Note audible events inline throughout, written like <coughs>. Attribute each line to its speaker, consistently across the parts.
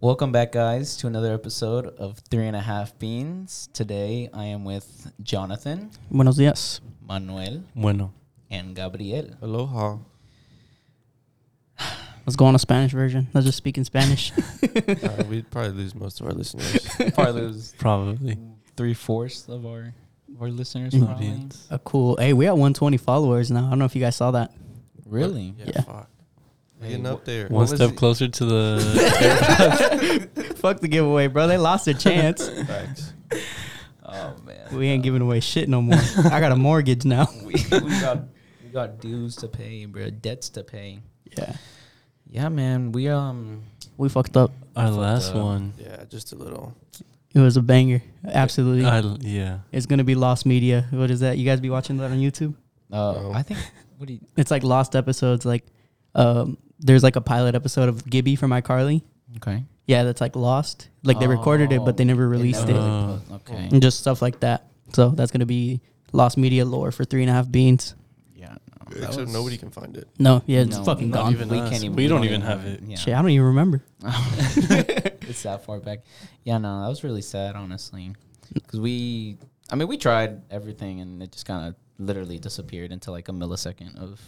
Speaker 1: Welcome back, guys, to another episode of Three and a Half Beans. Today I am with Jonathan,
Speaker 2: Buenos días.
Speaker 1: Manuel,
Speaker 3: Bueno.
Speaker 1: and Gabriel.
Speaker 3: Aloha.
Speaker 2: Let's go on a Spanish version. Let's just speak in Spanish.
Speaker 3: Uh, we'd probably lose most of our listeners.
Speaker 1: Probably lose
Speaker 3: probably.
Speaker 1: three fourths of our, of our listeners.
Speaker 2: Mm.
Speaker 1: probably.
Speaker 3: Audience.
Speaker 2: a cool. Hey, we at 120 followers now. I don't know if you guys saw that.
Speaker 1: Really?
Speaker 3: Yeah.
Speaker 2: Yeah.
Speaker 3: Fuck.
Speaker 1: Hey,
Speaker 3: Getting up there.
Speaker 1: What
Speaker 3: One
Speaker 1: was
Speaker 3: step
Speaker 1: it?
Speaker 3: closer to
Speaker 1: <laughs>
Speaker 3: the
Speaker 2: Fuck the giveaway, bro. They lost their
Speaker 4: <laughs>
Speaker 2: chance.
Speaker 3: facts.
Speaker 1: Oh man,
Speaker 2: we ain't giving away shit no more. I got a mortgage now.
Speaker 1: we, <laughs> we got we got dues to pay, bro. Debts to pay.
Speaker 2: Yeah.
Speaker 1: Yeah, man. We um.
Speaker 2: We fucked up.
Speaker 3: Our
Speaker 1: Fucked
Speaker 3: last
Speaker 1: up.
Speaker 3: one.
Speaker 4: Yeah, just a little.
Speaker 2: It was a banger. Absolutely.
Speaker 3: I l- yeah.
Speaker 2: it's going to be Lost Media. What is that? You guys be watching that on YouTube?
Speaker 1: Uh,
Speaker 3: Oh.
Speaker 1: I think. What do you?
Speaker 2: It's like Lost episodes. Like, um, there's like a pilot episode of Gibby from iCarly.
Speaker 1: Okay.
Speaker 2: Yeah, that's like Lost. Like, they recorded it, but they never released
Speaker 3: never
Speaker 1: Uh,
Speaker 2: it.
Speaker 3: Oh.
Speaker 1: Okay.
Speaker 2: and just stuff like that. So that's gonna be lost media lore for three and a half beans.
Speaker 1: Yeah. no, that
Speaker 4: Except
Speaker 1: was-
Speaker 4: nobody can find it.
Speaker 2: No, yeah, it's
Speaker 1: no,
Speaker 2: fucking
Speaker 3: not
Speaker 2: gone.
Speaker 3: even us. We don't even have it.
Speaker 1: Yeah.
Speaker 2: Shit, I don't even remember.
Speaker 3: <laughs>
Speaker 1: it's that far back. Yeah, no, that was really sad, honestly. Because we, I mean, we tried everything and it just kind of literally disappeared into like a millisecond of.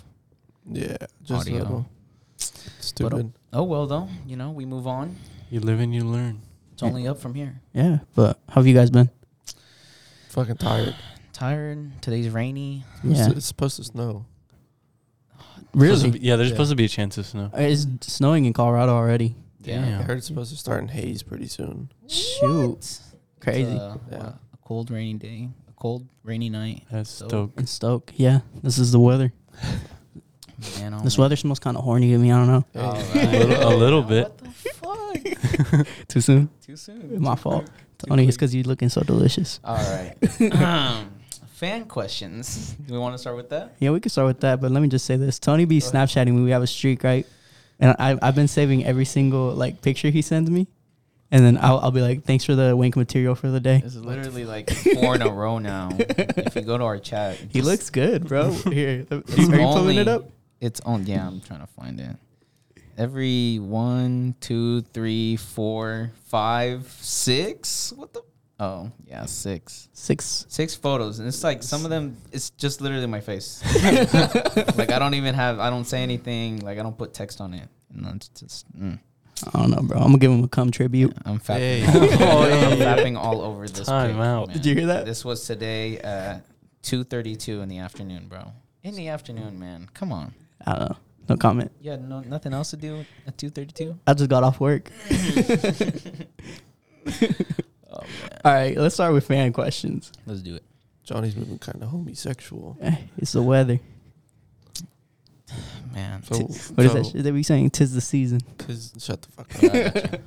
Speaker 4: Yeah, just
Speaker 1: Audio.
Speaker 4: a little. Stupid.
Speaker 1: Oh well, though you know we move on.
Speaker 3: You live and you learn.
Speaker 1: It's only up from here.
Speaker 2: Yeah, but how have you guys
Speaker 1: <laughs>
Speaker 2: been?
Speaker 4: Fucking tired.
Speaker 1: Tired. Today's rainy.
Speaker 2: Yeah,
Speaker 4: It's, it's supposed to snow.
Speaker 3: Supposed to
Speaker 2: really.
Speaker 3: be- yeah, there's
Speaker 4: Yeah.
Speaker 3: supposed to be a chance of snow.
Speaker 2: Uh, It's snowing in Colorado already.
Speaker 1: Yeah.
Speaker 4: I heard it's supposed to start in haze pretty soon.
Speaker 2: Shoot, crazy.
Speaker 1: It's, uh,
Speaker 4: Yeah.
Speaker 1: A cold rainy day. A cold rainy night.
Speaker 3: That's
Speaker 1: So- <laughs>
Speaker 3: dope.
Speaker 2: in Stoke, yeah, this is the weather.
Speaker 1: Man, oh
Speaker 2: This
Speaker 1: man. <laughs>
Speaker 2: weather smells kind of horny to me. I don't know.
Speaker 4: Hey,
Speaker 1: All
Speaker 3: Oh, <laughs> A
Speaker 1: right.
Speaker 3: little, a little bit.
Speaker 1: What the fuck?
Speaker 2: <laughs> Too soon.
Speaker 1: Too soon.
Speaker 2: My fault. Tony, it's because you're looking so delicious.
Speaker 1: All
Speaker 2: <laughs>
Speaker 1: right. Um, Fan questions. Do we want to start with that?
Speaker 2: Yeah, we could start with that, but let me just say this. Tony be Snapchatting me. We have a streak, right? And I, I've been saving every single like picture he sends me. And then I'll, I'll be like, thanks for the wink material for the day.
Speaker 1: This is literally like four
Speaker 2: <laughs>
Speaker 1: in a row now. if you go to our chat,
Speaker 2: He
Speaker 1: just-
Speaker 2: looks good, <laughs> bro. Here, are you
Speaker 1: It's
Speaker 2: pulling
Speaker 1: only-
Speaker 2: it up?
Speaker 1: It's on. Yeah, I'm trying to find it. Every one, two, three, four, five, six. What the? Oh yeah, six.
Speaker 2: Six.
Speaker 1: Six photos, and it's like some of them. It's just literally my
Speaker 2: <laughs>
Speaker 1: face. like I don't even have. I don't say anything. Like I don't put text on it. And I'm just. Mm,
Speaker 2: I don't know, bro. I'm gonna give him a cum tribute.
Speaker 1: I'm fapping. <laughs>
Speaker 3: Hey.
Speaker 1: I'm fapping all over this.
Speaker 3: Time
Speaker 1: pic,
Speaker 3: out.
Speaker 1: man.
Speaker 2: <laughs> Did you hear that?
Speaker 1: This was today at two thirty-two in the afternoon, bro. In the afternoon, man. Come on.
Speaker 2: I don't know. No comment.
Speaker 1: You had no, nothing else to do at two thirty-two.
Speaker 2: I just got off work.
Speaker 1: <laughs> Oh man,
Speaker 2: <laughs> All right, let's start with fan questions.
Speaker 1: let's do it.
Speaker 4: Johnny's moving kind of homosexual.
Speaker 2: Eh, <laughs> It's the weather.
Speaker 1: Man,
Speaker 4: So,
Speaker 2: What is
Speaker 4: so
Speaker 2: that shit that we saying? Tis the season.
Speaker 4: tis- shut the
Speaker 1: <laughs>
Speaker 4: fuck
Speaker 1: <laughs> Yeah,
Speaker 4: up.
Speaker 1: I got you.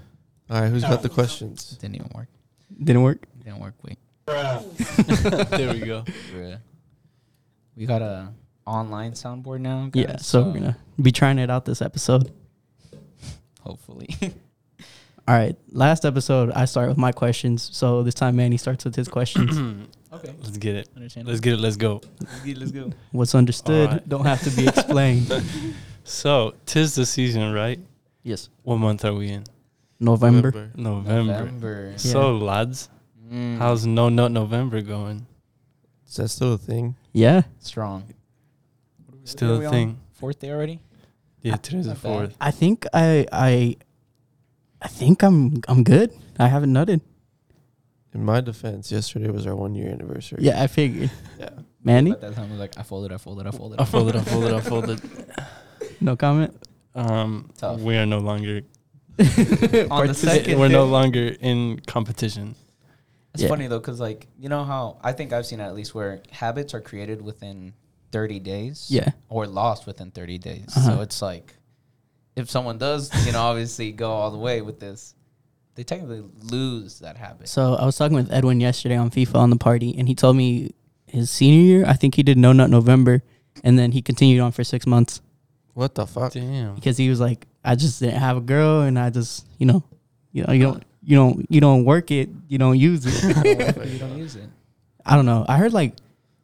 Speaker 4: All right, who's got the questions?
Speaker 1: didn't even work.
Speaker 2: Didn't work.
Speaker 1: Didn't work. Wait,
Speaker 3: there we <clears throat> go.
Speaker 1: Bruh. we got a online soundboard now. Guys,
Speaker 2: Yeah, so we're gonna be trying it out this episode.
Speaker 1: <laughs> hopefully.
Speaker 2: All right. Last episode, I start with my questions. So this time, Manny starts with his questions. <clears throat>
Speaker 1: okay,
Speaker 3: Let's get it.
Speaker 1: understandable.
Speaker 3: Let's get it. Let's go.
Speaker 1: Let's get, let's go.
Speaker 2: What's understood
Speaker 3: All right.
Speaker 2: don't have to be explained.
Speaker 3: So, tis the season, right?
Speaker 2: <laughs> yes.
Speaker 3: What month are we in?
Speaker 2: November.
Speaker 3: November. So, lads,
Speaker 1: Mm,
Speaker 3: how's No Nut November going?
Speaker 4: Is that still a thing?
Speaker 2: Yeah.
Speaker 1: strong?
Speaker 3: Still
Speaker 1: we
Speaker 3: a
Speaker 1: on?
Speaker 3: thing.
Speaker 1: Fourth day already.
Speaker 3: Yeah, today's the
Speaker 1: Not bad.
Speaker 3: fourth.
Speaker 2: I think I I I think I'm I'm good. I haven't nutted.
Speaker 4: In my defense, yesterday was our one year anniversary.
Speaker 2: Yeah, I figured.
Speaker 4: Yeah.
Speaker 2: Manny,
Speaker 1: At that time, I was like, I folded, I folded, I folded.
Speaker 3: I folded, I folded,
Speaker 1: <laughs>
Speaker 3: I folded.
Speaker 2: no comment. <laughs>
Speaker 3: Um,
Speaker 1: Tough.
Speaker 3: we are no longer.
Speaker 1: On the
Speaker 2: Participate-
Speaker 1: second
Speaker 3: We're no longer in competition.
Speaker 1: It's
Speaker 2: Yeah.
Speaker 1: funny though, because like you know how I think I've seen at least where habits are created within 30 days,
Speaker 2: Yeah.
Speaker 1: or lost within 30 days. So
Speaker 2: Uh-huh.
Speaker 1: it's like if someone does, you know, obviously go all the way with this, they technically lose that habit.
Speaker 2: So I was talking with Edwin yesterday on FIFA on the party, and he told me his senior year, I think he did no nut November, and then he continued on for six months
Speaker 4: What the
Speaker 2: <laughs>
Speaker 4: fuck?
Speaker 3: Damn.
Speaker 2: because he was like, I just didn't have a girl, and I just you know, you know, you don't you don't you don't work it, you don't use it.
Speaker 3: <laughs>
Speaker 1: you don't use it.
Speaker 2: I don't know. I heard like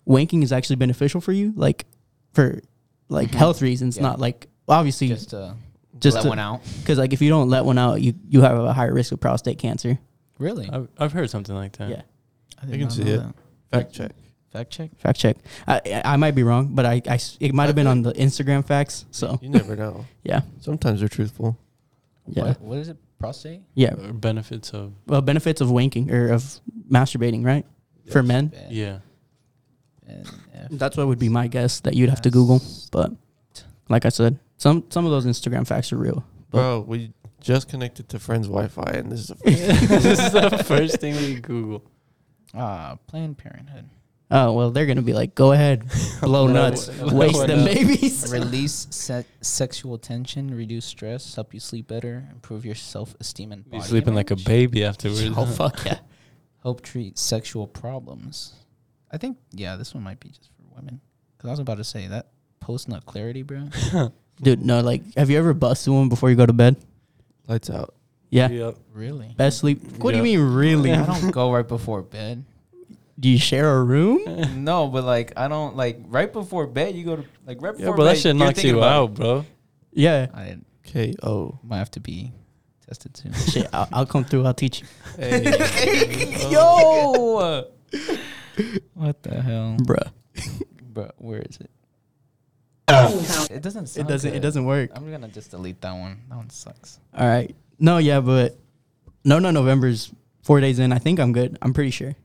Speaker 2: wanking is actually beneficial for you, like for like health reasons,
Speaker 1: Yeah.
Speaker 2: not like obviously
Speaker 1: Just uh,
Speaker 2: Mm-hmm. Just
Speaker 1: let
Speaker 2: to-
Speaker 1: one out.
Speaker 2: Because like if you don't let one out, you you have a higher risk of prostate cancer.
Speaker 1: Really?
Speaker 3: I've, I've heard something like that.
Speaker 2: Yeah.
Speaker 1: I did
Speaker 4: can
Speaker 1: not
Speaker 4: see
Speaker 1: know
Speaker 4: it.
Speaker 1: that.
Speaker 4: Fact check.
Speaker 1: Fact check.
Speaker 2: Fact check. I I- I might be wrong, but I, I s- it might have been on the Instagram facts. So
Speaker 4: You never know.
Speaker 2: <laughs> yeah,
Speaker 4: Sometimes they're truthful.
Speaker 2: yeah,
Speaker 1: What, what is it? Prostate?
Speaker 2: yeah.
Speaker 3: Or benefits of
Speaker 2: Well, benefits of wanking or of masturbating, right? For men,
Speaker 1: Bad,
Speaker 3: yeah.
Speaker 1: bad, F.
Speaker 2: that's what would be my guess that you'd have to Google. But like I said, some some of those Instagram facts are real.
Speaker 4: Bro, we just connected to friends' Wi Fi and this is the
Speaker 2: <laughs>
Speaker 3: <laughs>
Speaker 4: first
Speaker 3: this is the first thing we Google.
Speaker 1: Ah, Planned Parenthood.
Speaker 2: Oh well, they're gonna be like, go ahead, blow
Speaker 3: No,
Speaker 2: <laughs> nuts,
Speaker 3: no,
Speaker 2: waste
Speaker 3: no.
Speaker 2: them
Speaker 1: <laughs>
Speaker 2: babies.
Speaker 1: Release se- sexual tension, reduce stress, help you sleep better, improve your self esteem and
Speaker 3: You're
Speaker 1: body.
Speaker 3: sleeping like a
Speaker 1: image. <laughs>
Speaker 3: baby afterwards.
Speaker 2: Oh fuck yeah!
Speaker 1: Help treat sexual problems. I think yeah, this one might be just for women. Cause I was about to say that post nut clarity, bro.
Speaker 3: <laughs>
Speaker 2: Dude, no, like, have you ever busted one before you go to bed?
Speaker 4: lights out.
Speaker 2: Yeah,
Speaker 3: Yep.
Speaker 1: Really?
Speaker 2: best sleep. What do
Speaker 3: Yeah.
Speaker 2: you mean, really?
Speaker 1: I don't go right before
Speaker 3: <laughs>
Speaker 1: bed.
Speaker 2: Do you share a room?
Speaker 1: no, but like I don't like right before bed. You go to like right
Speaker 3: Yeah,
Speaker 1: before
Speaker 3: bro,
Speaker 1: bed.
Speaker 3: that shit
Speaker 1: you're
Speaker 3: knocks
Speaker 1: thinking
Speaker 3: you
Speaker 1: about
Speaker 3: out, bro.
Speaker 2: Yeah.
Speaker 1: it. I
Speaker 4: KO.
Speaker 1: might have to be tested soon.
Speaker 2: Shit, I'll, I'll come through. I'll teach you.
Speaker 1: <laughs> Yo, what the hell,
Speaker 2: Bruh.
Speaker 1: bro? Where is it? It doesn't.
Speaker 2: It
Speaker 1: sound
Speaker 2: doesn't it
Speaker 1: good.
Speaker 2: doesn't work.
Speaker 1: I'm gonna just delete that one. That one sucks.
Speaker 2: All right. No, yeah, but no no November's four days in. I think I'm good. I'm pretty sure.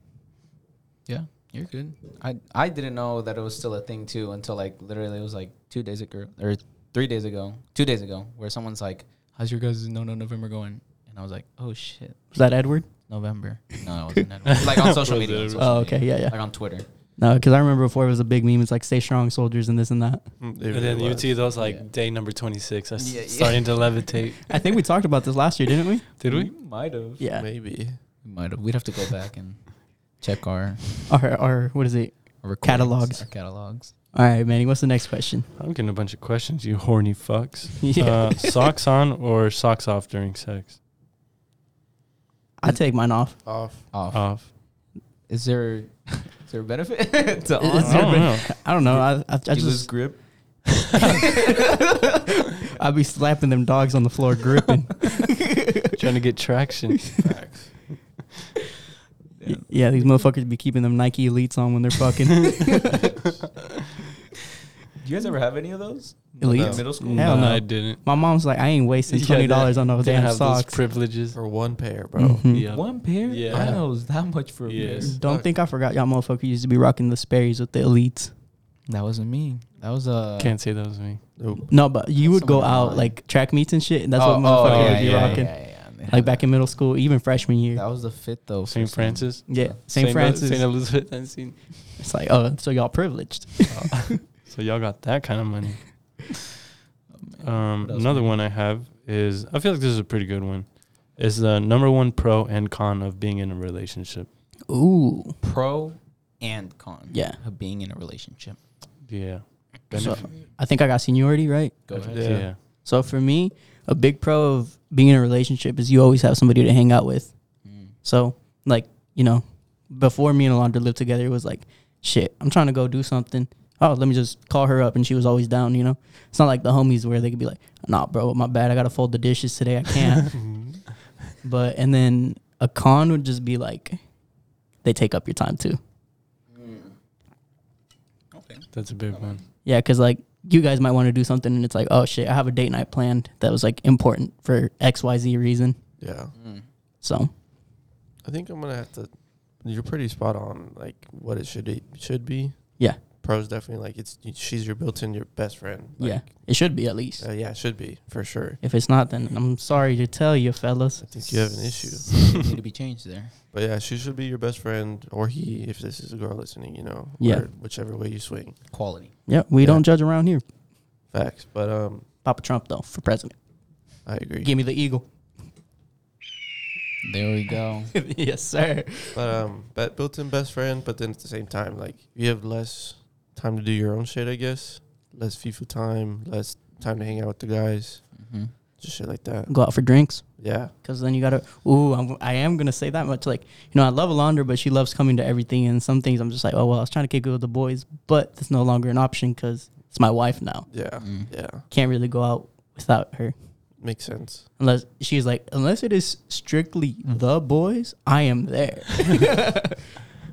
Speaker 1: Yeah, you're good. I I didn't know that it was still a thing too until like literally it was like two days ago or three days ago, two days ago, where someone's like, "How's your guys' no no November going?" And I was like, "Oh shit,
Speaker 2: Was that Edward?
Speaker 1: November." No, it wasn't that. <laughs> like on social media. on social
Speaker 2: Oh,
Speaker 1: media.
Speaker 2: okay, yeah, yeah.
Speaker 1: Like on Twitter.
Speaker 2: No, because I remember before it was a big meme. It's like stay strong, soldiers, and this and that.
Speaker 3: <laughs>
Speaker 4: Mm, it
Speaker 3: And
Speaker 4: really
Speaker 3: then you
Speaker 4: was.
Speaker 3: see those like
Speaker 1: Yeah.
Speaker 3: day number 26. That's
Speaker 1: Yeah, yeah.
Speaker 3: starting to levitate.
Speaker 2: <laughs> I think we talked about this last year, didn't we?
Speaker 3: Did we?
Speaker 1: Might have.
Speaker 2: <laughs> Yeah.
Speaker 4: Maybe.
Speaker 1: We might have. We'd have to go back and check our
Speaker 2: Or or what is it?
Speaker 1: recordings,
Speaker 2: Catalogs.
Speaker 1: Our catalogs.
Speaker 2: All right, Manny. What's the next question?
Speaker 3: I'm getting a bunch of questions, you horny fucks.
Speaker 2: <laughs> Yeah. <laughs>
Speaker 3: Uh, socks on or socks off during sex?
Speaker 2: I take mine off.
Speaker 4: Off.
Speaker 1: Off.
Speaker 3: Off.
Speaker 1: is there is there a benefit <laughs> to
Speaker 2: Is
Speaker 1: on?
Speaker 2: there
Speaker 3: I don't know.
Speaker 2: I don't know. I I, I
Speaker 1: Do you lose
Speaker 2: just
Speaker 1: <laughs> grip.
Speaker 2: I'd be slapping them dogs on the floor, gripping.
Speaker 3: Trying to get
Speaker 2: <laughs>
Speaker 3: traction.
Speaker 2: yeah, these motherfuckers be keeping them Nike elites on when they're <laughs> fucking.
Speaker 1: Do you guys ever have any of those?
Speaker 2: Elites?
Speaker 1: Like middle school.
Speaker 2: Hell
Speaker 3: Nah,
Speaker 2: no.
Speaker 3: I didn't.
Speaker 2: My mom's like, I ain't wasting
Speaker 3: Yeah,
Speaker 2: twenty dollars
Speaker 3: they-
Speaker 2: on those
Speaker 3: they
Speaker 2: damn
Speaker 3: have
Speaker 2: socks.
Speaker 3: Those privileges.
Speaker 4: For one pair, bro.
Speaker 2: Mhm.
Speaker 3: Yeah.
Speaker 1: One pair?
Speaker 3: Yeah.
Speaker 1: I know it was that much for a
Speaker 3: Yes.
Speaker 1: pair.
Speaker 2: Don't think I forgot y'all motherfucker used to be rocking the Sperry's with the elites.
Speaker 1: That wasn't me. That was uh
Speaker 3: Can't say that was me.
Speaker 4: Nope.
Speaker 2: No, but you would go
Speaker 1: Someone
Speaker 2: out
Speaker 1: lied.
Speaker 2: like track meets and shit, and that's
Speaker 1: oh,
Speaker 2: what motherfucker
Speaker 1: oh,
Speaker 2: would be
Speaker 1: yeah,
Speaker 2: rocking.
Speaker 1: Yeah, yeah, yeah. They
Speaker 2: Like
Speaker 1: had
Speaker 2: back
Speaker 1: that.
Speaker 2: in middle school, even freshman year.
Speaker 1: That was the fit though. for
Speaker 3: St.
Speaker 1: some-
Speaker 3: Francis.
Speaker 2: yeah, St. Francis.
Speaker 3: St. Elizabeth. <laughs> and Saint-
Speaker 2: It's like, oh, so y'all privileged.
Speaker 3: So y'all got that kind of money.
Speaker 1: <laughs> Oh, man.
Speaker 3: Um,
Speaker 1: What else
Speaker 3: another
Speaker 1: we got?
Speaker 3: one I have is I feel like this is a pretty good one. Is the number one pro and con of being in a relationship?
Speaker 2: Ooh,
Speaker 1: Pro and con.
Speaker 2: Yeah.
Speaker 1: Of being in a relationship.
Speaker 3: Yeah.
Speaker 2: So- I think I got seniority right.
Speaker 1: Go ahead.
Speaker 4: Yeah.
Speaker 3: yeah.
Speaker 2: So for me, a big pro of being in a relationship is you always have somebody to hang out with.
Speaker 1: Mm.
Speaker 2: So like, you know, before me and Alondra lived together, it was like, shit, I'm trying to go do something. Oh, let me just call her up, and she was always down. You know, it's not like the homies where they could be like, nah, bro, my bad, I gotta fold the dishes today, I can't. but and then a con would just be like, they take up your time too.
Speaker 1: Okay.
Speaker 3: <laughs> That's a big one.
Speaker 2: Yeah, because like you guys might want to do something, and it's like, oh shit, I have a date night planned that was like important for X Y Z reason.
Speaker 4: Yeah.
Speaker 1: Mm.
Speaker 2: So
Speaker 4: I think I'm gonna have to. You're pretty spot on, like what it should be, should be.
Speaker 2: Yeah.
Speaker 4: pros definitely like it's she's your built-in your best friend.
Speaker 2: yeah, it should be at least.
Speaker 4: yeah, uh, yeah, it should be for sure.
Speaker 2: If it's not, then I'm sorry to tell you, fellas.
Speaker 4: I think you have
Speaker 1: <laughs>
Speaker 4: an issue,
Speaker 1: need to be changed there.
Speaker 4: but yeah, she should be your best friend or he if this is a girl listening, you know.
Speaker 2: Yeah.
Speaker 4: or whichever way you swing,
Speaker 1: Quality.
Speaker 2: Yeah, we
Speaker 4: Yeah.
Speaker 2: don't judge around here.
Speaker 4: facts. But um,
Speaker 2: Papa Trump though for president.
Speaker 4: I agree.
Speaker 2: Give me the eagle. <laughs>
Speaker 1: There we go.
Speaker 2: yes, sir.
Speaker 4: But um, but built-in best friend, but then at the same time, like you have less time to do your own shit, I guess. Less FIFA time, less time to hang out with the guys,
Speaker 1: hmm
Speaker 4: just shit like that.
Speaker 2: Go out for drinks.
Speaker 4: Yeah,
Speaker 2: Cause then you gotta. Ooh, I'm, I am gonna say that much. Like, you know, I love Alondra, but she loves coming to everything, and some things I'm just like, oh well, I was trying to kick it with the boys, but that's no longer an option because it's my wife now.
Speaker 4: yeah,
Speaker 1: Mm.
Speaker 4: yeah.
Speaker 2: Can't really go out without her.
Speaker 4: Makes sense.
Speaker 2: Unless she's like, unless it is strictly the boys, I am there.
Speaker 1: Mm-hmm. <laughs>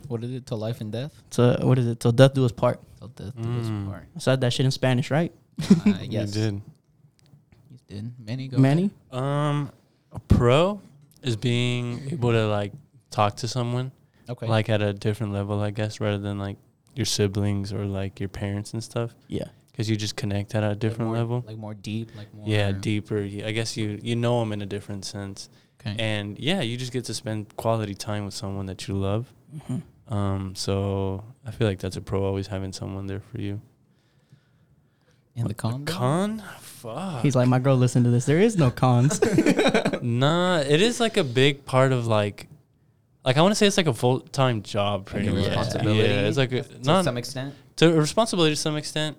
Speaker 1: What is it? Till life and death?
Speaker 2: So what is it? Till death do us part.
Speaker 1: Till death do us
Speaker 3: Mm.
Speaker 1: part.
Speaker 2: I said that shit in Spanish, right?
Speaker 1: Uh, yes.
Speaker 3: Yes. You did.
Speaker 1: You did. Many go.
Speaker 2: Manny.
Speaker 3: Um, a pro is being able to like talk to someone
Speaker 1: Okay.
Speaker 3: like at a different level, I guess, rather than like your siblings or like your parents and stuff,
Speaker 2: Yeah.
Speaker 3: because you just connect at a
Speaker 1: Like
Speaker 3: different
Speaker 1: more-
Speaker 3: level.
Speaker 1: Like more deep. Like more.
Speaker 3: yeah, deeper. y- I guess you you know them in a different sense,
Speaker 1: Okay.
Speaker 3: and yeah, you just get to spend quality time with someone that you love.
Speaker 2: Mm-hmm.
Speaker 3: Um, so I feel like that's a pro, always having someone there for you.
Speaker 1: In the con. though?
Speaker 3: Con, fuck.
Speaker 2: He's like, my girl, listen to this. There is no cons.
Speaker 3: <laughs> Nah, it is like a big part of like, like I want to say it's like a full time job, pretty
Speaker 1: a
Speaker 3: much.
Speaker 1: responsibility
Speaker 3: Yeah, it's like a,
Speaker 1: To
Speaker 3: not
Speaker 1: some extent.
Speaker 3: to a responsibility to some extent.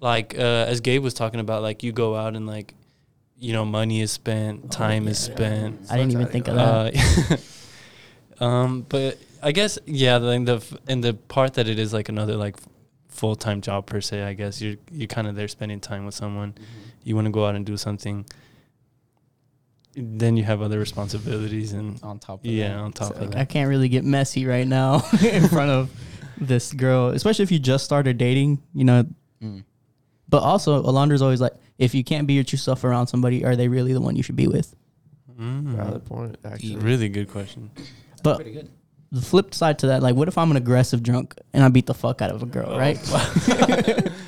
Speaker 3: Like uh, as Gabe was talking about, like you go out and like, you know, money is
Speaker 2: Oh,
Speaker 3: spent, time is spent.
Speaker 2: I didn't even think of that.
Speaker 3: Uh, <laughs> um, but I guess yeah, then the f- and the part that it is like another like full time job per se. I guess you're you're kind of there spending time with someone.
Speaker 1: Mm-hmm.
Speaker 3: You want to go out and do something. Then you have other responsibilities and
Speaker 1: On top. Of
Speaker 3: yeah,
Speaker 1: that.
Speaker 3: on top
Speaker 2: So,
Speaker 3: of
Speaker 2: I
Speaker 3: that.
Speaker 2: can't really get messy right now <laughs> in front of this girl, especially if you just started dating, you know.
Speaker 1: Mm.
Speaker 2: But also, Alondra's always like, if you can't be your true self around somebody, are they really the one you should be with?
Speaker 3: Mm,
Speaker 4: Valid point. Actually,
Speaker 3: really good question. <laughs>
Speaker 1: That's
Speaker 3: Uh,
Speaker 2: But-
Speaker 1: pretty good.
Speaker 2: The flip side to that, like, what if I'm an aggressive drunk and I beat the fuck out of a girl, right?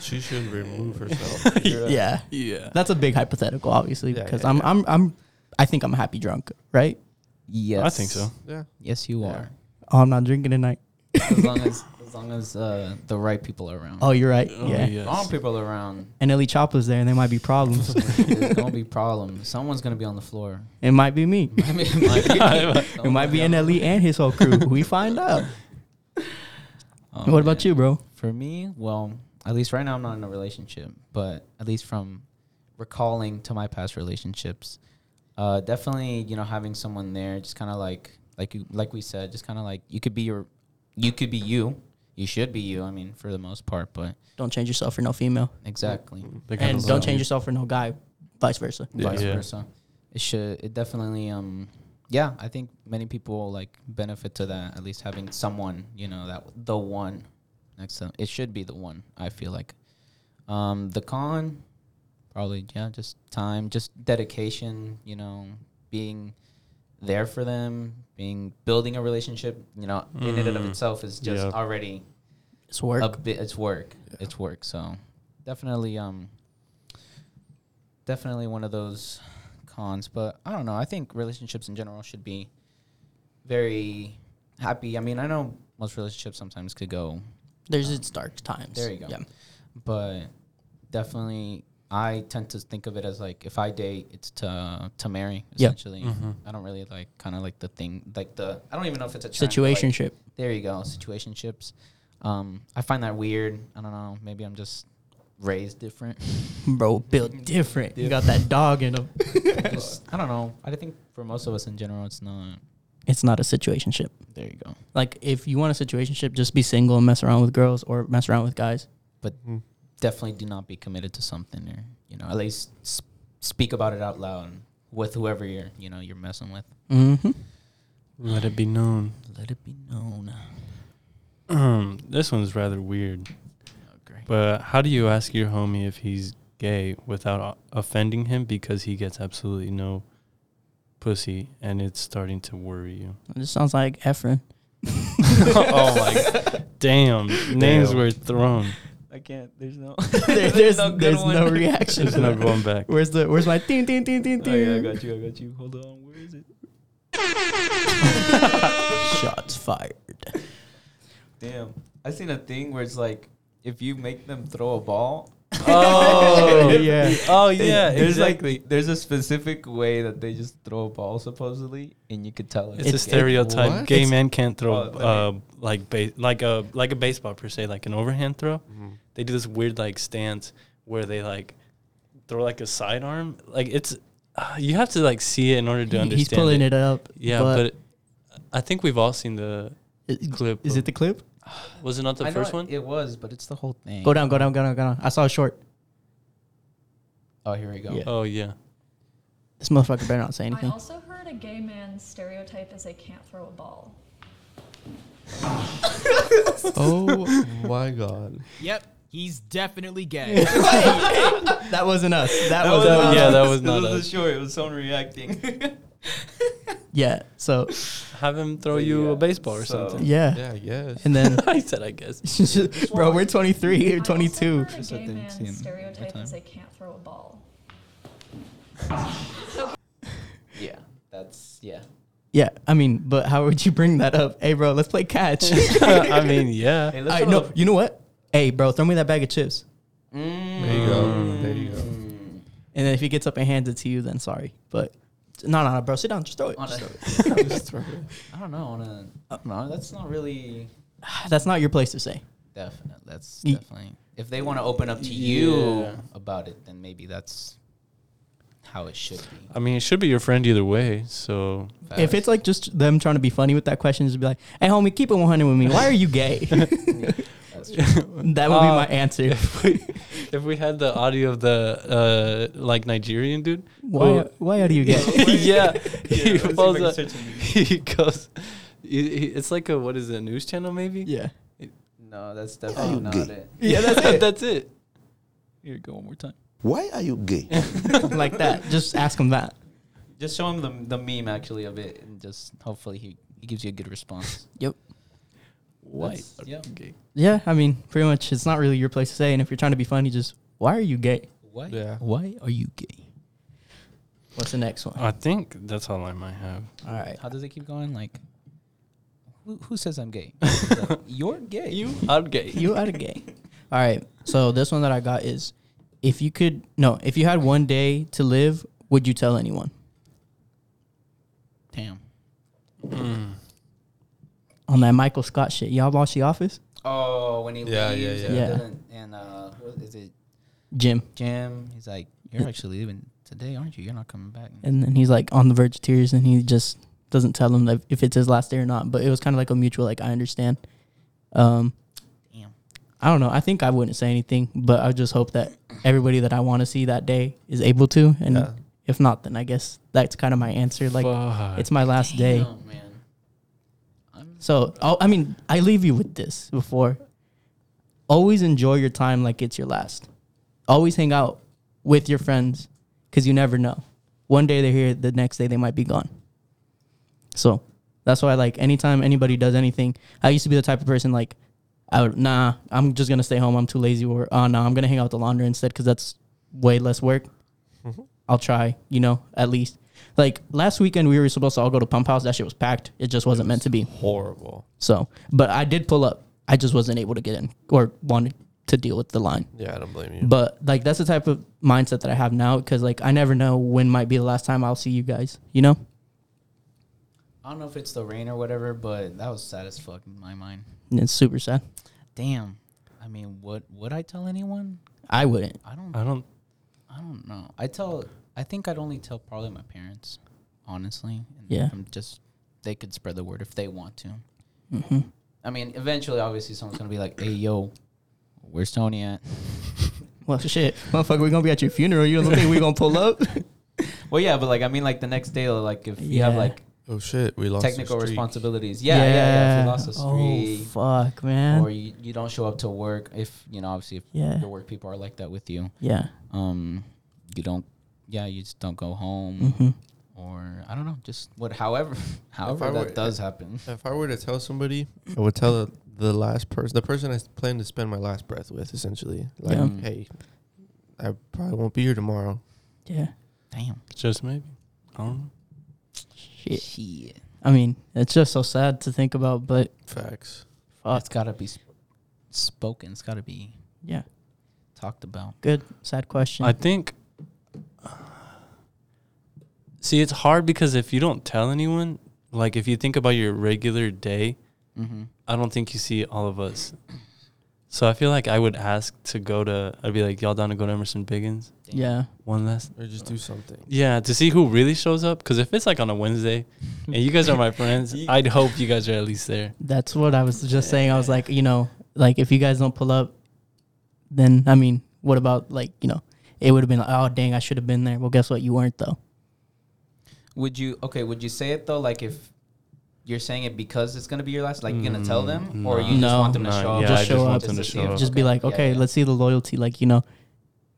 Speaker 4: she should remove <laughs> herself.
Speaker 2: yeah.
Speaker 3: Yeah.
Speaker 2: That's a big hypothetical, obviously,
Speaker 4: Yeah,
Speaker 2: because
Speaker 4: yeah,
Speaker 2: I'm,
Speaker 4: yeah.
Speaker 2: I'm, I'm, I think I'm a happy drunk, right?
Speaker 1: Yes.
Speaker 3: I think so.
Speaker 4: yeah.
Speaker 1: Yes, you
Speaker 4: Yeah.
Speaker 1: are.
Speaker 2: Oh, I'm not drinking tonight.
Speaker 1: As long as as long as uh, the right people are around.
Speaker 2: Oh, you're right.
Speaker 3: Oh,
Speaker 2: yeah.
Speaker 3: yes.
Speaker 1: Wrong people are around.
Speaker 3: <laughs>
Speaker 2: And Ellie Choppa's there, and there might be problems.
Speaker 1: There's gonna be problems. Someone's gonna be on the floor.
Speaker 2: it might be me.
Speaker 1: I mean, it
Speaker 2: It
Speaker 1: <laughs>
Speaker 2: might be NLE and his whole crew. we find out. what about you, bro?
Speaker 1: For me, well, at least right now I'm not in a relationship, but at least from recalling to my past relationships, uh, definitely you know having someone there, just kind of like like you like we said, just kind of like you could be your, you could be you, you should be you. I mean, for the most part, but
Speaker 2: Don't change yourself for no female,
Speaker 1: exactly.
Speaker 3: They kinda
Speaker 2: and
Speaker 3: love
Speaker 2: don't change
Speaker 3: you.
Speaker 2: yourself for no guy, vice versa.
Speaker 4: Yeah.
Speaker 1: vice
Speaker 3: Yeah.
Speaker 1: versa. It should. It definitely. Um. Yeah, I think many people like benefit to that. At least having someone, you know, that the one next to them. It should be the one. I feel like. Um. The con, probably yeah, just time, just dedication. You know, being there for them, being building a relationship. You know, in and of
Speaker 3: Mm.
Speaker 1: itself is just
Speaker 3: Yeah.
Speaker 1: already
Speaker 2: It's work.
Speaker 1: a bit. It's work. It's work. So definitely, um, definitely one of those cons. But I don't know. I think relationships in general should be very happy. I mean, I know most relationships sometimes could go,
Speaker 2: There's its dark times.
Speaker 1: There you go.
Speaker 2: Yeah.
Speaker 1: but definitely. I tend to think of it as like if I date, it's to to marry
Speaker 2: Yeah.
Speaker 1: essentially. I don't really like kind of like the thing like the I don't even know if it's a trend, but, like,
Speaker 2: Situationship.
Speaker 1: there you go, situationships. Um, I find that weird. I don't know. Maybe I'm just raised different. <laughs>
Speaker 2: Bro, built different. You got that dog in him.
Speaker 1: Just- I don't know. I think for most of us in general, it's not.
Speaker 2: It's not a situationship.
Speaker 1: There you go.
Speaker 2: Like, if you want a situationship, just be single and mess around with girls or mess around with guys.
Speaker 1: Definitely do not be committed to something, or you know, at least sp- speak about it out loud with whoever you're, you know, you're messing with.
Speaker 2: Mm-hmm.
Speaker 3: Let it be known.
Speaker 1: Let it be known.
Speaker 3: Um, this one's rather weird.
Speaker 1: Oh, great.
Speaker 3: But <laughs> how do you ask your homie if he's gay without o- offending him because he gets absolutely no pussy and it's starting to worry you?
Speaker 2: This sounds like Efren.
Speaker 3: oh my
Speaker 1: <laughs>
Speaker 3: damn. Names
Speaker 4: Damn.
Speaker 3: were <laughs> thrown.
Speaker 1: I can't. There's no.
Speaker 2: There- there's no, there's no reaction.
Speaker 3: There's no
Speaker 2: <laughs>
Speaker 3: going back.
Speaker 2: Where's the Where's my ding ding ding ding ding?
Speaker 1: you. I got you. Hold on. Where is it?
Speaker 2: <laughs>
Speaker 1: <laughs>
Speaker 2: Shots fired.
Speaker 1: Damn. I seen a thing where it's like if you make them throw a ball.
Speaker 3: <laughs> Oh,
Speaker 2: yeah.
Speaker 3: Oh, yeah.
Speaker 1: there's
Speaker 3: exactly.
Speaker 1: like there's a specific way that they just throw a ball supposedly, and you could tell.
Speaker 3: It's, a
Speaker 2: It's-
Speaker 3: stereotype.
Speaker 4: what?
Speaker 3: Gay
Speaker 2: It's-
Speaker 3: man can't throw
Speaker 1: Oh,
Speaker 3: uh, like ba- like a like a baseball per se, like an overhand throw. They do this weird like stance where they like throw like a sidearm. Like it's uh, you have to like see it in order to understand.
Speaker 2: He's pulling it, up.
Speaker 3: Yeah, but, I think we've all seen the.
Speaker 2: is,
Speaker 3: clip
Speaker 2: Is
Speaker 3: of-
Speaker 2: it the clip?
Speaker 3: Was it not the
Speaker 1: I know
Speaker 3: first
Speaker 1: it-
Speaker 3: one?
Speaker 1: It was, but it's the whole thing.
Speaker 2: Go down, go down, go down, go down. I saw a short.
Speaker 1: Oh, here we go.
Speaker 2: Yeah.
Speaker 3: Oh yeah.
Speaker 2: This motherfucker better not say
Speaker 5: I <laughs>
Speaker 2: anything.
Speaker 5: also heard a gay man's stereotype is they can't throw a ball.
Speaker 2: <laughs>
Speaker 4: oh my god.
Speaker 6: Yep, he's definitely gay.
Speaker 2: That wasn't us. That,
Speaker 3: was-
Speaker 2: wasn't us.
Speaker 3: yeah, that was not us.
Speaker 1: short. <laughs> It was someone
Speaker 2: <laughs>
Speaker 1: reacting. <laughs>
Speaker 2: Yeah. So
Speaker 3: Have him throw you a baseball or
Speaker 1: so-
Speaker 2: <laughs>
Speaker 3: something. <laughs>
Speaker 2: yeah.
Speaker 4: Yeah, I guess.
Speaker 2: And <laughs> then,
Speaker 3: I said, I guess.
Speaker 2: bro, we're 23 or
Speaker 5: I
Speaker 2: 22.
Speaker 5: Also heard a
Speaker 1: That's what
Speaker 5: gay
Speaker 1: they see in my
Speaker 5: man's stereotype
Speaker 1: time.
Speaker 5: is they can't throw a ball.
Speaker 1: <laughs> yeah, that's yeah.
Speaker 2: Yeah, I mean, but how would you bring that up? Hey, bro, <laughs> let's play catch.
Speaker 3: I <laughs> mean, <laughs> yeah.
Speaker 1: Hey,
Speaker 2: I know. You know what? Hey, bro, throw me that bag of chips.
Speaker 4: There you go.
Speaker 2: Mm.
Speaker 4: There you go.
Speaker 2: And then if he gets up and hands it to you, then sorry. But no, no, no, bro, sit down. Just throw it. Just throw it.
Speaker 3: <laughs>
Speaker 4: Just throw it.
Speaker 1: I don't know. On a,
Speaker 3: Uh,
Speaker 1: I don't know. That's not really
Speaker 2: <sighs> That's not your place to say.
Speaker 1: definite. That's
Speaker 2: Ye-
Speaker 1: definitely. If they want to open up to you
Speaker 3: Yeah.
Speaker 1: about it, then maybe that's how it should be.
Speaker 3: I mean, it should be your friend either way. So
Speaker 2: If it's like just them trying to be funny with that question, just be like, "Hey, homie, keep it 100 with me. Why are you
Speaker 3: <laughs>
Speaker 2: gay?" that would <laughs> be
Speaker 3: Uh,
Speaker 2: my answer.
Speaker 3: if we, if we had the audio of the uh, like Nigerian dude,
Speaker 2: Why?
Speaker 3: who-
Speaker 2: Why are you gay?
Speaker 3: <laughs> yeah, <laughs> he
Speaker 4: let's see if I
Speaker 3: pulls
Speaker 4: can
Speaker 3: up-
Speaker 4: search
Speaker 3: <laughs> He goes. he- he- It's like a what is it? A news channel
Speaker 2: <laughs>
Speaker 3: maybe?
Speaker 2: yeah.
Speaker 1: no, that's definitely not it.
Speaker 3: yeah. That's
Speaker 2: <laughs>
Speaker 3: it. that's it. Here, go one more time.
Speaker 7: Why are you gay?
Speaker 2: like that. Just ask him that.
Speaker 1: Just show him the, the meme actually of
Speaker 2: <laughs>
Speaker 1: it, <laughs> and just hopefully he, he gives you a good <laughs> response.
Speaker 2: Yep.
Speaker 3: Why?
Speaker 1: That's- yeah.
Speaker 3: Okay.
Speaker 2: Yeah, I mean, pretty much, it's not really your place to say. And if you're trying to be funny, just why are you gay?
Speaker 1: Why?
Speaker 4: Yeah.
Speaker 2: Why are you gay? What's the next one?
Speaker 3: I think that's all I might have.
Speaker 2: All right.
Speaker 1: How does it keep going? Like, who, who says I'm
Speaker 2: <laughs>
Speaker 1: gay? <laughs> You're gay. You
Speaker 3: I'm gay.
Speaker 2: You are gay. All right. So this one that I got is, if you could, no, if you had one day to live, would you tell anyone?
Speaker 1: damn.
Speaker 2: On that Michael Scott shit, y'all watch The Office?
Speaker 1: Oh, when he
Speaker 4: Yeah, yeah,
Speaker 1: leaves
Speaker 4: yeah.
Speaker 1: and,
Speaker 2: Yeah.
Speaker 1: doesn't- and uh, what is it
Speaker 2: Jim,
Speaker 1: Jim? He's like, you're actually leaving today, aren't you? You're not coming back.
Speaker 2: and then he's like on the verge of tears, and he just doesn't tell him that if it's his last day or not. But it was kind of like a mutual, like I understand. Um,
Speaker 1: Damn.
Speaker 2: I don't know. I think I wouldn't say anything, but I just hope that everybody that I want to see that day is able to. And
Speaker 4: Yeah.
Speaker 2: if not, then I guess that's kind of my answer. Like
Speaker 3: Fuck.
Speaker 2: it's my last day.
Speaker 1: Oh man. I'm
Speaker 2: So oh, i I mean, I leave you with this before. Always enjoy your time like it's your last. Always hang out with your friends because you never know. One day they're here, the next day they might be gone. So that's why, like, anytime anybody does anything, I used to be the type of person like, I would, nah, I'm just gonna stay home. I'm too lazy, or oh no, I'm gonna hang out with the laundry instead because that's way less work. I'll try, you know, at least. Like last weekend, we were supposed to all go to Pump House. That shit was packed. It just wasn't meant to be.
Speaker 4: Horrible.
Speaker 2: So, but I did pull up. I just wasn't able to get in or wanted to deal with the line.
Speaker 4: Yeah, I don't blame you.
Speaker 2: But like that's the type of mindset that I have now because like I never know when might be the last time I'll see you guys. You know?
Speaker 1: I don't know if it's the rain or whatever, but that was sad as fuck in my mind.
Speaker 2: And it's super sad.
Speaker 1: Damn. I mean, would would I tell anyone?
Speaker 2: I wouldn't.
Speaker 1: I don't.
Speaker 3: I don't.
Speaker 1: I don't know. I tell. I think I'd only tell probably my parents, honestly. And
Speaker 2: Yeah.
Speaker 1: I'm just they could spread the word if they want to.
Speaker 2: Mm-hmm.
Speaker 1: I mean, eventually, obviously, someone's gonna be like, "Hey, yo, where's Tony at?"
Speaker 2: Well, shit, motherfucker, we're gonna be at your funeral. You don't think we're gonna pull <laughs> up?
Speaker 1: Well, yeah, but like, I mean, like the next day, like if you have
Speaker 2: Yeah.
Speaker 1: like
Speaker 4: oh shit, we lost. our
Speaker 1: technical
Speaker 4: streak.
Speaker 1: responsibilities, yeah, yeah, yeah. If you lost a streak,
Speaker 2: Oh fuck, man.
Speaker 1: or you, you don't show up to work, if you know, obviously, if
Speaker 2: Yeah.
Speaker 1: your work people are like that with you,
Speaker 2: yeah.
Speaker 1: um, you don't, yeah, you just don't go home,
Speaker 2: Mm-hmm.
Speaker 1: or I don't know, just what, however, <laughs> however
Speaker 4: I
Speaker 1: that
Speaker 4: were-
Speaker 1: does happen.
Speaker 4: If I were to tell somebody, I would tell the, the last person, the person I s- plan to spend my last breath with, essentially. Like,
Speaker 2: Yeah.
Speaker 4: hey, I probably won't be here tomorrow.
Speaker 2: Yeah.
Speaker 1: Damn.
Speaker 3: Just maybe. I don't know.
Speaker 2: Shit.
Speaker 1: Shit.
Speaker 2: I mean, it's just so sad to think about, but
Speaker 4: Facts.
Speaker 2: fuck.
Speaker 1: It's gotta be sp- spoken. It's gotta be
Speaker 2: Yeah.
Speaker 1: talked about.
Speaker 2: Good. Sad question.
Speaker 3: I think. See, it's hard because if you don't tell anyone, like if you think about your regular day,
Speaker 1: Mm-hmm.
Speaker 3: I don't think you see all of us. So I feel like I would ask to go to. I'd be like, y'all down to go to Emerson Biggins
Speaker 2: yeah.
Speaker 3: one last.
Speaker 4: Or just do something.
Speaker 3: Yeah, to see who really shows up. Because if it's like on a Wednesday, and you guys are my friends, I'd hope you guys are at least there.
Speaker 2: That's what I was just saying. I was like, you know, like if you guys don't pull up, then I mean, what about like, you know, it would have been like, oh dang, I should have been there. Well, guess what? You weren't though.
Speaker 1: Would you okay? Would you say it though? Like if you're saying it because it's gonna be your last, like you're gonna tell them, or you just
Speaker 2: no.
Speaker 1: want them to
Speaker 3: Mm, No,
Speaker 1: show up?
Speaker 3: yeah,
Speaker 2: Just I show
Speaker 3: want them to
Speaker 1: see
Speaker 3: show
Speaker 1: if-
Speaker 3: up.
Speaker 2: Just be like,
Speaker 1: Yeah,
Speaker 2: okay,
Speaker 1: yeah.
Speaker 2: let's see the loyalty. Like, you know,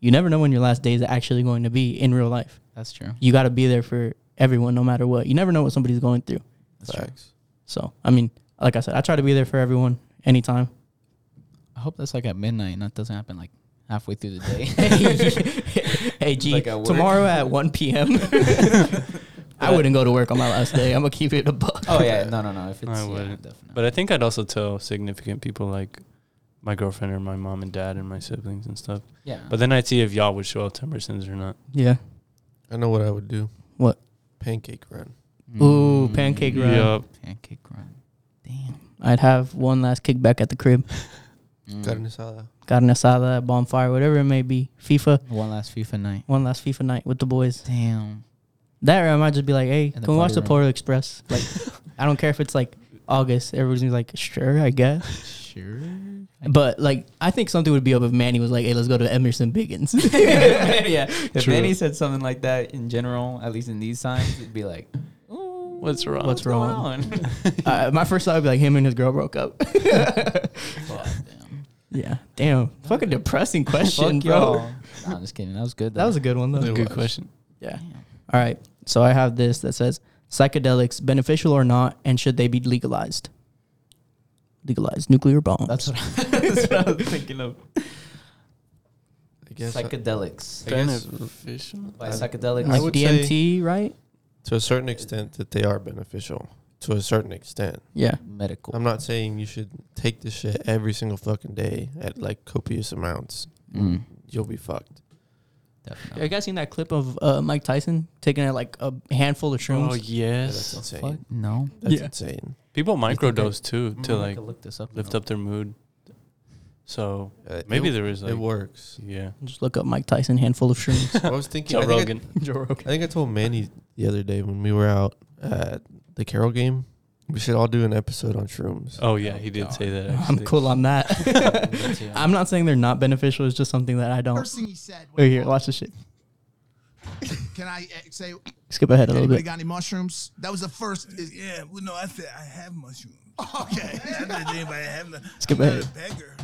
Speaker 2: you never know when your last day is actually going to be in real life.
Speaker 1: That's true.
Speaker 2: You got to be there for everyone, no matter what. You never know what somebody's going through.
Speaker 1: That's true.
Speaker 4: Facts.
Speaker 2: So, I mean, like I said, I try to be there for everyone
Speaker 1: <laughs>
Speaker 2: anytime.
Speaker 1: I hope that's like at midnight, and that doesn't happen like halfway through the <laughs> day.
Speaker 2: hey, G,
Speaker 1: Like at work.
Speaker 2: tomorrow at
Speaker 1: <laughs>
Speaker 2: 1 p.m. <laughs> I wouldn't go to work on my last day. I'm going to keep it a buck.
Speaker 1: oh yeah, no, no, no. If it's,
Speaker 3: I
Speaker 1: yeah,
Speaker 3: wouldn't.
Speaker 1: definitely.
Speaker 3: But I think I'd also tell significant people like my girlfriend or my mom and dad and my siblings and stuff.
Speaker 1: yeah,
Speaker 3: But then I'd see if y'all would show up to Emerson's or not.
Speaker 2: <laughs> Yeah.
Speaker 4: I know what I would do.
Speaker 2: What?
Speaker 4: Pancake run.
Speaker 2: Ooh,
Speaker 3: Mm.
Speaker 2: pancake run.
Speaker 3: Yup.
Speaker 1: Pancake run. Damn.
Speaker 2: I'd have one last kickback at the crib.
Speaker 1: Mm.
Speaker 3: Mm.
Speaker 4: Carne asada.
Speaker 2: Got an asada, bonfire, whatever it may be. FIFA,
Speaker 1: One last FIFA night.
Speaker 2: one last FIFA night with the boys.
Speaker 1: Damn.
Speaker 2: That or I might just be like, hey,
Speaker 1: And the
Speaker 2: can we watch
Speaker 1: party
Speaker 2: the
Speaker 1: room.
Speaker 2: Polo Express?
Speaker 1: <laughs>
Speaker 2: Like, I don't care if it's like August. Everybody's gonna be like, sure, I guess.
Speaker 1: Sure.
Speaker 2: But like, I think something would be up if Manny was like, hey, let's go to Emerson Biggins.
Speaker 1: <laughs> yeah. If
Speaker 3: True.
Speaker 1: Manny said something like that in general, at least in these times, it'd be like, Ooh,
Speaker 3: What's wrong?
Speaker 2: What's
Speaker 1: going
Speaker 2: wrong? <laughs>
Speaker 1: on? <laughs>
Speaker 2: uh, my first thought would be like, him and his girl broke up.
Speaker 1: Fuck, damn.
Speaker 2: yeah. <laughs> Damn. Fucking depressing question,
Speaker 1: Fuck
Speaker 2: bro. <laughs>
Speaker 1: y'all. <laughs> Nah, I'm just kidding. That was good. Though.
Speaker 2: That was a good one, though.
Speaker 3: That's a good question.
Speaker 2: Yeah. All right. So I have this that says psychedelics beneficial or not, and should they be legalized? Legalized nuclear bombs.
Speaker 1: That's what, I, that's what I was thinking of.
Speaker 4: I guess. I,
Speaker 1: psychedelics.
Speaker 4: I guess
Speaker 1: By psychedelics,
Speaker 4: I
Speaker 2: like
Speaker 4: would
Speaker 2: DMT, right?
Speaker 4: to a certain extent that they are beneficial. To a certain extent.
Speaker 2: Yeah.
Speaker 1: medical.
Speaker 4: I'm not saying you should take this shit every single fucking day at like copious amounts.
Speaker 1: Mm,
Speaker 4: You'll be fucked.
Speaker 1: definitely.
Speaker 2: You guys seen that clip of uh, Mike Tyson taking out like a handful of shrooms?
Speaker 3: Oh
Speaker 4: Yeah,
Speaker 3: yes.
Speaker 4: that's insane.
Speaker 1: Fuck no.
Speaker 4: That's
Speaker 2: Yeah.
Speaker 4: insane.
Speaker 3: People microdose too to like
Speaker 1: look this up.
Speaker 3: lift up their mood. So
Speaker 4: Uh,
Speaker 3: maybe
Speaker 4: it,
Speaker 3: there is
Speaker 4: it
Speaker 3: like
Speaker 4: works.
Speaker 3: yeah.
Speaker 2: Just look up Mike Tyson handful of shrooms.
Speaker 4: I was thinking.
Speaker 3: Joe
Speaker 4: I think I-
Speaker 3: Rogan.
Speaker 2: Joe
Speaker 4: I
Speaker 2: Rogan.
Speaker 4: think I told Manny the other day when we were out at the Carol game, we should all do an episode on shrooms.
Speaker 3: Oh yeah, he did say
Speaker 2: <laughs>
Speaker 3: that.
Speaker 2: I'm
Speaker 3: Actually.
Speaker 2: cool on that. I'm not saying they're not beneficial. It's just something that I don't.
Speaker 7: First thing he said.
Speaker 2: Wait here, watch this shit.
Speaker 7: Can I uh, say? A
Speaker 2: Skip ahead a little
Speaker 7: anybody
Speaker 2: bit.
Speaker 7: got any mushrooms? That was the first. yeah. Well, no, I said I have mushrooms. <laughs> Okay. I did anybody have them.
Speaker 2: Skip
Speaker 7: I'm not
Speaker 2: ahead.
Speaker 7: a beggar.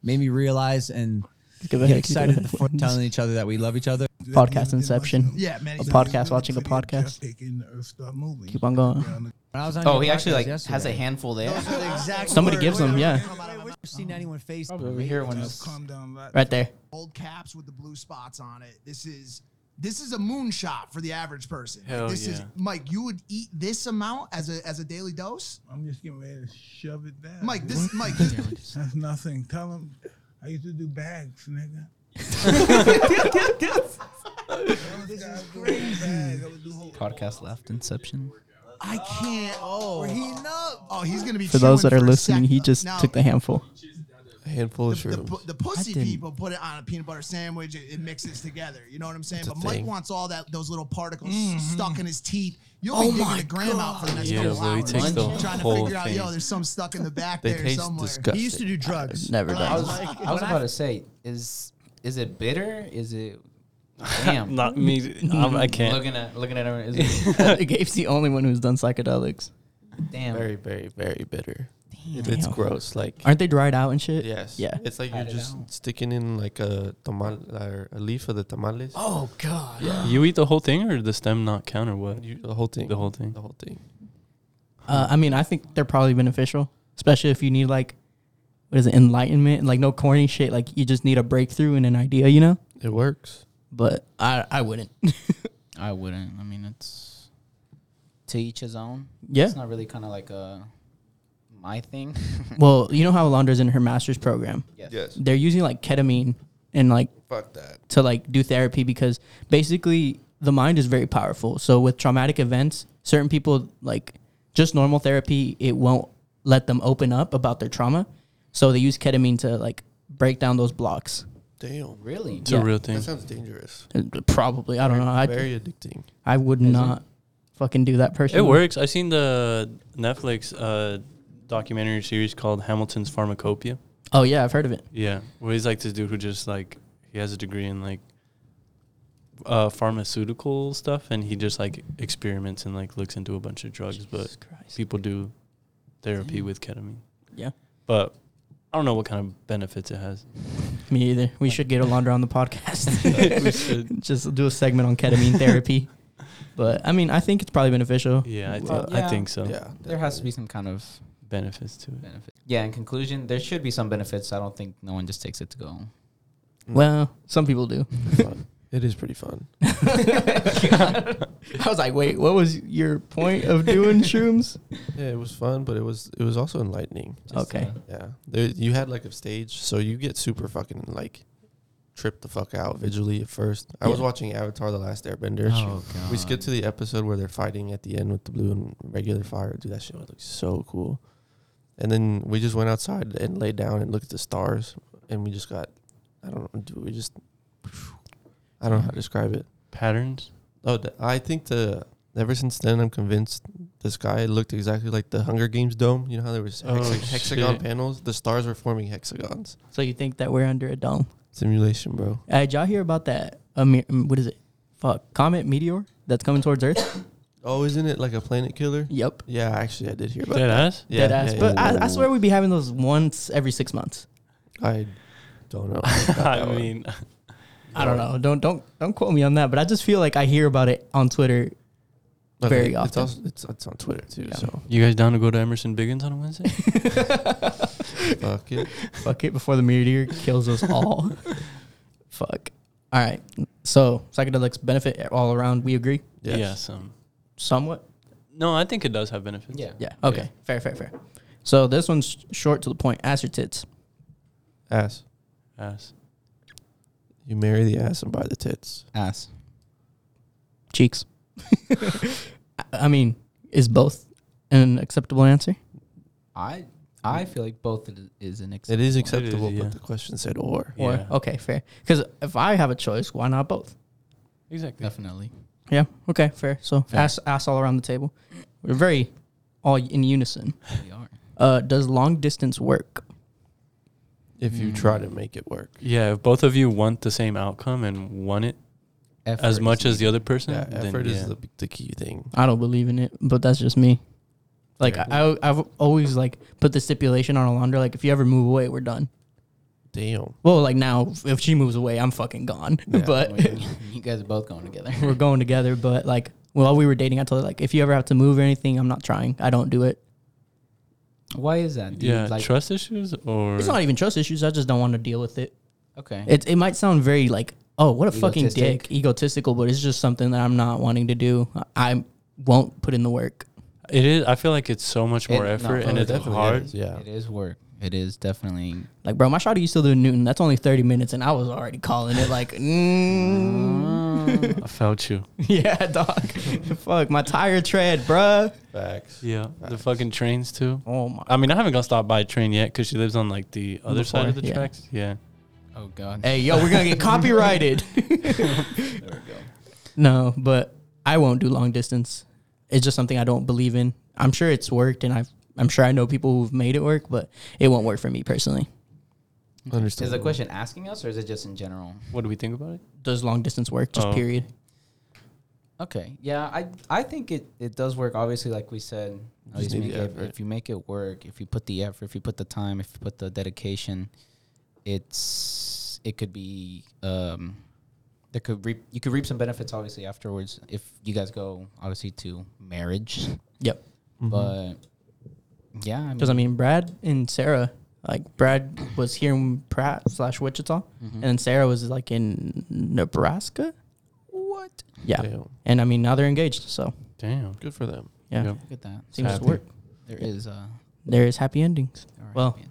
Speaker 8: Made me realize and
Speaker 2: Skip
Speaker 8: get
Speaker 2: ahead. skip
Speaker 8: excited
Speaker 2: ahead.
Speaker 8: for telling each other that we love each other.
Speaker 2: Podcast Inception.
Speaker 7: Yeah, man.
Speaker 2: A
Speaker 7: he-
Speaker 2: podcast
Speaker 7: he-
Speaker 2: watching a podcast.
Speaker 7: Just take in the earth, start uh, moving.
Speaker 2: Keep on going.
Speaker 8: When I was on
Speaker 1: Oh,
Speaker 8: your
Speaker 1: he actually
Speaker 8: podcast
Speaker 1: like
Speaker 8: yesterday,
Speaker 1: has a handful there.
Speaker 7: Those are the exact
Speaker 2: Somebody
Speaker 7: words.
Speaker 2: gives them, yeah.
Speaker 8: I've never seen anyone face
Speaker 1: Over here when
Speaker 7: Just calm down. let-
Speaker 2: Right there.
Speaker 7: Old caps with the blue spots on it. This is this is a moonshot for the average person. Like,
Speaker 3: Hell
Speaker 7: this is
Speaker 3: yeah.
Speaker 7: Mike. You would eat this amount as a as a daily dose,
Speaker 9: I'm just getting ready to shove it down.
Speaker 7: Mike. This <laughs> Mike.
Speaker 9: That's nothing. Tell him I used to do bags, nigga.
Speaker 2: <laughs>
Speaker 7: <laughs> this is crazy.
Speaker 1: Podcast left Inception.
Speaker 7: I can't. Oh, we're heating up. Oh, he's gonna be.
Speaker 2: For those that
Speaker 7: chewing
Speaker 2: are
Speaker 7: for a
Speaker 2: listening, he
Speaker 7: second.
Speaker 2: just
Speaker 7: Now,
Speaker 2: took the handful.
Speaker 4: A handful
Speaker 7: The,
Speaker 4: of
Speaker 7: the,
Speaker 4: shrooms.
Speaker 7: pu- the pussy
Speaker 2: didn't-
Speaker 7: people put it on a peanut butter sandwich. It, it mixes together. You know what I'm saying?
Speaker 4: It's a
Speaker 7: But Mike
Speaker 4: thing.
Speaker 7: wants all that those little particles
Speaker 1: Mm-hmm.
Speaker 7: stuck in his teeth. You'll
Speaker 1: Oh
Speaker 7: be digging a gram out for the next
Speaker 3: Yeah,
Speaker 7: couple
Speaker 3: bro, he
Speaker 7: hours.
Speaker 3: takes the
Speaker 7: trying to
Speaker 3: whole
Speaker 7: figure out, yo,
Speaker 3: thing.
Speaker 7: there's some stuck in the back
Speaker 4: they
Speaker 7: there
Speaker 4: taste
Speaker 7: somewhere.
Speaker 4: disgusting.
Speaker 8: He used to do drugs.
Speaker 2: Never
Speaker 1: I
Speaker 2: done.
Speaker 1: was, <laughs> I was about to say, is is it bitter? Is it?
Speaker 4: <laughs>
Speaker 1: Damn.
Speaker 3: Not me.
Speaker 7: Mm-hmm.
Speaker 3: I'm, I can't.
Speaker 1: Looking at looking at her, is it,
Speaker 2: <laughs> Gabe's the only one who's done psychedelics.
Speaker 1: damn.
Speaker 4: Very, very, very bitter.
Speaker 2: Damn.
Speaker 4: It's gross. Like
Speaker 2: Aren't they dried out and shit?
Speaker 4: yes,
Speaker 2: Yeah.
Speaker 4: It's like
Speaker 1: Pat
Speaker 4: you're
Speaker 1: it
Speaker 4: just
Speaker 1: out.
Speaker 4: sticking in like a tamal or a leaf of the tamales.
Speaker 8: Oh God.
Speaker 3: You eat the whole thing or the stem not count or what?
Speaker 4: You, the whole thing.
Speaker 3: The whole thing.
Speaker 4: The whole thing.
Speaker 2: Uh, I mean, I think they're probably beneficial, especially if you need like, what is it, enlightenment? Like no corny shit. Like you just need a breakthrough and an idea, you know.
Speaker 4: It works.
Speaker 2: But I, I wouldn't. <laughs>
Speaker 1: I wouldn't. I mean, it's to each his own.
Speaker 2: Yeah.
Speaker 1: It's not really kind of like a my thing. <laughs>
Speaker 2: well, you know how Alondra's in her master's program.
Speaker 1: yes.
Speaker 2: They're using like ketamine and like
Speaker 4: Fuck that.
Speaker 2: to like do therapy because basically the mind is very powerful. So with traumatic events, certain people like just normal therapy, it won't let them open up about their trauma. So they use ketamine to like break down those blocks.
Speaker 4: Damn.
Speaker 1: Really?
Speaker 3: It's a real thing.
Speaker 4: That sounds dangerous.
Speaker 2: Probably, I don't know. I
Speaker 4: very addicting.
Speaker 2: I would not fucking do that person.
Speaker 3: It works. I seen the Netflix uh, documentary series called Hamilton's Pharmacopoeia.
Speaker 2: Oh yeah, I've heard of it.
Speaker 3: Yeah, where he's like this dude who just like he has a degree in like uh, pharmaceutical stuff, and he just like experiments and like looks into a bunch of drugs. But
Speaker 2: Christ.
Speaker 3: people do therapy with ketamine.
Speaker 2: Yeah.
Speaker 3: but I don't know what kind of benefits it has.
Speaker 2: Me either. We should get Alondra on the podcast.
Speaker 3: <laughs> We
Speaker 2: <laughs>
Speaker 3: should-
Speaker 2: Just do a segment on ketamine
Speaker 3: <laughs>
Speaker 2: therapy. But I mean, I think it's probably beneficial.
Speaker 3: yeah, I, thi-
Speaker 1: Well,
Speaker 3: I
Speaker 1: yeah.
Speaker 3: think so.
Speaker 4: yeah,
Speaker 1: There has to be some kind of
Speaker 3: Benefits to it.
Speaker 1: benefit. Yeah, in conclusion, there should be some benefits. I don't think no one just takes it to <laughs> go. Oh,
Speaker 2: Well, some people
Speaker 4: <laughs>
Speaker 2: do. <laughs>
Speaker 4: Fun. It is pretty fun.
Speaker 2: I was like, wait, what was your point of doing
Speaker 4: <laughs>
Speaker 2: shrooms?
Speaker 4: Yeah, it was fun, but it was it was also enlightening.
Speaker 1: Just,
Speaker 2: Okay.
Speaker 1: uh,
Speaker 4: Yeah, there, you had like a stage, so you get super fucking like tripped the fuck out visually at first. I was
Speaker 2: Yeah.
Speaker 4: watching Avatar: The Last Airbender.
Speaker 1: oh god.
Speaker 4: We skipped to the episode where they're fighting at the end with the blue and regular fire. Dude, that shit looks so cool. And then we just went outside and laid down and looked at the stars, and we just got, I don't know, dude, we just, I don't know how to describe it.
Speaker 3: Patterns.
Speaker 4: Oh, th- I think the ever since then I'm convinced the sky looked exactly like the Hunger Games dome. You know how there was
Speaker 3: Oh,
Speaker 4: hexa- hexagon
Speaker 3: shit.
Speaker 4: panels. The stars were forming hexagons.
Speaker 2: So you think that we're under a dome?
Speaker 4: Simulation, bro.
Speaker 2: Uh, did y'all hear about that? A me- um, what is it? Fuck, comet meteor that's coming towards Earth.
Speaker 4: Oh, isn't it like a planet killer?
Speaker 2: <coughs> yep.
Speaker 4: Yeah, actually, I did hear about
Speaker 3: Dead
Speaker 4: that.
Speaker 3: ass.
Speaker 4: Yeah,
Speaker 2: Dead ass.
Speaker 4: yeah,
Speaker 2: but
Speaker 4: yeah.
Speaker 2: I, I swear we'd be having those once every six months.
Speaker 4: I don't know.
Speaker 3: <laughs> <laughs>
Speaker 4: about
Speaker 3: I
Speaker 4: that one.
Speaker 3: mean,
Speaker 2: I don't know. Don't don't don't quote me on that. But I just feel like I hear about it on Twitter. very
Speaker 4: it's
Speaker 2: often.
Speaker 4: also- it's, it's on Twitter too.
Speaker 2: Yeah.
Speaker 4: So
Speaker 3: you guys down to go to Emerson Biggins on a <laughs> Wednesday?
Speaker 4: fuck it.
Speaker 2: <laughs> Fuck it before the meteor kills us
Speaker 4: <laughs>
Speaker 2: all. Fuck. All right. So psychedelics benefit all around. We agree
Speaker 4: Yes.
Speaker 3: Yeah. Some.
Speaker 2: somewhat.
Speaker 3: Um, No, I think it does have benefits.
Speaker 1: Yeah.
Speaker 2: Yeah. Okay. Fair. Fair. Fair. So this one's sh- short to the point. Ass or tits.
Speaker 4: Ass.
Speaker 3: Ass.
Speaker 4: You marry the ass and buy the tits.
Speaker 1: Ass.
Speaker 2: cheeks. <laughs> I- I mean, is both an acceptable answer?
Speaker 1: I I feel like both it is an
Speaker 4: Mm. It
Speaker 1: acceptable.
Speaker 4: is acceptable,
Speaker 3: yeah.
Speaker 4: but the question said or.
Speaker 2: Or
Speaker 3: Yeah.
Speaker 2: okay, fair. Because if I have a choice, why not both?
Speaker 3: Exactly.
Speaker 1: Definitely.
Speaker 2: Yeah. Okay, fair. So
Speaker 1: Fair.
Speaker 2: ass ass all around the table. We're very all in unison.
Speaker 1: We are.
Speaker 2: Uh, does long distance work?
Speaker 4: If you try to make it work.
Speaker 3: Yeah. If both of you want the same outcome and want it as
Speaker 1: Effort
Speaker 3: much
Speaker 1: is-
Speaker 3: as the other person,
Speaker 4: Yeah,
Speaker 3: then
Speaker 4: effort
Speaker 3: yeah.
Speaker 4: is the, the key thing.
Speaker 2: I don't believe in it, but that's just me. Like I, I, I've always like put the stipulation on Alondra. Like if you ever move away, we're done.
Speaker 4: Damn.
Speaker 2: Well, like now, if she moves away, I'm fucking gone. <laughs> but
Speaker 1: you guys are both going together.
Speaker 2: we're going together, but like while we were dating, I told her like if you ever have to move or anything, I'm not trying. I don't do it.
Speaker 1: <laughs> Why is that? dude?
Speaker 3: yeah.
Speaker 1: Like,
Speaker 3: trust issues or
Speaker 2: It's not even trust issues. I just don't want to deal with it.
Speaker 1: okay.
Speaker 2: It it might sound very like oh what a fucking
Speaker 1: Egotistic.
Speaker 2: dick egotistical, but it's just something that I'm not wanting to do. I- I won't put in the work.
Speaker 3: it is. I feel like it's so much more
Speaker 1: It- no,
Speaker 3: effort
Speaker 1: oh,
Speaker 3: and
Speaker 1: it
Speaker 3: it's
Speaker 1: definitely
Speaker 3: hard.
Speaker 4: is, Yeah.
Speaker 1: It is work. It is definitely.
Speaker 2: Like bro, my shot used to do Newton. That's only thirty minutes, and I was already calling it <laughs> like mm. <laughs>
Speaker 3: I felt you.
Speaker 2: yeah dog. <laughs> Fuck my tire tread, bruh.
Speaker 4: Facts.
Speaker 3: Yeah. The fucking trains too.
Speaker 2: Oh my.
Speaker 3: I mean, I haven't gone stopped by a train yet because she lives on like the other side of
Speaker 2: Before,
Speaker 3: the
Speaker 2: yeah.
Speaker 3: tracks. Yeah.
Speaker 1: Oh god.
Speaker 2: Hey yo, we're gonna
Speaker 1: <laughs>
Speaker 2: get copyrighted.
Speaker 1: There we go.
Speaker 2: No, but I won't do long distance. It's just something I don't believe in. I'm sure it's worked, and I've, I'm sure I know people who've made it work, but it won't work for me personally.
Speaker 1: Is
Speaker 4: Understand.
Speaker 1: the question asking us or is it just in general?
Speaker 3: What do we think about it?
Speaker 2: Does long distance work? Just
Speaker 3: Oh.
Speaker 2: period.
Speaker 1: Okay. Yeah, I I think it, it does work. Obviously, like we said,
Speaker 4: Just
Speaker 1: always
Speaker 4: need
Speaker 1: make
Speaker 4: the
Speaker 1: it,
Speaker 4: effort.
Speaker 1: if you make it work, if you put the effort, if you put the time, if you put the dedication, it's it could be um there could reap you could reap some benefits obviously afterwards if you guys go obviously to marriage.
Speaker 2: Yep.
Speaker 1: But yeah, I mean,
Speaker 2: Because I mean, Brad and Sarah, like Brad was here in Pratt slash Wichita,
Speaker 1: Mm-hmm.
Speaker 2: and then Sarah was like in Nebraska.
Speaker 1: what?
Speaker 2: Yeah.
Speaker 4: Damn.
Speaker 2: And I mean, now they're engaged, so
Speaker 3: Damn.
Speaker 4: Good for them.
Speaker 2: yeah,
Speaker 3: Yep.
Speaker 1: Look at that.
Speaker 2: seems
Speaker 3: Happy.
Speaker 2: to work.
Speaker 1: There is uh
Speaker 2: There is happy endings.
Speaker 1: all right, <laughs>
Speaker 2: Well.
Speaker 1: man.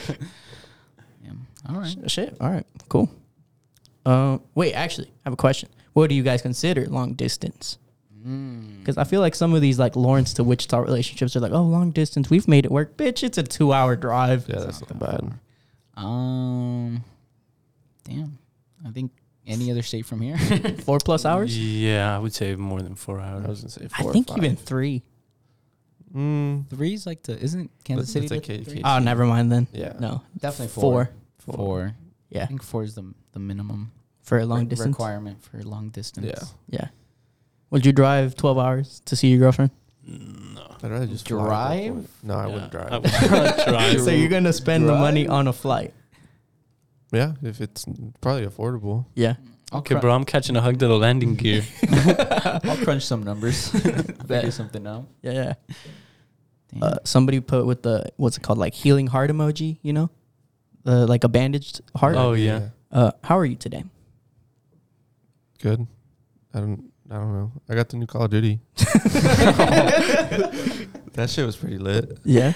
Speaker 1: <laughs> yeah. All right.
Speaker 2: Shit. All right. Cool. Uh, wait, actually, I have a question. What do you guys consider long distance?
Speaker 1: Mm.
Speaker 2: Because I feel like some of these like Lawrence to Wichita relationships are like, oh, long distance. We've made it work, bitch. It's a two-hour drive.
Speaker 4: Yeah, that's not bad.
Speaker 1: Um, damn. I think any other state from
Speaker 2: <laughs>
Speaker 1: here.
Speaker 2: Four plus hours.
Speaker 3: Yeah, I would say more than four
Speaker 4: I
Speaker 3: hours.
Speaker 4: was gonna say
Speaker 2: I
Speaker 4: four.
Speaker 2: think
Speaker 4: or five.
Speaker 2: even three.
Speaker 4: Mm,
Speaker 1: Three's like the isn't Kansas
Speaker 4: That's-
Speaker 1: City
Speaker 4: that's
Speaker 1: the
Speaker 4: okay,
Speaker 1: three?
Speaker 4: okay.
Speaker 2: Oh, never mind then.
Speaker 4: yeah.
Speaker 2: No,
Speaker 1: definitely
Speaker 2: four.
Speaker 1: Four.
Speaker 2: Yeah.
Speaker 1: I think four is the the minimum.
Speaker 2: for a long
Speaker 1: re-
Speaker 2: distance.
Speaker 1: requirement for long distance.
Speaker 4: Yeah.
Speaker 2: Yeah. Would you drive 12 hours to see your girlfriend?
Speaker 3: No.
Speaker 4: I'd rather just fly at that
Speaker 1: Drive?
Speaker 4: point. No, I wouldn't
Speaker 3: I
Speaker 4: drive.
Speaker 3: would not
Speaker 2: <laughs>
Speaker 3: drive.
Speaker 2: So you're going to spend the money on a flight.
Speaker 4: <laughs> yeah, if it's probably affordable.
Speaker 2: Yeah.
Speaker 1: I'll,
Speaker 3: Okay,
Speaker 1: crun-
Speaker 3: bro, I'm catching a hug to the
Speaker 1: <laughs>
Speaker 3: landing gear.
Speaker 1: I'll crunch some
Speaker 2: <laughs>
Speaker 1: numbers, figure something out.
Speaker 2: Yeah, yeah.
Speaker 1: Damn.
Speaker 3: Mm.
Speaker 2: Uh, somebody put with the what's it called like healing heart emoji, you know? The like a bandaged heart.
Speaker 3: Oh yeah.
Speaker 2: Uh how are you today?
Speaker 4: Good. I don't. I don't know. I got the new Call of Duty.
Speaker 2: <laughs>
Speaker 4: <laughs> that shit was pretty lit.
Speaker 2: Yeah,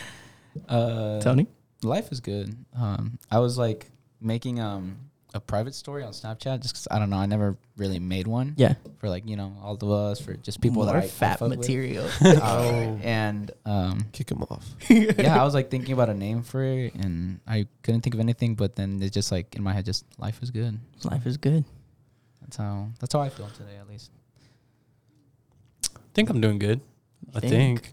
Speaker 1: Uh,
Speaker 2: <laughs> Tony.
Speaker 1: life is good. Um, I was like making um a private story on Snapchat just 'cause I don't know. I never really made one.
Speaker 2: Yeah.
Speaker 1: For like you know all of us for just people that
Speaker 2: More
Speaker 1: I I
Speaker 2: fat
Speaker 1: fuck with. <laughs>
Speaker 2: material.
Speaker 3: Oh.
Speaker 1: Uh, and um,
Speaker 4: Kick him off.
Speaker 1: yeah, I was like thinking about a name for it, and I couldn't think of anything. But then it's just like in my head, just life is good.
Speaker 2: <laughs> Life is good.
Speaker 1: That's how. That's how I feel today, at least.
Speaker 3: I think I'm doing good. I
Speaker 2: Think.
Speaker 3: think.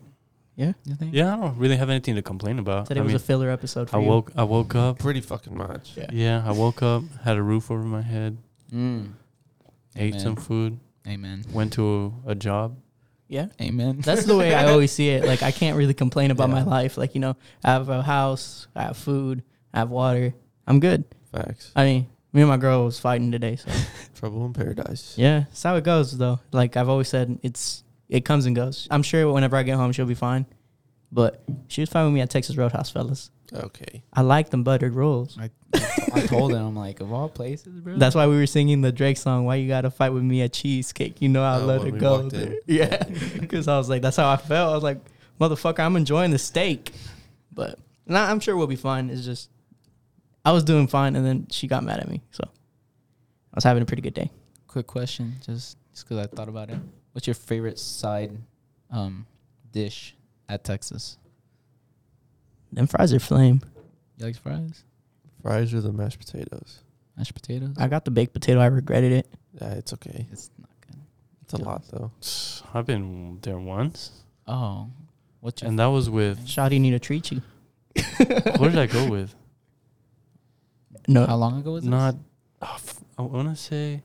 Speaker 1: You think?
Speaker 3: Yeah, I don't really have anything to complain about.
Speaker 2: Today
Speaker 3: I
Speaker 2: was
Speaker 3: mean,
Speaker 2: a filler episode for
Speaker 3: I
Speaker 2: you.
Speaker 3: woke I woke up.
Speaker 4: Pretty fucking much.
Speaker 2: Yeah.
Speaker 3: Yeah, I woke up, had a roof over my head,
Speaker 1: Mm.
Speaker 3: ate
Speaker 1: Amen.
Speaker 3: some food,
Speaker 1: Amen.
Speaker 3: went to a, a job.
Speaker 2: Yeah.
Speaker 1: Amen.
Speaker 2: That's the
Speaker 1: <laughs>
Speaker 2: way I always see it. Like I can't really complain about my
Speaker 4: Yeah.
Speaker 2: life. Like, you know, I have a house, I have food, I have water. I'm good.
Speaker 4: Facts.
Speaker 2: I mean, me and my girl was fighting today, so
Speaker 4: Trouble in paradise.
Speaker 2: Yeah, it's how it goes though. Like I've always said, it's it comes and goes. I'm sure whenever I get home, she'll be fine. But she was fine with me at Texas Roadhouse, fellas.
Speaker 4: Okay.
Speaker 2: I like them buttered rolls.
Speaker 1: I, I told him, I'm like, of all places, bro.
Speaker 2: That's why we were singing the Drake song. Why you gotta fight with me at cheesecake? You know I
Speaker 4: Oh,
Speaker 2: love
Speaker 4: when
Speaker 2: to
Speaker 4: we
Speaker 2: go
Speaker 4: walked in.
Speaker 2: there. <laughs> Yeah, because I was like, that's how I felt. I was like, motherfucker, I'm enjoying the steak. But nah, I'm sure we'll be fine. It's just I was doing fine, and then she got mad at me. So I was having a pretty good day.
Speaker 1: quick question, just just because I thought about it. What's your favorite side um, dish at Texas?
Speaker 2: Them fries are flame.
Speaker 1: You like fries,
Speaker 4: Fries or the mashed potatoes.
Speaker 1: mashed potatoes?
Speaker 2: I got the baked potato. I regretted it.
Speaker 4: Yeah, it's okay.
Speaker 1: it's not good.
Speaker 4: It's a lot though.
Speaker 3: I've been there once,
Speaker 1: Oh, what's your
Speaker 3: and that was <laughs> with
Speaker 2: Shawty need to
Speaker 1: <laughs>
Speaker 2: treat you.
Speaker 3: what did I go with?
Speaker 2: No,
Speaker 1: how long ago was it?
Speaker 3: Not. oh, f- I want to say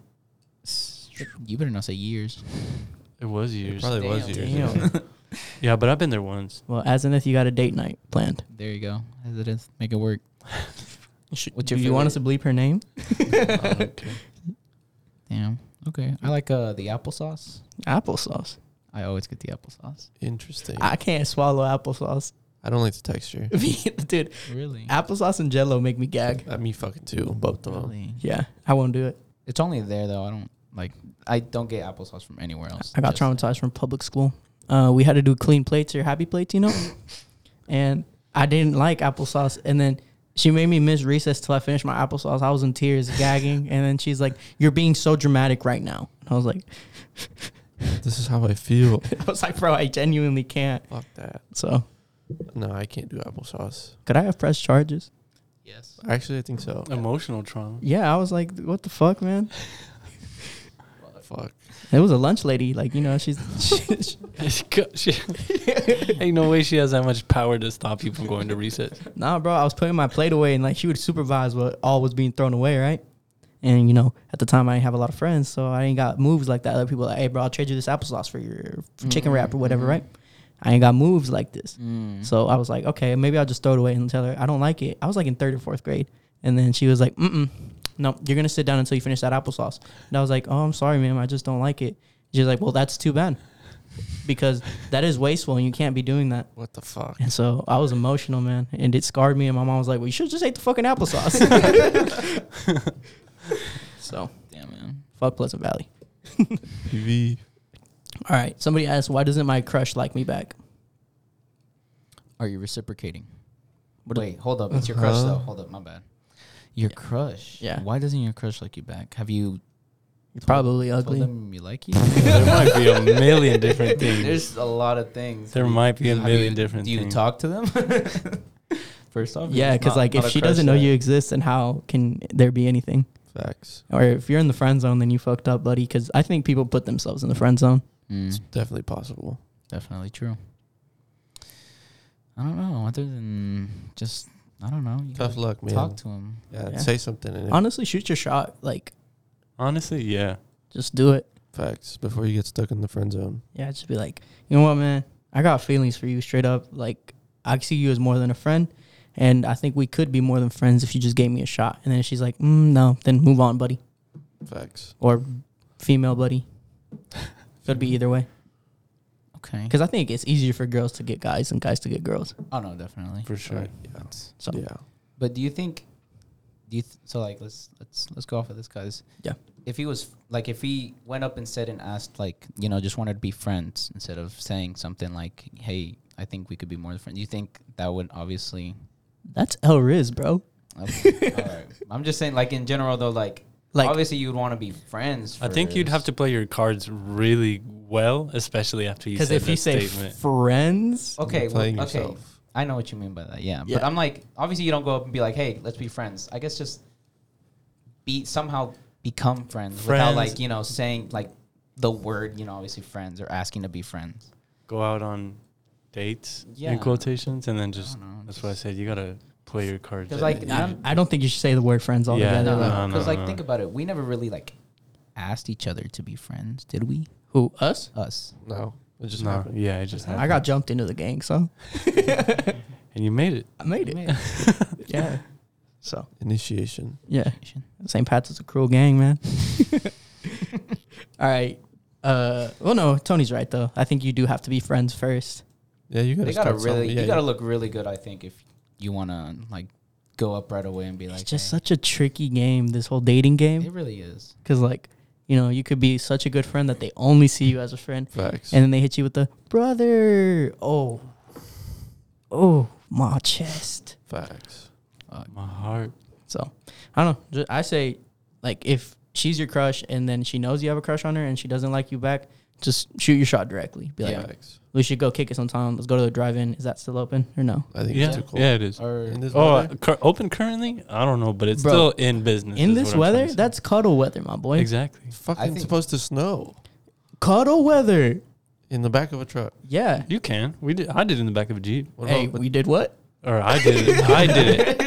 Speaker 1: You better not say years.
Speaker 3: it was years.
Speaker 4: Probably was
Speaker 1: Damn.
Speaker 4: yours.
Speaker 2: Damn.
Speaker 3: Yeah, but I've been there once.
Speaker 2: well, as in if you got a date night planned.
Speaker 1: There you go. As it is, make it work. What's
Speaker 2: Do
Speaker 1: your
Speaker 2: you want us to
Speaker 1: favorite?
Speaker 2: bleep her name?
Speaker 3: okay.
Speaker 1: Damn. Okay. I like uh, the applesauce.
Speaker 2: Applesauce.
Speaker 1: I always get the applesauce.
Speaker 4: <laughs> Interesting. I,
Speaker 2: I can't swallow applesauce. <laughs>
Speaker 4: don't like the texture.
Speaker 2: Dude,
Speaker 1: Really?
Speaker 2: applesauce and jello make me gag.
Speaker 4: I mean, fucking too. Both of them.
Speaker 1: Really?
Speaker 2: Yeah, I won't do it.
Speaker 1: It's only there though. I don't like. I don't get applesauce from anywhere else.
Speaker 2: I got
Speaker 1: Just-
Speaker 2: traumatized from public school. Uh, we had to do clean plates or happy
Speaker 1: <laughs>
Speaker 2: plates, you know? and I didn't like applesauce. And then she made me miss recess till I finished my applesauce. I was
Speaker 1: <laughs>
Speaker 2: in tears, gagging. And then she's like, You're being so dramatic right now. And I was
Speaker 1: <laughs>
Speaker 2: like,
Speaker 4: This is how I feel.
Speaker 2: I was like, Bro, I genuinely can't.
Speaker 4: <laughs> Fuck that.
Speaker 2: So,
Speaker 4: No, I can't do applesauce.
Speaker 2: could I have pressed charges?
Speaker 1: Yes.
Speaker 4: Actually, I think so.
Speaker 3: Emotional <laughs> trauma.
Speaker 2: Yeah, I was like, what the fuck, man?
Speaker 4: Fuck.
Speaker 2: It was a lunch lady, like you know, she's <laughs>
Speaker 3: She- <laughs> Ain't no way she has that much power to stop you from going to recess.
Speaker 2: nah, bro. I was putting my plate away, and like she would supervise what all was being thrown away, right? And you know, at the time, I didn't have a lot of friends, so I ain't got moves like that. Other people like, hey, bro, I'll trade you this applesauce for your for chicken wrap or whatever, right? I ain't got moves like this,
Speaker 1: Mm-hmm. Mm.
Speaker 2: so I was like, okay, maybe I'll just throw it away and tell her I don't like it. I was like in third or fourth grade, and then she was like, mm mm, no, you're gonna sit down until you finish that applesauce. And I was like, oh, I'm sorry, ma'am, I just don't like it. She's like, well, that's too bad, because that is wasteful, and you can't be doing that.
Speaker 4: What the fuck?
Speaker 2: And so I was emotional, man, and it scarred me. And my mom was like, "Well, you should just ate the
Speaker 1: <laughs>
Speaker 2: fucking applesauce." so
Speaker 1: Damn man.
Speaker 2: fuck Pleasant Valley.
Speaker 4: PV.
Speaker 2: All right, somebody asked, "Why doesn't my crush like me back?"
Speaker 1: Are you reciprocating? Wait, hold up. It's your
Speaker 4: Uh-huh.
Speaker 1: crush though. Hold up. My bad. Your crush.
Speaker 2: Yeah.
Speaker 1: Why doesn't your crush like you back? Have you
Speaker 2: You're probably
Speaker 1: told
Speaker 2: ugly.
Speaker 1: them you
Speaker 4: <laughs>
Speaker 1: like you?
Speaker 3: <laughs> There
Speaker 1: Mm,
Speaker 3: might be a million <laughs> different things.
Speaker 1: There's a lot of things.
Speaker 3: there
Speaker 1: Do you-
Speaker 3: might be a
Speaker 1: have
Speaker 3: million
Speaker 1: you-
Speaker 3: different
Speaker 1: Do you
Speaker 3: things.
Speaker 1: talk to them? <laughs> First off,
Speaker 2: yeah,
Speaker 1: it's
Speaker 2: because
Speaker 1: not-
Speaker 2: like
Speaker 1: not
Speaker 2: if
Speaker 1: a
Speaker 2: she
Speaker 1: crush
Speaker 2: doesn't know
Speaker 1: that-
Speaker 2: you exist, then how can there be anything?
Speaker 4: Facts.
Speaker 2: Or if you're in the friend zone, then you fucked up, buddy. Because I think people put themselves in the friend zone.
Speaker 4: It's
Speaker 1: Mm,
Speaker 4: definitely possible.
Speaker 1: definitely true. I don't know. Other than just, I don't know. You
Speaker 4: Tough
Speaker 1: gotta
Speaker 4: luck, man.
Speaker 1: Talk to him.
Speaker 4: Yeah,
Speaker 2: Yeah.
Speaker 4: say something. And it-
Speaker 2: Honestly, shoot your shot. Like
Speaker 3: Honestly, yeah.
Speaker 2: Just do it.
Speaker 4: Facts. Before you get stuck in the friend zone.
Speaker 2: Yeah, just be like, you know what, man? I got feelings for you straight up. Like, I see you as more than a friend. And I think we could be more than friends if you just gave me a shot. And then she's like, mm, no, then move on, buddy.
Speaker 4: Facts.
Speaker 2: Or female
Speaker 1: <laughs>
Speaker 2: buddy. Could be either way.
Speaker 1: Okay.
Speaker 2: Because I think it's easier for girls to get guys than guys to get girls.
Speaker 1: Oh no, definitely.
Speaker 3: For sure.
Speaker 4: Yeah.
Speaker 2: So,
Speaker 4: Yeah.
Speaker 1: But do you think? Do you th- so? Like, let's let's let's go off of this, guys.
Speaker 2: Yeah.
Speaker 1: If he was like, if he went up and said and asked, like, you know, just wanted to be friends instead of saying something like, "Hey, I think we could be more than friends." You think that would obviously?
Speaker 2: that's El Riz, bro.
Speaker 1: Okay, all right. I'm just saying, like in general, though, like,
Speaker 2: Like-
Speaker 1: obviously you'd want to be friends.
Speaker 3: I think you'd have
Speaker 1: first.
Speaker 3: to play your cards really well, especially after you
Speaker 2: Because
Speaker 3: said
Speaker 2: if
Speaker 3: that
Speaker 2: you say
Speaker 3: statement.
Speaker 2: friends,
Speaker 1: Okay. Well, okay.
Speaker 4: Playing yourself.
Speaker 1: I know what you mean by that. Yeah. But
Speaker 2: Yeah.
Speaker 1: I'm like, obviously, you don't go up and be like, "Hey, let's be friends." I guess just be somehow become friends, without
Speaker 3: Friends.
Speaker 1: like you know saying like the word you know obviously friends or asking to be friends.
Speaker 3: go out on dates
Speaker 1: Yeah.
Speaker 3: in quotations, and then just
Speaker 1: don't know,
Speaker 3: that's why I said you gotta play your cards.
Speaker 1: 'Cause, like,
Speaker 3: yeah,
Speaker 1: I'm-
Speaker 2: I don't think you should say the word friends altogether.
Speaker 3: No,
Speaker 1: No,
Speaker 2: like,
Speaker 1: because
Speaker 3: no,
Speaker 1: like
Speaker 3: no.
Speaker 1: think about it, we never really like asked each other to be friends, did we?
Speaker 2: Who, us?
Speaker 1: Us.
Speaker 4: No. It just
Speaker 3: no,
Speaker 4: happened.
Speaker 3: yeah, it just happened.
Speaker 2: I got jumped into the gang, <laughs> so
Speaker 3: and you made it.
Speaker 2: I made it. yeah. So,
Speaker 4: Initiation.
Speaker 2: yeah. St. Pat's is a cruel gang, man. <laughs> All right. Uh, well, no, Tony's right though. I think you do have to be friends first.
Speaker 4: Yeah, you gotta
Speaker 1: They gotta
Speaker 4: start something.
Speaker 1: really,
Speaker 4: Yeah,
Speaker 1: you gotta look really good, I think, if you wanna like go up right away and be like,
Speaker 2: It's just
Speaker 1: "Hey."
Speaker 2: such a tricky game, this whole dating
Speaker 1: it
Speaker 2: game,
Speaker 1: really is.
Speaker 2: because like, you know, you could be such a good friend that they only see you as a friend,
Speaker 4: Facts.
Speaker 2: and then they hit you with the brother. Oh, oh, my chest.
Speaker 4: Facts.
Speaker 3: My heart.
Speaker 2: So I don't know. Ju- I say like if she's your crush and then she knows you have a crush on her and she doesn't like you back, just shoot your shot directly. Be like,
Speaker 4: Facts.
Speaker 2: we should go kick it sometime. Let's go to the drive-in. Is that still open or no?
Speaker 4: I think
Speaker 3: Yeah,
Speaker 4: it's too cold.
Speaker 3: yeah, it is.
Speaker 1: Or
Speaker 4: In this
Speaker 3: Oh, uh,
Speaker 4: weather?
Speaker 3: cur- open currently? I don't know, but it's
Speaker 2: Bro,
Speaker 3: still in business.
Speaker 2: In
Speaker 3: is
Speaker 2: this
Speaker 3: what I'm trying
Speaker 2: weather,
Speaker 3: to say.
Speaker 2: that's cuddle weather, my boy.
Speaker 3: exactly.
Speaker 4: It's fucking
Speaker 1: think-
Speaker 4: supposed to snow
Speaker 2: Cuddle weather.
Speaker 4: in the back of a truck.
Speaker 2: Yeah.
Speaker 3: You can. We did. I did in the back of a jeep,
Speaker 4: What
Speaker 2: Hey,
Speaker 4: about with-
Speaker 2: we did what?
Speaker 3: or I did. it. I did it.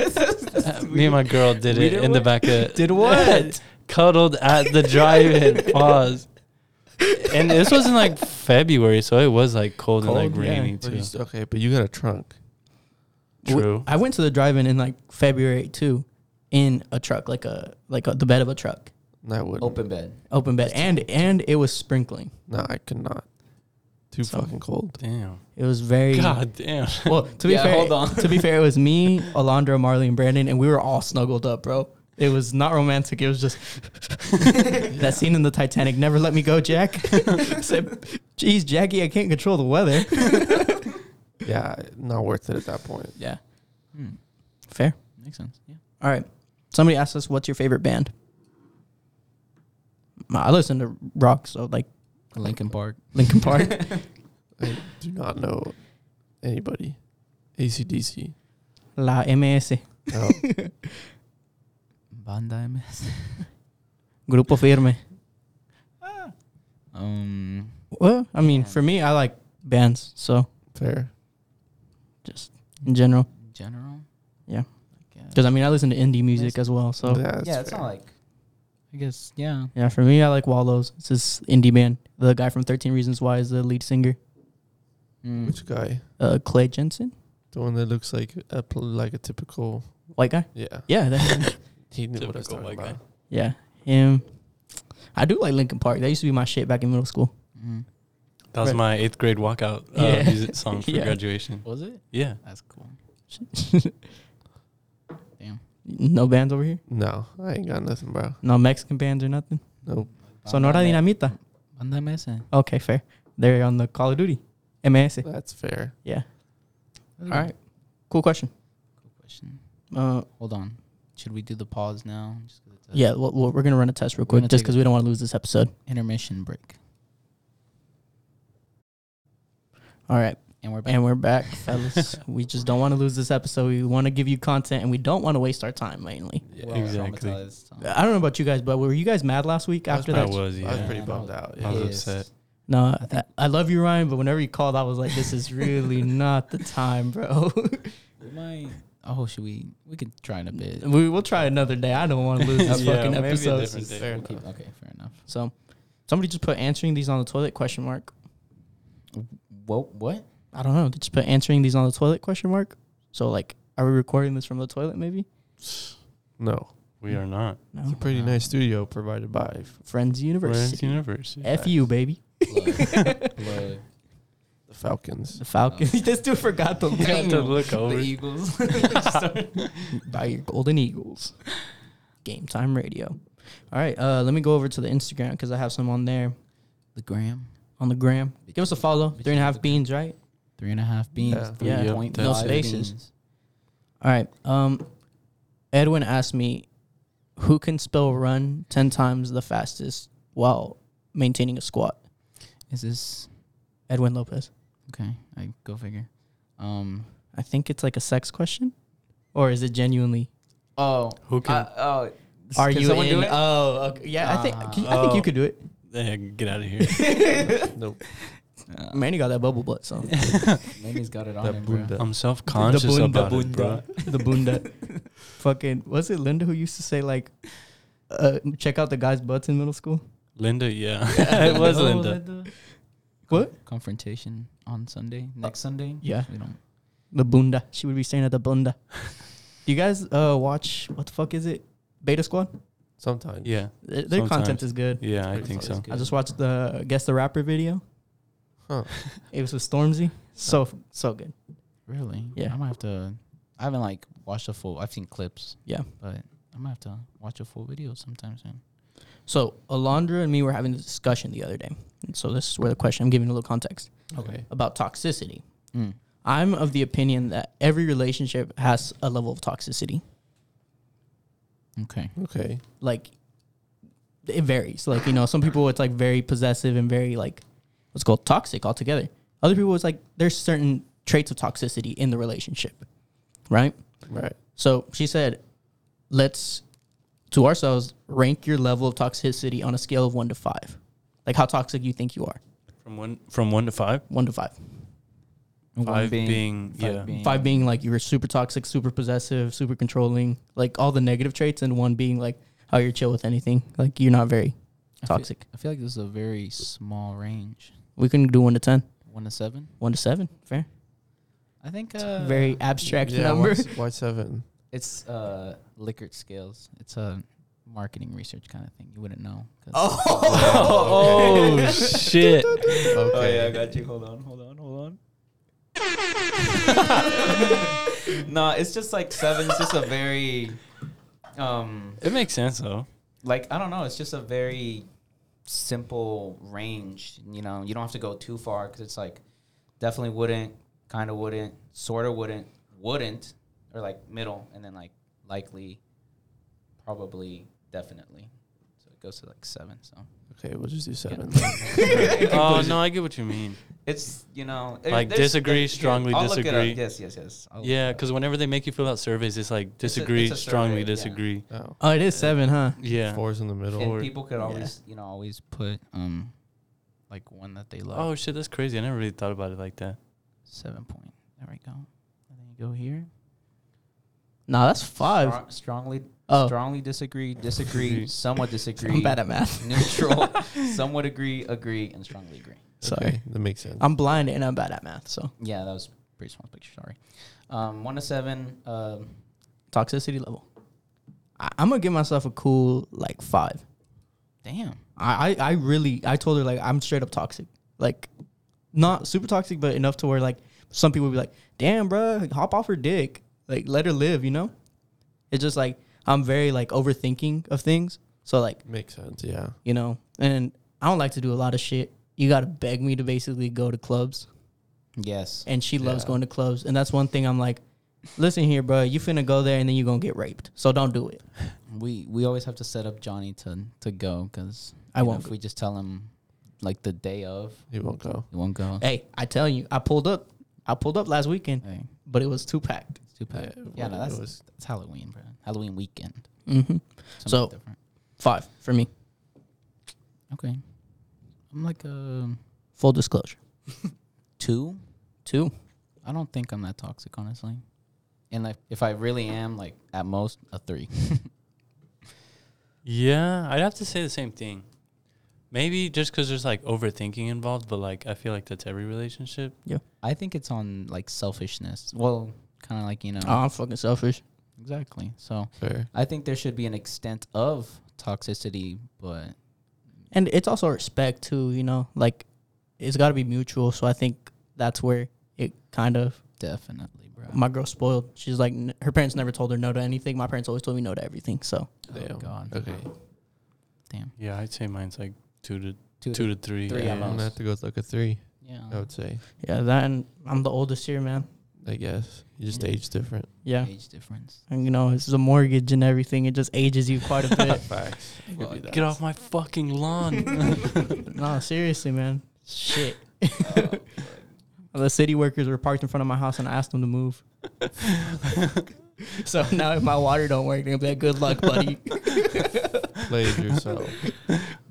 Speaker 3: Uh,
Speaker 2: <laughs>
Speaker 3: Me and my girl did it in the back of.
Speaker 2: Did what?
Speaker 3: cuddled at
Speaker 2: <laughs>
Speaker 3: the drive-in. Pause. And this wasn't like February, so it was like cold, and like
Speaker 2: Cold, yeah.
Speaker 3: rainy
Speaker 4: but you
Speaker 3: too.
Speaker 4: s- okay, but you got a trunk.
Speaker 2: W-
Speaker 3: True.
Speaker 2: I went to the drive-in in like February too, in a truck, like a like a, the bed of a truck,
Speaker 4: That would
Speaker 1: open bed.
Speaker 2: open bed, and and it was sprinkling.
Speaker 4: No, I could not. Too fucking cold.
Speaker 3: Damn.
Speaker 2: It was very
Speaker 3: God damn.
Speaker 2: Well, to be
Speaker 1: Yeah,
Speaker 2: fair,
Speaker 1: hold on.
Speaker 2: to be fair, it was me, Alondra, Marley, and Brandon, and we were all snuggled up, bro. It was not romantic. It
Speaker 1: <laughs>
Speaker 2: was just that scene in the Titanic. Never let me go, Jack. <laughs> Said, "Geez, Jackie, I can't control the weather."
Speaker 4: Yeah, not worth it at that point.
Speaker 2: Yeah, fair.
Speaker 1: Hmm, Makes sense. Yeah.
Speaker 2: All right. Somebody asked us, "What's your favorite band?" I listen to rock, so like
Speaker 1: Lincoln Park.
Speaker 2: Linkin Park.
Speaker 1: <laughs>
Speaker 4: I do not know anybody. ACDC.
Speaker 2: La MS,
Speaker 3: <laughs>
Speaker 4: Oh,
Speaker 1: Banda MS.
Speaker 2: Grupo Firme.
Speaker 1: Um,
Speaker 2: Well, I mean, for me, I like bands, so
Speaker 4: fair.
Speaker 2: just in general.
Speaker 1: in general.
Speaker 2: Yeah.
Speaker 1: I guess.
Speaker 2: Because I mean, I listen to indie music as well. So yeah.
Speaker 4: yeah, it's,
Speaker 1: yeah, it's
Speaker 4: fair.
Speaker 1: not like. I guess yeah.
Speaker 2: for me, I like Wallows. It's this indie band. The guy from Thirteen Reasons Why is the lead singer.
Speaker 1: Mm.
Speaker 4: which guy?
Speaker 2: Uh, Clay Jensen,
Speaker 4: The one that looks like a pl- like a typical.
Speaker 2: white guy.
Speaker 4: Yeah,
Speaker 2: Yeah, that,
Speaker 4: he knew what I was
Speaker 3: Typical
Speaker 4: talking
Speaker 3: white
Speaker 4: about.
Speaker 3: guy.
Speaker 2: yeah, him. I do like Linkin Park. That used to be my shit back in middle school.
Speaker 1: Mm.
Speaker 3: That was
Speaker 2: Right.
Speaker 3: my eighth grade walkout uh,
Speaker 2: Yeah.
Speaker 3: music <laughs> song for
Speaker 2: Yeah.
Speaker 3: graduation.
Speaker 1: Was it?
Speaker 3: Yeah.
Speaker 1: That's cool.
Speaker 2: <laughs> No bands over here.
Speaker 4: No, I ain't got nothing, bro.
Speaker 2: No Mexican bands or nothing.
Speaker 4: Nope.
Speaker 2: Sonora Dinamita.
Speaker 1: Banda MS. All
Speaker 2: Okay, fair. They're on the Call of Duty. MS.
Speaker 4: That's fair.
Speaker 2: Yeah. All right. Cool question.
Speaker 1: Cool question.
Speaker 2: Uh,
Speaker 1: Hold on. Should we do the pause now? Just 'cause it's a
Speaker 2: yeah. Well, well, we're gonna run a test real
Speaker 1: We're
Speaker 2: quick,
Speaker 1: gonna
Speaker 2: just
Speaker 1: take
Speaker 2: because
Speaker 1: a-
Speaker 2: we don't want to lose this episode.
Speaker 1: Intermission break.
Speaker 2: All right.
Speaker 1: And we're back.
Speaker 2: And
Speaker 1: <laughs>
Speaker 2: we're back, fellas. we just don't want to lose this episode. We want to give you content and we don't want to waste our time mainly.
Speaker 1: Well,
Speaker 3: exactly.
Speaker 1: traumatized, so-
Speaker 2: I don't know about you guys, but were you guys mad last week after
Speaker 3: I
Speaker 2: that?
Speaker 3: was,
Speaker 4: I was
Speaker 3: yeah.
Speaker 4: pretty bummed out.
Speaker 3: I
Speaker 4: Yeah.
Speaker 3: was
Speaker 1: Pissed.
Speaker 3: upset.
Speaker 2: No, I, I love you,
Speaker 3: <laughs>
Speaker 2: Ryan, but whenever you called, I was like, this is really not the time, bro.
Speaker 1: We might. oh, should we? We could try in a bit.
Speaker 2: <laughs> We will try another day. I don't want to lose this
Speaker 3: <laughs> Yeah,
Speaker 2: fucking
Speaker 3: maybe a
Speaker 2: episode.
Speaker 3: different day.
Speaker 1: We'll keep- okay, fair enough.
Speaker 2: So somebody just put answering these on the toilet question mark.
Speaker 1: Whoa,
Speaker 2: <laughs>
Speaker 1: what?
Speaker 2: I don't know. They just put answering these on the toilet question mark. So like, are we recording this from the toilet? Maybe
Speaker 4: No,
Speaker 3: We are not.
Speaker 4: it's a
Speaker 2: no.
Speaker 4: pretty nice studio provided by.
Speaker 2: Friends
Speaker 3: Friends
Speaker 2: University. Eh,
Speaker 3: University.
Speaker 2: F you, baby.
Speaker 1: Look, look.
Speaker 4: The Falcons.
Speaker 2: The Falcons. <laughs> this dude forgot to look
Speaker 3: Got
Speaker 2: at
Speaker 3: to
Speaker 2: the
Speaker 3: look
Speaker 1: the
Speaker 3: over.
Speaker 1: Eagles.
Speaker 2: <laughs> by your Golden Eagles. Game time radio. All right, uh, let me go over to the Instagram because I have some on there
Speaker 1: the gram.
Speaker 2: on the gram. Give us a follow. Three and a half beans, right?
Speaker 1: Three and a half beans.
Speaker 4: Yeah.
Speaker 1: three
Speaker 2: Yeah.
Speaker 1: point
Speaker 2: No
Speaker 1: five
Speaker 2: spaces.
Speaker 1: beans.
Speaker 2: All right. Um, Edwin asked me, "Who can spell run ten times the fastest while maintaining a squat?"
Speaker 1: Is this
Speaker 2: Edwin Lopez.
Speaker 1: okay? I go figure. Um.
Speaker 2: I think it's like a sex question, or is it genuinely?
Speaker 1: Oh,
Speaker 3: Who can?
Speaker 1: uh, oh, s-
Speaker 2: Are
Speaker 1: can
Speaker 2: you
Speaker 1: someone
Speaker 2: in?
Speaker 1: do it?
Speaker 2: Oh, okay. yeah. I think
Speaker 1: Ah.
Speaker 2: I think
Speaker 3: Oh.
Speaker 2: you could do
Speaker 3: <laughs>
Speaker 2: it.
Speaker 3: Eh, get out
Speaker 2: <laughs>
Speaker 3: of here.
Speaker 4: Nope.
Speaker 2: Manny got that bubble butt, so
Speaker 1: <laughs> Manny's got it on
Speaker 4: That
Speaker 1: him, bro. Um,
Speaker 4: bunda.
Speaker 3: I'm self <laughs> conscious
Speaker 2: bunda,
Speaker 3: about it,
Speaker 2: bunda.
Speaker 3: bro.
Speaker 2: the
Speaker 3: <laughs>
Speaker 2: bunda. Fucking was it Linda who used to say like, uh, check out the guys' butts in middle school?
Speaker 3: Linda, yeah. <laughs> it was
Speaker 1: Oh,
Speaker 3: Linda.
Speaker 2: What?
Speaker 1: Confrontation on Sunday. Next Sunday.
Speaker 2: yeah.
Speaker 1: We don't.
Speaker 2: The bunda. She would be staying at the
Speaker 3: <laughs>
Speaker 2: bunda. Do you guys uh watch what the fuck is it? Beta Squad.
Speaker 4: Sometimes.
Speaker 3: Yeah.
Speaker 2: Th- Their content
Speaker 3: Sometimes.
Speaker 2: is good.
Speaker 3: Yeah, I think so.
Speaker 2: I just watched the guess the rapper video.
Speaker 4: Huh.
Speaker 2: <laughs> It was with Stormzy. So so good.
Speaker 1: Really?
Speaker 2: Yeah.
Speaker 1: I might have to. I haven't like watched a full. I've seen clips.
Speaker 2: Yeah.
Speaker 1: But I might have to watch a full video sometime soon.
Speaker 2: So Alondra and me were having a discussion the other day. And so this is where the question I'm giving a little context
Speaker 4: Okay.
Speaker 2: about toxicity.
Speaker 1: Mm.
Speaker 2: I'm of the opinion that every relationship has a level of toxicity.
Speaker 1: Okay.
Speaker 4: Okay.
Speaker 2: Like it varies. Like, you know, some people it's like very possessive and very like what's called toxic altogether. Other people it's like there's certain traits of toxicity in the relationship. Right?
Speaker 4: Right.
Speaker 2: So she said, let's to ourselves rank your level of toxicity on a scale of one to five. Like how toxic you think you are.
Speaker 3: From one from one to five?
Speaker 2: One to five.
Speaker 1: One
Speaker 3: Five being-
Speaker 1: five
Speaker 3: yeah.
Speaker 2: Five being like you were super toxic, super possessive, super controlling, like all the negative traits, and one being like how you're chill with anything. Like you're not very
Speaker 1: I feel-
Speaker 2: toxic.
Speaker 1: I feel like this is a very small range.
Speaker 2: We can do one to ten.
Speaker 1: One to seven.
Speaker 2: One to seven. Fair.
Speaker 1: I think. Uh,
Speaker 2: very abstract
Speaker 4: Yeah,
Speaker 2: number.
Speaker 4: Why, s- why seven?
Speaker 1: It's uh Likert scales. It's a marketing research kind of thing. You wouldn't know. 'cause-
Speaker 3: Oh, shit.
Speaker 1: Oh yeah, I got you. Hold on, hold on, hold on. nah, Uh, it's just like seven's just a very um
Speaker 3: It makes sense though.
Speaker 1: like I don't know, it's just a very simple range, you know. You don't have to go too far cuz it's like definitely wouldn't, kind of wouldn't, sort of wouldn't, wouldn't or like middle and then like likely probably definitely. So it goes to like 7, so.
Speaker 4: Okay, we'll just do seven.
Speaker 3: Oh no, I get what you mean.
Speaker 1: It's, you know,
Speaker 3: Like,
Speaker 1: there's-
Speaker 3: disagree,
Speaker 1: yeah,
Speaker 3: strongly
Speaker 1: I'll look it up.
Speaker 3: disagree.
Speaker 1: Yes, yes, yes. I'll look it
Speaker 3: Yeah,
Speaker 1: up.
Speaker 3: because whenever they make you fill out surveys, it's like
Speaker 1: It's a-
Speaker 3: disagree,
Speaker 1: it's a survey,
Speaker 3: strongly
Speaker 1: yeah.
Speaker 3: disagree.
Speaker 4: Oh.
Speaker 2: oh, it is seven, huh?
Speaker 3: Yeah.
Speaker 4: Four's in the middle.
Speaker 1: and people could
Speaker 2: yeah.
Speaker 1: always, you know, always put um, like one that they love.
Speaker 3: Oh shit, that's crazy. I never really thought about it like that.
Speaker 1: Seven point. There we go. And then you go here.
Speaker 2: <laughs> Nah, that's five.
Speaker 1: Strong- strongly,
Speaker 2: Oh.
Speaker 1: strongly disagree, disagree, <laughs>
Speaker 3: Agree.
Speaker 1: somewhat disagree,
Speaker 2: I'm bad at math.
Speaker 1: neutral, somewhat agree, agree, and strongly agree.
Speaker 2: Sorry.
Speaker 4: Okay, that makes
Speaker 1: Um,
Speaker 4: sense.
Speaker 2: I'm blind and I'm bad at math, so
Speaker 1: Yeah, that was a pretty small picture. Sorry. Um, one to seven. Um,
Speaker 2: toxicity level. I- I'm gonna give myself a cool like five.
Speaker 1: damn.
Speaker 2: I, I I really I told her like I'm straight up toxic. Like not super toxic, but enough to where like some people would be like, damn bro, hop off her dick. Like let her live, you know? It's just like I'm very like overthinking of things. So like,
Speaker 4: makes sense. Yeah.
Speaker 2: you know, and I don't like to do a lot of shit. You gotta beg me to basically go to clubs.
Speaker 1: Yes.
Speaker 2: And she loves going to clubs. And that's one thing I'm like, listen here, bro, you finna go there and then you're gonna get raped. So don't do it.
Speaker 1: We we always have to set up Johnny to to go because
Speaker 2: I won't
Speaker 1: If
Speaker 2: go.
Speaker 1: we just tell him like the day of,
Speaker 4: He won't go.
Speaker 1: he won't go.
Speaker 2: Hey, I tell you, I pulled up I pulled up last weekend,
Speaker 1: Hey.
Speaker 2: but it was too packed.
Speaker 1: It's too packed.
Speaker 4: Yeah,
Speaker 1: uh, Yeah,
Speaker 4: well,
Speaker 1: no,
Speaker 4: it
Speaker 1: that's,
Speaker 4: was-
Speaker 1: that's Halloween, bro. Halloween weekend.
Speaker 2: Mm-hmm.
Speaker 1: Something
Speaker 2: So-
Speaker 1: different.
Speaker 2: Five for me.
Speaker 1: okay, I'm like a
Speaker 2: Full disclosure.
Speaker 1: two.
Speaker 2: Two.
Speaker 1: I don't think I'm that toxic, honestly. and like if I really am, like at most a three.
Speaker 3: Yeah, I'd have to say the same thing. Maybe just because there's like overthinking involved, but like I feel like that's every relationship.
Speaker 1: I think it's on like selfishness. Well, kind of like you know
Speaker 2: Oh, I'm fucking selfish.
Speaker 1: exactly. So
Speaker 4: Fair.
Speaker 1: I think there should be an extent of toxicity, but
Speaker 2: And it's also respect too, you know. Like it's got to be mutual. So I think that's where it kind of
Speaker 1: definitely, bro.
Speaker 2: my girl spoiled. She's like n- her parents never told her no to anything. My parents always told me no to everything. So
Speaker 1: oh, God,
Speaker 4: Okay.
Speaker 1: damn.
Speaker 3: Yeah, I'd say mine's like two to
Speaker 1: Two,
Speaker 3: two,
Speaker 1: to
Speaker 3: to three.
Speaker 1: three
Speaker 3: yeah.
Speaker 1: at
Speaker 4: I'm
Speaker 3: <laughs>
Speaker 4: gonna have to go with like a three.
Speaker 1: yeah.
Speaker 4: I would say.
Speaker 2: yeah, that and I'm the oldest here, man.
Speaker 4: I guess you just age different.
Speaker 2: Yeah,
Speaker 1: Age difference.
Speaker 2: and you know it's a mortgage and everything. It just ages you
Speaker 3: <laughs>
Speaker 2: quite a bit.
Speaker 4: Facts. Could be that.
Speaker 3: Get off my fucking lawn. <laughs>
Speaker 2: no, seriously, man.
Speaker 4: <laughs>
Speaker 2: Shit. the city workers were parked in front of my house, and I asked them to move. <laughs> so now if my water don't work, they're gonna be like, "Good luck,
Speaker 4: <laughs>
Speaker 2: buddy."
Speaker 1: <laughs>
Speaker 4: Played yourself.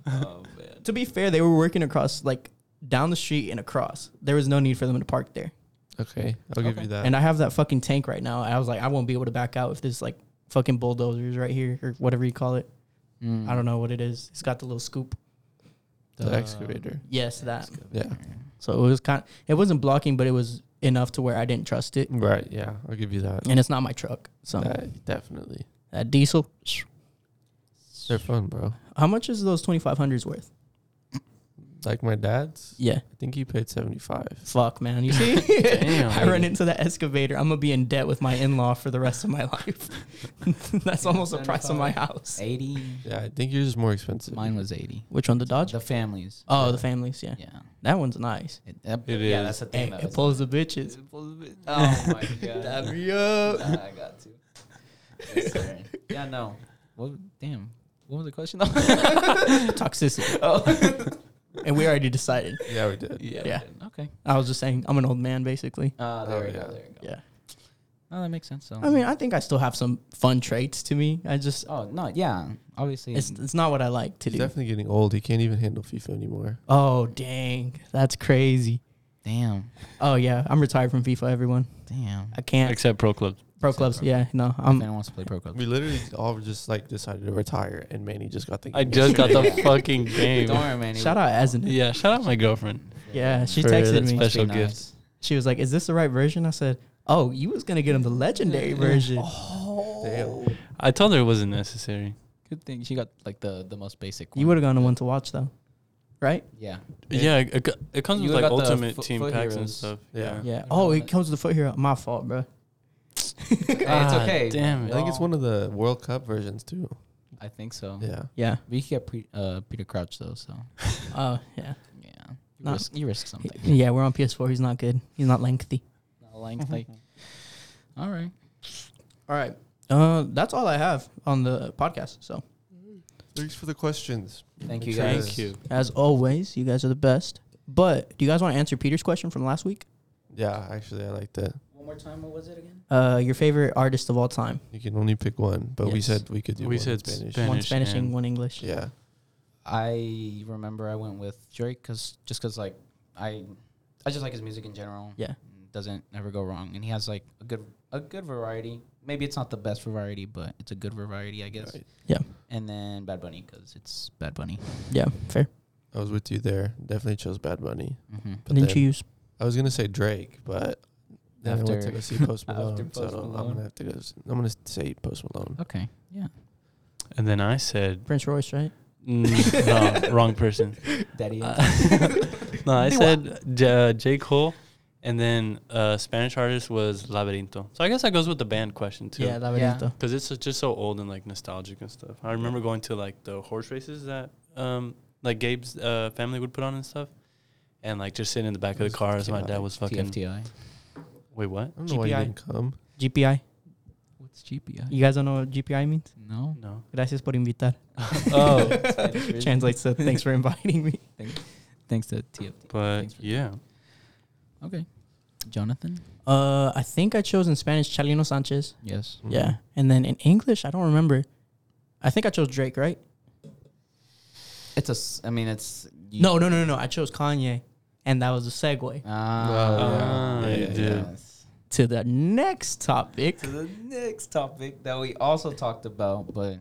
Speaker 4: Oh,
Speaker 2: to be fair, they were working across like down the street and across. There was no need for them to park there.
Speaker 4: Okay, I'll give you that.
Speaker 2: And I have that fucking tank right now. I was like, I won't be able to back out if this like fucking bulldozers right here or whatever you call it. Mm.
Speaker 1: Mm.
Speaker 2: I don't know what it is. It's got the little scoop.
Speaker 1: uh,
Speaker 4: the excavator.
Speaker 2: Yes, that.
Speaker 4: Yeah.
Speaker 2: So it was kind. it wasn't blocking, but it was enough to where I didn't trust it.
Speaker 4: Right. Yeah, I'll give you that.
Speaker 2: And it's not my truck, so that,
Speaker 4: That- definitely.
Speaker 2: diesel.
Speaker 4: They're fun, bro.
Speaker 2: How much is those twenty five hundreds worth?
Speaker 4: Like my dad's.
Speaker 2: Yeah.
Speaker 4: I think he paid seventy five.
Speaker 2: Fuck, man. You <laughs> see,
Speaker 3: Damn.
Speaker 2: I run into that excavator. I'm gonna be in debt with my in law for the rest of my <laughs> life. That's almost the price of my house.
Speaker 1: Eighty.
Speaker 4: Yeah, I think yours is more expensive.
Speaker 1: Mine was eighty.
Speaker 2: Which one, the Dodge?
Speaker 1: The families.
Speaker 2: Oh, the families. Yeah,
Speaker 1: Yeah.
Speaker 2: that one's nice.
Speaker 1: It, that-
Speaker 3: <laughs> It
Speaker 1: yeah, that's
Speaker 3: is.
Speaker 1: the
Speaker 2: Hey,
Speaker 1: thing. that
Speaker 2: it
Speaker 1: was-
Speaker 2: pulls the bitches. <laughs>
Speaker 1: oh my god.
Speaker 2: Yup.
Speaker 1: Nah, I got to. Yes, sir.
Speaker 2: <laughs>
Speaker 1: yeah, no. What? Damn. What was the question? <laughs> though?
Speaker 2: Toxicity. <laughs> and we already decided.
Speaker 4: Yeah, we did.
Speaker 2: Oh. Yeah.
Speaker 1: okay.
Speaker 2: I was just saying, I'm an old man, basically.
Speaker 1: Uh, there
Speaker 4: Oh,
Speaker 1: we
Speaker 4: yeah.
Speaker 1: go. There we go.
Speaker 2: Yeah.
Speaker 1: No, that makes sense. So.
Speaker 2: I mean, I think I still have some fun traits to me. I just,
Speaker 1: oh no, yeah. Obviously,
Speaker 2: it's, it's not what I like to
Speaker 4: He's
Speaker 2: do.
Speaker 4: definitely getting old. He can't even handle FIFA anymore.
Speaker 2: oh, dang. That's crazy.
Speaker 1: damn,
Speaker 2: Oh, yeah. I'm retired from FIFA, everyone.
Speaker 1: damn.
Speaker 2: I can't.
Speaker 3: Except pro club.
Speaker 2: pro clubs. Yeah. No,
Speaker 1: If
Speaker 2: I'm.
Speaker 1: anyone wants to play pro club,
Speaker 4: We literally all just like decided to retire, and Manny just got the.
Speaker 3: I just got the <laughs> fucking
Speaker 1: don't
Speaker 3: game.
Speaker 1: worry, man.
Speaker 2: Shout out Asna. Yeah.
Speaker 3: Yeah, shout out my girlfriend.
Speaker 2: She
Speaker 3: For
Speaker 2: texted
Speaker 3: that
Speaker 2: me.
Speaker 3: special gift.
Speaker 2: She was like, Is this the right version? I said, Oh, you was going to get him the legendary version.
Speaker 4: Damn.
Speaker 3: I told her it wasn't necessary.
Speaker 1: Good thing she got like the the most basic.
Speaker 2: You would have gone to one to watch, though. Right?
Speaker 1: Yeah.
Speaker 3: Yeah, it, it co- it comes
Speaker 1: You
Speaker 3: with like
Speaker 1: got the
Speaker 3: ultimate
Speaker 1: Foot-
Speaker 3: team
Speaker 1: Foot
Speaker 3: packs and
Speaker 1: Heroes.
Speaker 3: stuff.
Speaker 4: Yeah.
Speaker 3: Yeah.
Speaker 2: Yeah. Oh, it comes with the foot hero. My fault, bro. <laughs>
Speaker 1: Hey, it's
Speaker 3: Ah,
Speaker 1: okay.
Speaker 3: damn
Speaker 1: We
Speaker 3: it.
Speaker 4: I think it's
Speaker 1: all-
Speaker 4: one of the World Cup versions too.
Speaker 1: I think so.
Speaker 4: Yeah.
Speaker 2: Yeah.
Speaker 1: We could get pre- uh, Peter Crouch though. So
Speaker 2: Oh, yeah.
Speaker 1: yeah, you,
Speaker 2: Nah.
Speaker 1: risk, you risk something.
Speaker 2: <laughs> Yeah, we're on PS4. He's not good. He's not lengthy.
Speaker 1: Not
Speaker 2: <laughs>
Speaker 1: lengthy. All right.
Speaker 2: All right. Uh, that's all I have on the podcast. So,
Speaker 4: Thanks for the questions.
Speaker 1: Thank
Speaker 4: Make
Speaker 1: you
Speaker 4: sure
Speaker 1: guys.
Speaker 4: it's-
Speaker 3: Thank you.
Speaker 2: as always, you guys are the best. But do you guys want to answer Peter's question from last week?
Speaker 4: Yeah, actually, I like that.
Speaker 1: One more time. What was it again?
Speaker 2: Uh, your favorite artist of all time?
Speaker 4: You can only pick one, but we
Speaker 2: Yes.
Speaker 4: said we could do.
Speaker 3: We
Speaker 4: one
Speaker 3: said
Speaker 4: in Spanish.
Speaker 3: Spanish.
Speaker 2: one Spanish and
Speaker 3: and-
Speaker 2: one English.
Speaker 4: Yeah.
Speaker 1: I remember I went with Drake because just because like I I just like his music in general. Mm,
Speaker 2: Yeah.
Speaker 1: doesn't ever go wrong, and he has like a good a good variety. Maybe it's not the best variety, but it's a good variety, I guess.
Speaker 4: Right.
Speaker 2: Yeah.
Speaker 1: And then Bad Bunny because it's Bad Bunny.
Speaker 2: Yeah. Fair.
Speaker 4: I was with you there. Definitely chose Bad Bunny.
Speaker 1: Mm-hmm.
Speaker 4: But
Speaker 2: Didn't
Speaker 4: then-
Speaker 2: you use?
Speaker 4: I was gonna say Drake, but then I went to
Speaker 1: After-
Speaker 4: go see Post
Speaker 1: after
Speaker 4: Malone. so
Speaker 1: Post
Speaker 4: I'm
Speaker 1: Malone.
Speaker 4: gonna have to go. s- I'm gonna s- say Post Malone.
Speaker 1: Okay. Yeah.
Speaker 3: And then I said,
Speaker 2: Prince Royce, right?
Speaker 3: mm, <laughs> no, wrong person.
Speaker 1: Daddy.
Speaker 3: <laughs> No, I said J, uh, J. Cole, and then uh, Spanish artist was Laberinto. So I guess that goes with the band question too.
Speaker 2: Yeah, that
Speaker 1: Yeah.
Speaker 2: yeah.
Speaker 3: because it's just so old and like nostalgic and stuff. I remember going to like the horse races that um like Gabe's uh, family would put on and stuff, and like just sitting in the back of the car as my dad was fucking.
Speaker 1: TFTI.
Speaker 3: Wait, what?
Speaker 4: I don't know why you
Speaker 2: GPI.
Speaker 4: didn't come.
Speaker 2: GPI.
Speaker 1: What's GPI?
Speaker 2: You guys don't know what GPI means?
Speaker 1: No.
Speaker 3: No.
Speaker 2: Gracias por invitar.
Speaker 3: <laughs> Oh,
Speaker 2: <laughs> Translates to thanks for inviting me.
Speaker 1: Thanks to TFT.
Speaker 3: but
Speaker 1: Thanks for-
Speaker 3: yeah,
Speaker 1: Okay. Jonathan.
Speaker 2: <laughs> Uh, I think I chose in Spanish Chalino Sanchez.
Speaker 1: Yes.
Speaker 3: Mm-hmm.
Speaker 2: Yeah, and then in English, I don't remember. I think I chose Drake, right?
Speaker 1: It's a. s- I mean, it's. you-
Speaker 2: No, no, no, no, no. I chose Kanye, and that was a segue.
Speaker 1: Ah.
Speaker 3: yeah. Ah, you did.
Speaker 1: yes.
Speaker 2: to the next topic.
Speaker 1: to the next topic that we also talked about, but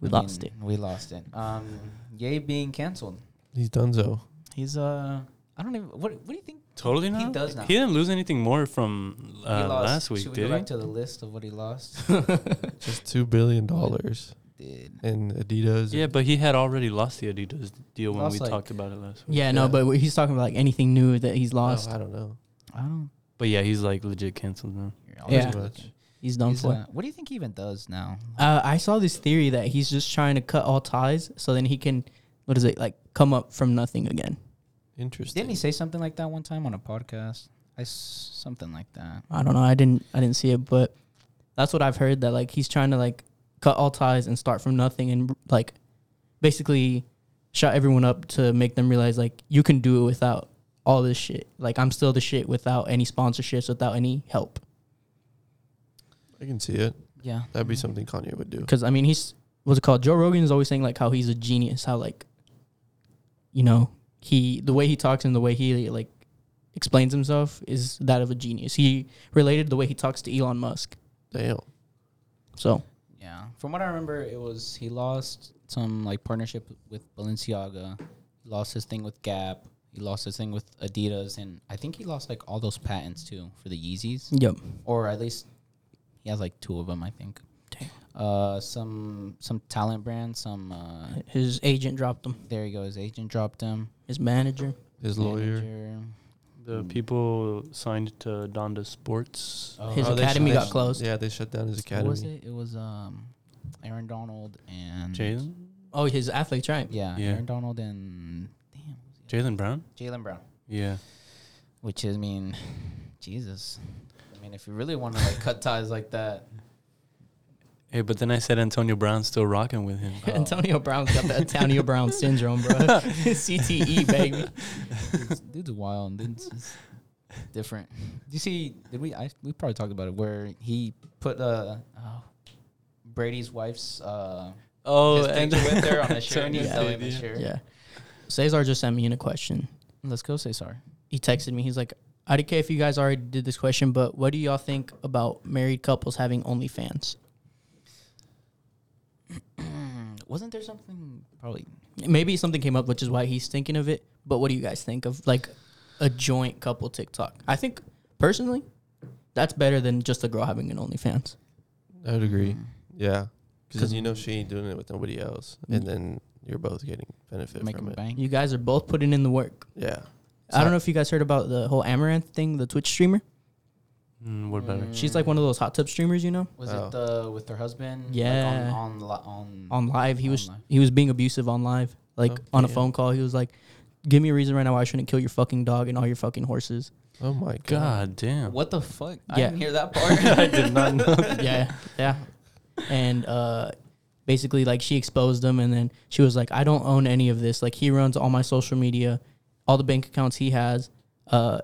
Speaker 2: We
Speaker 1: I
Speaker 2: lost
Speaker 1: mean, We lost it. Um, Ye being canceled.
Speaker 4: He's done so.
Speaker 1: He's uh, I don't even. What What do you think?
Speaker 3: Totally
Speaker 1: He
Speaker 3: not.
Speaker 1: does not.
Speaker 3: He didn't lose anything more from
Speaker 1: he
Speaker 3: uh,
Speaker 1: lost?
Speaker 3: last week,
Speaker 1: Should we go
Speaker 3: did he?
Speaker 1: back to the list of what he lost? <laughs>
Speaker 4: Just two billion dollars
Speaker 1: Did
Speaker 4: and Adidas.
Speaker 3: Yeah, but he had already lost the Adidas deal when
Speaker 1: Lost,
Speaker 3: we
Speaker 1: like-
Speaker 3: talk talked about it last week.
Speaker 2: Yeah, no,
Speaker 4: Yeah.
Speaker 2: but he's talking about like anything new that he's
Speaker 4: Oh,
Speaker 2: lost.
Speaker 4: I don't know.
Speaker 1: I don't.
Speaker 3: But yeah, he's like legit canceled now.
Speaker 1: I'll
Speaker 2: Yeah.
Speaker 1: just
Speaker 4: Pretty
Speaker 1: look.
Speaker 4: much.
Speaker 2: he's done
Speaker 1: He's,
Speaker 2: for.
Speaker 1: uh, what do you think he even does now?
Speaker 2: Uh, I saw this theory that he's just trying to cut all ties so then he can, what is it, like come up from nothing again.
Speaker 4: Interesting.
Speaker 1: Didn't he say something like that one time on a podcast? I s- something like that.
Speaker 2: I don't know. I didn't. I didn't see it, but that's what I've heard. That like he's trying to like cut all ties and start from nothing, and like basically shut everyone up to make them realize like you can do it without all this shit. Like I'm still the shit without any sponsorships, without any help.
Speaker 4: I can see it.
Speaker 1: Yeah.
Speaker 4: That'd be something Kanye would do.
Speaker 2: Because I mean, he's what's it called? Joe Rogan is always saying like how he's a genius. How like you know he the way he talks and the way he like explains himself is that of a genius. He related the way he talks to Elon Musk.
Speaker 4: Damn.
Speaker 2: So
Speaker 1: Yeah. From what I remember, it was he lost some like partnership with Balenciaga. He lost his thing with Gap. He lost his thing with Adidas, and I think he lost like all those patents too for the Yeezys,
Speaker 2: yep.
Speaker 1: or at least he has like two of them, I think.
Speaker 2: Dang.
Speaker 1: Uh, some some talent brand. Some uh,
Speaker 2: His agent dropped him.
Speaker 1: there you go. His agent dropped him.
Speaker 2: His manager.
Speaker 4: His lawyer.
Speaker 1: Manager.
Speaker 3: The people signed to Donda Sports.
Speaker 1: Mm. Oh,
Speaker 2: His
Speaker 1: oh,
Speaker 4: they
Speaker 2: academy
Speaker 4: shut-
Speaker 2: got
Speaker 4: they sh-
Speaker 2: closed.
Speaker 4: Yeah, they shut down his
Speaker 1: What
Speaker 4: academy.
Speaker 1: was it? It was um, Aaron Donald and
Speaker 3: Jalen?
Speaker 2: Oh, his athletes, right?
Speaker 1: Yeah,
Speaker 3: Yeah.
Speaker 1: Aaron Donald and damn
Speaker 3: Jalen Brown?
Speaker 1: Jalen Brown.
Speaker 3: Yeah.
Speaker 1: Which is, I mean, <sighs> Jesus. I mean, if you really want to like cut ties like <laughs> that,
Speaker 3: Hey, but then I said Antonio Brown's still rocking with
Speaker 1: <laughs>
Speaker 3: him.
Speaker 2: <laughs> Antonio Brown's got
Speaker 4: <laughs>
Speaker 2: the Antonio Brown syndrome, bro. <laughs> CTE, baby.
Speaker 1: dude's, dude's wild. Dude's just different. Do you see? Did we? I we probably talked about it where he put uh, oh, Brady's wife's uh,
Speaker 3: Oh,
Speaker 1: his picture <laughs> with her on the shirt. and he's
Speaker 3: Antonio
Speaker 1: selling
Speaker 3: did,
Speaker 1: the
Speaker 3: yeah.
Speaker 1: shirt.
Speaker 2: Yeah. Cesar just sent me in a question.
Speaker 1: Let's go say sorry.
Speaker 2: He texted me. He's like, I don't care if you guys already did this question, but what do y'all think about married couples having OnlyFans?
Speaker 1: <clears throat> Wasn't there something probably?
Speaker 2: Maybe something came up, which is why he's thinking of it. But what do you guys think of like a joint couple TikTok? I think personally, that's better than just a girl having an OnlyFans.
Speaker 4: I would
Speaker 1: mm,
Speaker 4: agree. Yeah. Because you know she ain't doing it with nobody else.
Speaker 2: Mm.
Speaker 4: And then you're both getting benefit
Speaker 1: Making
Speaker 4: from it.
Speaker 1: bank.
Speaker 2: You guys are both putting in the work.
Speaker 4: Yeah.
Speaker 2: I don't know if you guys heard about the whole Amaranth thing, the Twitch streamer.
Speaker 3: <laughs> Mm, what about it?
Speaker 2: She's like one of those hot tub streamers, you know.
Speaker 1: Was
Speaker 4: Oh.
Speaker 1: it the with her husband?
Speaker 2: Yeah.
Speaker 1: Like on on, li- on
Speaker 2: On live, he
Speaker 1: On
Speaker 2: was
Speaker 1: live.
Speaker 2: he was being abusive on live, like
Speaker 4: Oh,
Speaker 2: on a
Speaker 4: damn.
Speaker 2: phone call. He was like, "Give me a reason right now why I shouldn't kill your fucking dog and all your
Speaker 1: <laughs>
Speaker 2: fucking horses."
Speaker 4: Oh my God.
Speaker 3: God damn.
Speaker 1: What the fuck? I
Speaker 2: Yeah.
Speaker 1: didn't hear that part.
Speaker 3: I did not know.
Speaker 2: yeah, yeah. And uh, basically, like she exposed him, and then she was like, "I don't own any of this. Like he runs all my social media, all the bank accounts he has. Uh,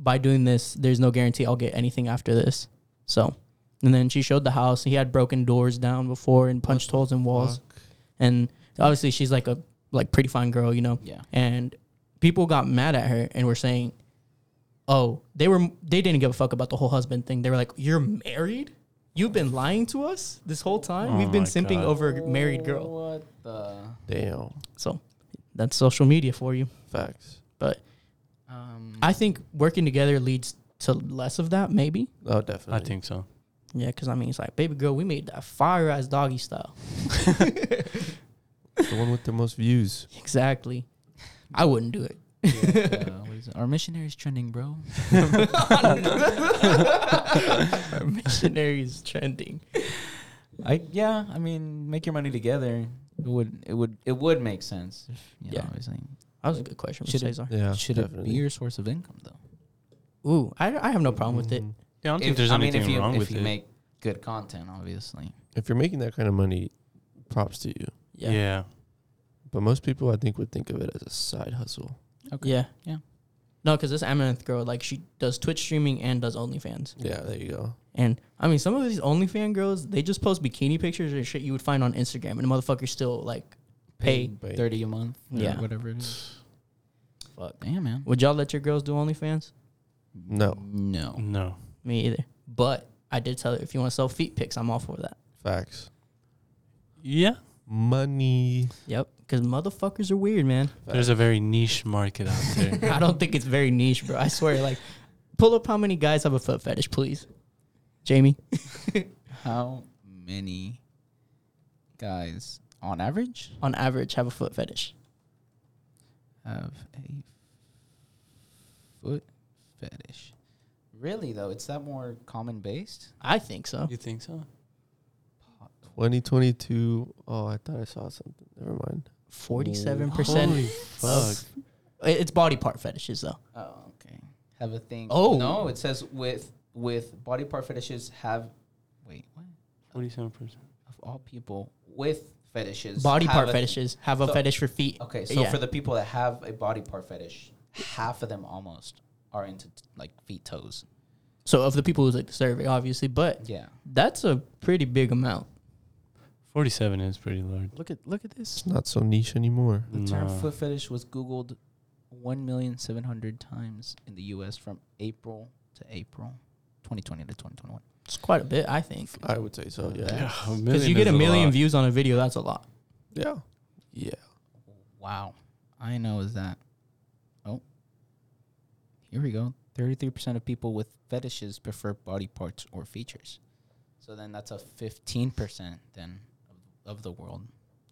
Speaker 2: by doing this, there's no guarantee I'll get anything after this." So, and then she showed the house. He had broken doors down before and punched holes in walls.
Speaker 4: Fuck.
Speaker 2: And obviously, she's like a like pretty fine girl, you know.
Speaker 1: <laughs> yeah.
Speaker 2: And people got mad at her and were saying. Oh, they were they didn't give a fuck about the whole husband thing. They were like, "You're married? You've been lying to us this whole time.
Speaker 3: Oh
Speaker 2: We've been
Speaker 3: my
Speaker 2: simping
Speaker 3: God.
Speaker 2: over a married girl."
Speaker 1: What the?
Speaker 4: Damn.
Speaker 2: So, that's social media for you.
Speaker 4: Facts.
Speaker 2: But
Speaker 1: Um,
Speaker 2: I think working together leads to less of that maybe.
Speaker 4: Oh,
Speaker 3: I
Speaker 4: definitely.
Speaker 3: think so.
Speaker 2: Yeah, cuz I mean, it's like, "Baby girl, we made that fire ass doggy style."
Speaker 4: the one with the most views.
Speaker 2: Exactly. I wouldn't do it.
Speaker 1: uh, what is it? Our missionaries trending,
Speaker 4: <laughs>
Speaker 1: bro.
Speaker 2: Our missionary is <laughs> trending.
Speaker 1: I yeah. I mean, make your money together. It would it would it would make sense. If, you
Speaker 2: Yeah.
Speaker 1: Know, obviously.
Speaker 2: That was a good question from
Speaker 1: Should it-
Speaker 2: Cesar.
Speaker 4: Yeah.
Speaker 1: Should
Speaker 4: definitely.
Speaker 1: it be your source of income though?
Speaker 2: Ooh, I, I have no problem with it.
Speaker 4: Mm-hmm.
Speaker 3: Yeah, I don't think there's anything
Speaker 1: if you,
Speaker 3: wrong
Speaker 1: if
Speaker 3: with
Speaker 1: you
Speaker 3: it.
Speaker 1: make good content, obviously.
Speaker 4: If you're making that kind of money, props to you.
Speaker 2: Yeah. Yeah.
Speaker 3: yeah.
Speaker 4: But most people, I think, would think of it as a side hustle.
Speaker 2: Yeah.
Speaker 1: Yeah.
Speaker 2: No, because this Amaranth girl, like, she does Twitch streaming and does OnlyFans.
Speaker 4: Yeah, there you go.
Speaker 2: And I mean, some of these OnlyFans girls, they just post bikini pictures or shit you would find on Instagram, and the motherfuckers still like pay.
Speaker 4: But
Speaker 1: Thirty a month. or
Speaker 2: Yeah.
Speaker 1: Whatever it is. Fuck. Damn man.
Speaker 2: Would y'all let your girls do OnlyFans?
Speaker 4: no,
Speaker 1: No.
Speaker 3: No.
Speaker 2: Me either. But I did tell her if you want to sell feet pics, I'm all for that.
Speaker 4: Facts.
Speaker 3: Yeah.
Speaker 4: Money.
Speaker 2: Yep. Because motherfuckers are weird, man. <laughs>
Speaker 3: There's a very niche market out there.
Speaker 1: <laughs>
Speaker 2: I don't think it's very niche, bro. I swear. Like, pull up how many guys have a foot fetish, please. Jamie.
Speaker 1: How many guys on average
Speaker 2: on average have a foot fetish.
Speaker 1: have a foot fetish? Really though, it's that more common based?
Speaker 2: I think so.
Speaker 3: you think
Speaker 1: <laughs>
Speaker 3: so?
Speaker 4: 2022. Oh, I thought I saw something. Never mind.
Speaker 2: Forty-seven percent.
Speaker 3: Fuck.
Speaker 2: It's body part fetishes though.
Speaker 1: Oh, okay. Have a thing.
Speaker 2: Oh.
Speaker 1: no, it says with with body part fetishes have wait what
Speaker 3: Forty-seven percent.
Speaker 1: of all people with fetishes
Speaker 2: Body
Speaker 1: have
Speaker 2: part
Speaker 1: a-
Speaker 2: fetishes have a
Speaker 1: So-
Speaker 2: fetish for feet.
Speaker 1: Okay, so
Speaker 2: Yeah.
Speaker 1: for the people that have a body part fetish, half of them almost are into t- like feet toes.
Speaker 2: so of the people who took the survey, obviously, but
Speaker 1: Yeah.
Speaker 2: that's a pretty big amount.
Speaker 3: Forty-seven is pretty large.
Speaker 1: Look at look at this.
Speaker 4: It's not so niche anymore.
Speaker 1: The term
Speaker 3: No.
Speaker 1: foot fetish was Googled 1,700,000 times in the US from April to April 2020 to 2021.
Speaker 2: It's quite a bit, I think.
Speaker 4: I would say so. Yeah.
Speaker 3: Yeah, a
Speaker 2: Because
Speaker 3: million
Speaker 2: you get
Speaker 3: is
Speaker 2: a million
Speaker 3: lot.
Speaker 2: views on a video, that's a lot.
Speaker 4: Yeah. Yeah.
Speaker 1: Wow. I know is that. Oh. Here we go. 33% of people with fetishes prefer body parts or features. So then that's a 15% then of, of the world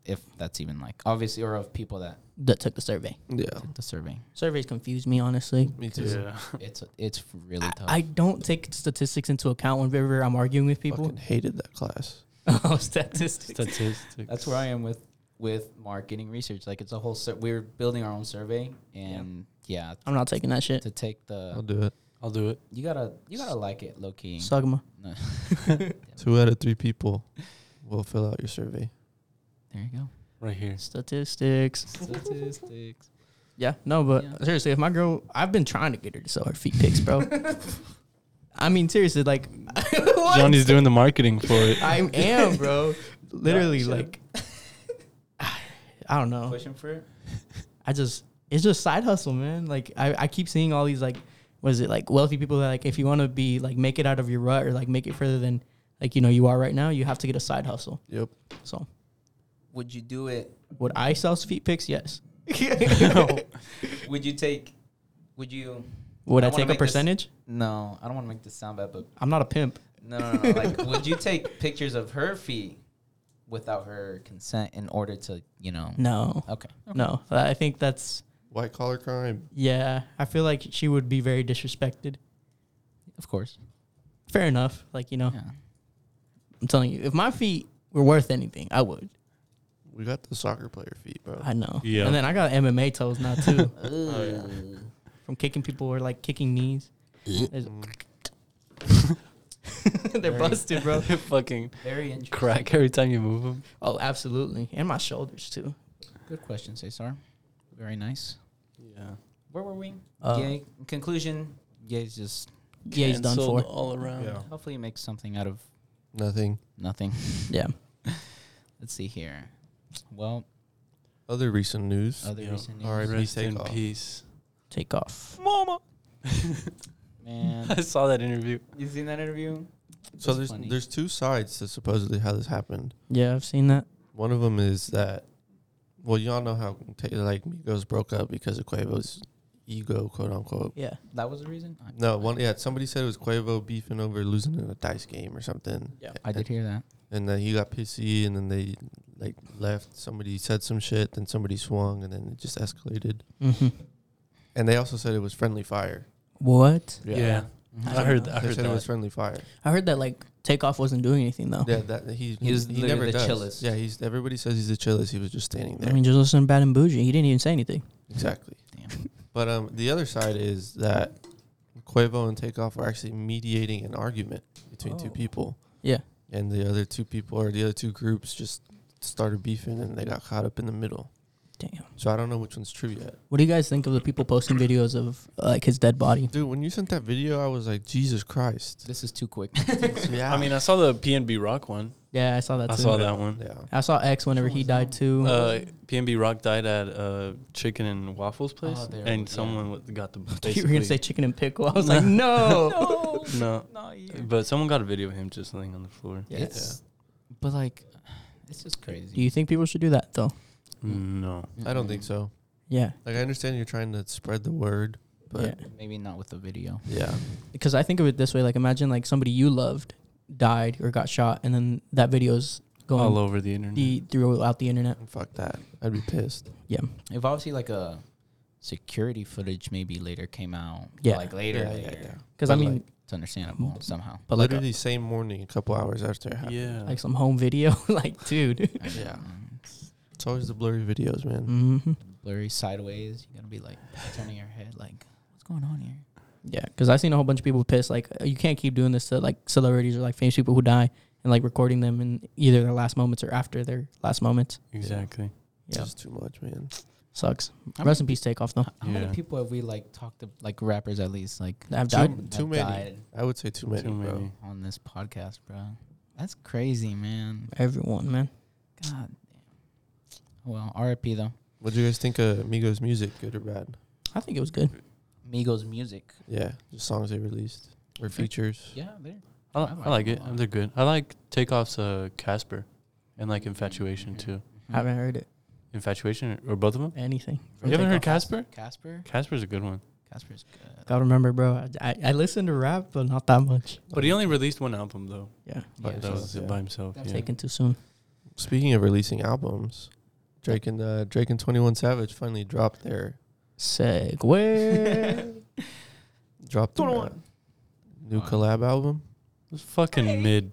Speaker 1: if that's even like obviously or of people that
Speaker 2: That took the survey.
Speaker 4: Yeah.
Speaker 1: took the
Speaker 2: <laughs>
Speaker 1: survey.
Speaker 2: Surveys confuse me, honestly.
Speaker 4: Me too.
Speaker 3: Yeah.
Speaker 1: It's it's really
Speaker 2: I,
Speaker 1: tough.
Speaker 2: I don't take statistics into account whenever I'm arguing with people.
Speaker 4: Fucking hated that class.
Speaker 2: <laughs> oh, statistics.
Speaker 3: Statistics.
Speaker 1: That's where I am with with marketing research. Like it's a whole sur- we're building our own survey, and yeah,
Speaker 2: I'm not taking that shit.
Speaker 1: to take the
Speaker 4: I'll do it.
Speaker 3: I'll do it.
Speaker 1: you gotta you gotta like it low key.
Speaker 2: Sugma.
Speaker 1: No.
Speaker 4: Two out of three people will fill out your survey.
Speaker 1: there you go.
Speaker 3: Right here.
Speaker 2: Statistics.
Speaker 1: Statistics.
Speaker 2: Yeah, no, but
Speaker 1: Yeah.
Speaker 2: seriously, if my girl, I've been trying to get her to sell her feet pics,
Speaker 1: <laughs>
Speaker 2: bro. I mean, seriously, like, <laughs> what?
Speaker 3: Johnny's doing the marketing for it.
Speaker 2: I am,
Speaker 1: <laughs>
Speaker 2: bro. Literally,
Speaker 1: should've-
Speaker 2: like, <sighs> I don't know.
Speaker 1: Pushing for it.
Speaker 2: I just, it's just side hustle, man. Like, I, I keep seeing all these, like, what is it, like, wealthy people that, like, if you want to be, like, make it out of your rut or, like, make it further than, like, you know, you are right now, you have to get a side hustle.
Speaker 4: Yep.
Speaker 2: So,
Speaker 1: Would you do <laughs> it?
Speaker 2: would I sell feet pics? Yes.
Speaker 1: <laughs> Would you take? Would you?
Speaker 2: Would
Speaker 1: I
Speaker 2: I,
Speaker 1: wanna
Speaker 2: take
Speaker 1: make
Speaker 2: a
Speaker 1: this-
Speaker 2: percentage?
Speaker 1: No, I don't want to make this sound bad, but
Speaker 2: I'm not a pimp.
Speaker 1: no, no, no. like, would you take pictures of her feet without her consent in order to, you know?
Speaker 2: No.
Speaker 1: Okay.
Speaker 2: No, I think that's
Speaker 4: White collar crime.
Speaker 2: yeah. I feel like she would be very disrespected.
Speaker 1: Of course.
Speaker 2: Fair enough. Like you know,
Speaker 1: <laughs> Yeah.
Speaker 2: I'm telling you, if my feet were worth anything, I would.
Speaker 4: We got the soccer player feet, bro.
Speaker 2: I know.
Speaker 3: Yeah. Oh,
Speaker 2: And then I got MMA toes now too, <laughs>
Speaker 1: <laughs>
Speaker 2: from kicking people or like kicking knees. There's- They're busted, bro.
Speaker 3: fucking
Speaker 1: Very interesting.
Speaker 3: crack every time you move them.
Speaker 2: Oh, absolutely. And my shoulders too.
Speaker 1: Good question, Cesar. Very nice.
Speaker 3: Yeah.
Speaker 1: Where were we?
Speaker 2: Uh,
Speaker 1: Yay. In conclusion, Yay's just
Speaker 2: Yeah, he's done
Speaker 3: Cancelled
Speaker 2: for.
Speaker 3: all around.
Speaker 1: hopefully he makes something out of
Speaker 4: Nothing.
Speaker 1: nothing.
Speaker 2: Yeah.
Speaker 1: <laughs> Let's see here. Well,
Speaker 4: Other recent news.
Speaker 1: other
Speaker 3: Yeah.
Speaker 1: recent news.
Speaker 4: All right.
Speaker 3: Rest
Speaker 4: Take
Speaker 3: in
Speaker 4: off.
Speaker 3: peace.
Speaker 2: Take off.
Speaker 3: Mama. I
Speaker 1: Man,
Speaker 3: saw that interview.
Speaker 1: <laughs> you seen that interview?
Speaker 4: so
Speaker 1: That's
Speaker 4: there's
Speaker 1: funny.
Speaker 4: there's two sides to supposedly how this happened.
Speaker 2: Yeah, I've seen that.
Speaker 4: One of them is that, well, y'all know how Ta- like Migos broke up because of Quavo's ego, quote unquote.
Speaker 2: Yeah.
Speaker 1: That was the reason. I,
Speaker 4: No, one yeah. Somebody said it was Quavo beefing over losing in a dice game or something.
Speaker 2: Yeah.
Speaker 1: I did hear that.
Speaker 4: And then he got pissy, and then they like left. Somebody said some shit, then somebody swung, and then it just escalated.
Speaker 2: Mm-hmm.
Speaker 4: And they also said it was friendly fire.
Speaker 2: What?
Speaker 3: Yeah. I heard that. I
Speaker 4: they
Speaker 3: heard
Speaker 4: said it was
Speaker 3: that.
Speaker 4: friendly fire.
Speaker 2: I heard that like Takeoff wasn't doing anything though.
Speaker 4: Yeah, that he he,
Speaker 1: He was
Speaker 4: he
Speaker 1: literally
Speaker 4: never
Speaker 1: the
Speaker 4: does.
Speaker 1: chillest.
Speaker 4: Yeah, he's everybody says he's the chillest. He was just standing there.
Speaker 2: I mean, just listen to Bad and Bougie. He didn't even say anything.
Speaker 4: Exactly.
Speaker 1: Damn.
Speaker 4: <laughs> But um, the other side is that Quavo and Takeoff are actually mediating an argument between two
Speaker 2: Oh.
Speaker 4: people.
Speaker 2: Yeah.
Speaker 4: And the other two people or the other two groups just started beefing and they got caught up in the middle.
Speaker 2: Damn.
Speaker 4: So I don't know which one's true yet.
Speaker 2: What do you guys think of the people posting videos of uh, like his dead body?
Speaker 4: Dude, when you sent that video, I was like, Jesus Christ.
Speaker 1: <laughs> This is too quick.
Speaker 4: yeah.
Speaker 3: I mean, I saw the PNB Rock one.
Speaker 2: Yeah, I saw that.
Speaker 3: I
Speaker 2: too.
Speaker 3: saw that one.
Speaker 4: Yeah.
Speaker 2: I saw X whenever he died too.
Speaker 3: Uh, PNB Rock died at a chicken and waffles place,
Speaker 1: there it
Speaker 3: and
Speaker 1: was, yeah.
Speaker 3: someone wa- got the.
Speaker 2: <laughs> you were gonna say
Speaker 3: basically-
Speaker 2: chicken and pickle. I was like, no.
Speaker 3: no,
Speaker 1: <laughs> Not you.
Speaker 3: but someone got a video of him just laying on the floor.
Speaker 1: It's, But like, it's just
Speaker 2: Do
Speaker 1: crazy.
Speaker 2: you think people should do that though?
Speaker 3: Yeah. No,
Speaker 4: I don't think so.
Speaker 2: Yeah,
Speaker 4: Like I understand you're trying to spread the word, but
Speaker 1: Maybe not with the video.
Speaker 4: yeah,
Speaker 2: because I think of it this way: like, imagine like somebody you loved died or got shot, and then that video's going
Speaker 3: all over the internet.
Speaker 2: the, throughout the internet.
Speaker 4: fuck that. I'd be pissed.
Speaker 2: Yeah,
Speaker 1: If obviously like a security footage maybe later came out.
Speaker 2: Yeah.
Speaker 1: Like later.
Speaker 4: Yeah, yeah,
Speaker 1: later.
Speaker 4: yeah.
Speaker 2: because I
Speaker 4: But,
Speaker 2: mean,
Speaker 4: like,
Speaker 1: It's understandable somehow.
Speaker 2: but like uh, a-
Speaker 4: literally same morning, a couple hours after it happened.
Speaker 3: yeah,
Speaker 2: like some home video, <laughs> like dude.
Speaker 1: I mean,
Speaker 4: Yeah.
Speaker 1: it's
Speaker 4: It's always the blurry videos, man.
Speaker 2: hmm
Speaker 1: Blurry sideways. You're gonna be like turning your head like, what's going on here?
Speaker 2: Yeah, because I've seen a whole bunch of people pissed. Like, uh, you can't keep doing this to like celebrities or like famous people who die and like recording them in either their last moments or after their last moments.
Speaker 3: exactly.
Speaker 4: It's
Speaker 2: Yeah,
Speaker 4: just too much, man.
Speaker 2: sucks.
Speaker 1: I
Speaker 2: Rest in peace, takeoff though.
Speaker 1: How many
Speaker 3: Yeah.
Speaker 1: people have we like talked to like rappers at least like
Speaker 2: That have
Speaker 4: Too-
Speaker 2: died.
Speaker 4: Too
Speaker 1: that
Speaker 4: many.
Speaker 1: died
Speaker 4: I would say too many,
Speaker 3: Too
Speaker 4: bro.
Speaker 3: many.
Speaker 1: on this podcast, bro? That's crazy, man.
Speaker 2: Everyone, man.
Speaker 1: God damn. Well, R.I.P. though.
Speaker 4: What do you guys think of Migos' music, good or bad?
Speaker 2: I think it was good.
Speaker 1: Migos music.
Speaker 4: Yeah, the songs they released or features.
Speaker 1: Yeah, they're
Speaker 3: I, li-
Speaker 1: I like
Speaker 3: I like
Speaker 1: them
Speaker 3: it.
Speaker 1: a lot.
Speaker 3: They're good. I like Takeoff's uh, Casper, and like Infatuation too.
Speaker 1: Mm-hmm.
Speaker 2: I haven't heard it.
Speaker 3: Infatuation or both of them?
Speaker 2: Anything.
Speaker 3: You haven't heard Casper?
Speaker 1: Casper.
Speaker 3: Casper's a good one,
Speaker 1: Casper's good.
Speaker 2: Gotta remember, bro. I, I, I listen to rap, but not that much.
Speaker 3: but he only released one album though.
Speaker 2: Yeah,
Speaker 1: Yeah,
Speaker 3: But that
Speaker 1: sure.
Speaker 3: was
Speaker 4: Yeah.
Speaker 3: by himself.
Speaker 1: That's
Speaker 3: yeah.
Speaker 2: taken too soon.
Speaker 4: Speaking of releasing albums, Drake and uh, Drake and Twenty One Savage finally dropped their
Speaker 2: Segway.
Speaker 4: dropped their, uh, new collab album.
Speaker 3: It was fucking mid.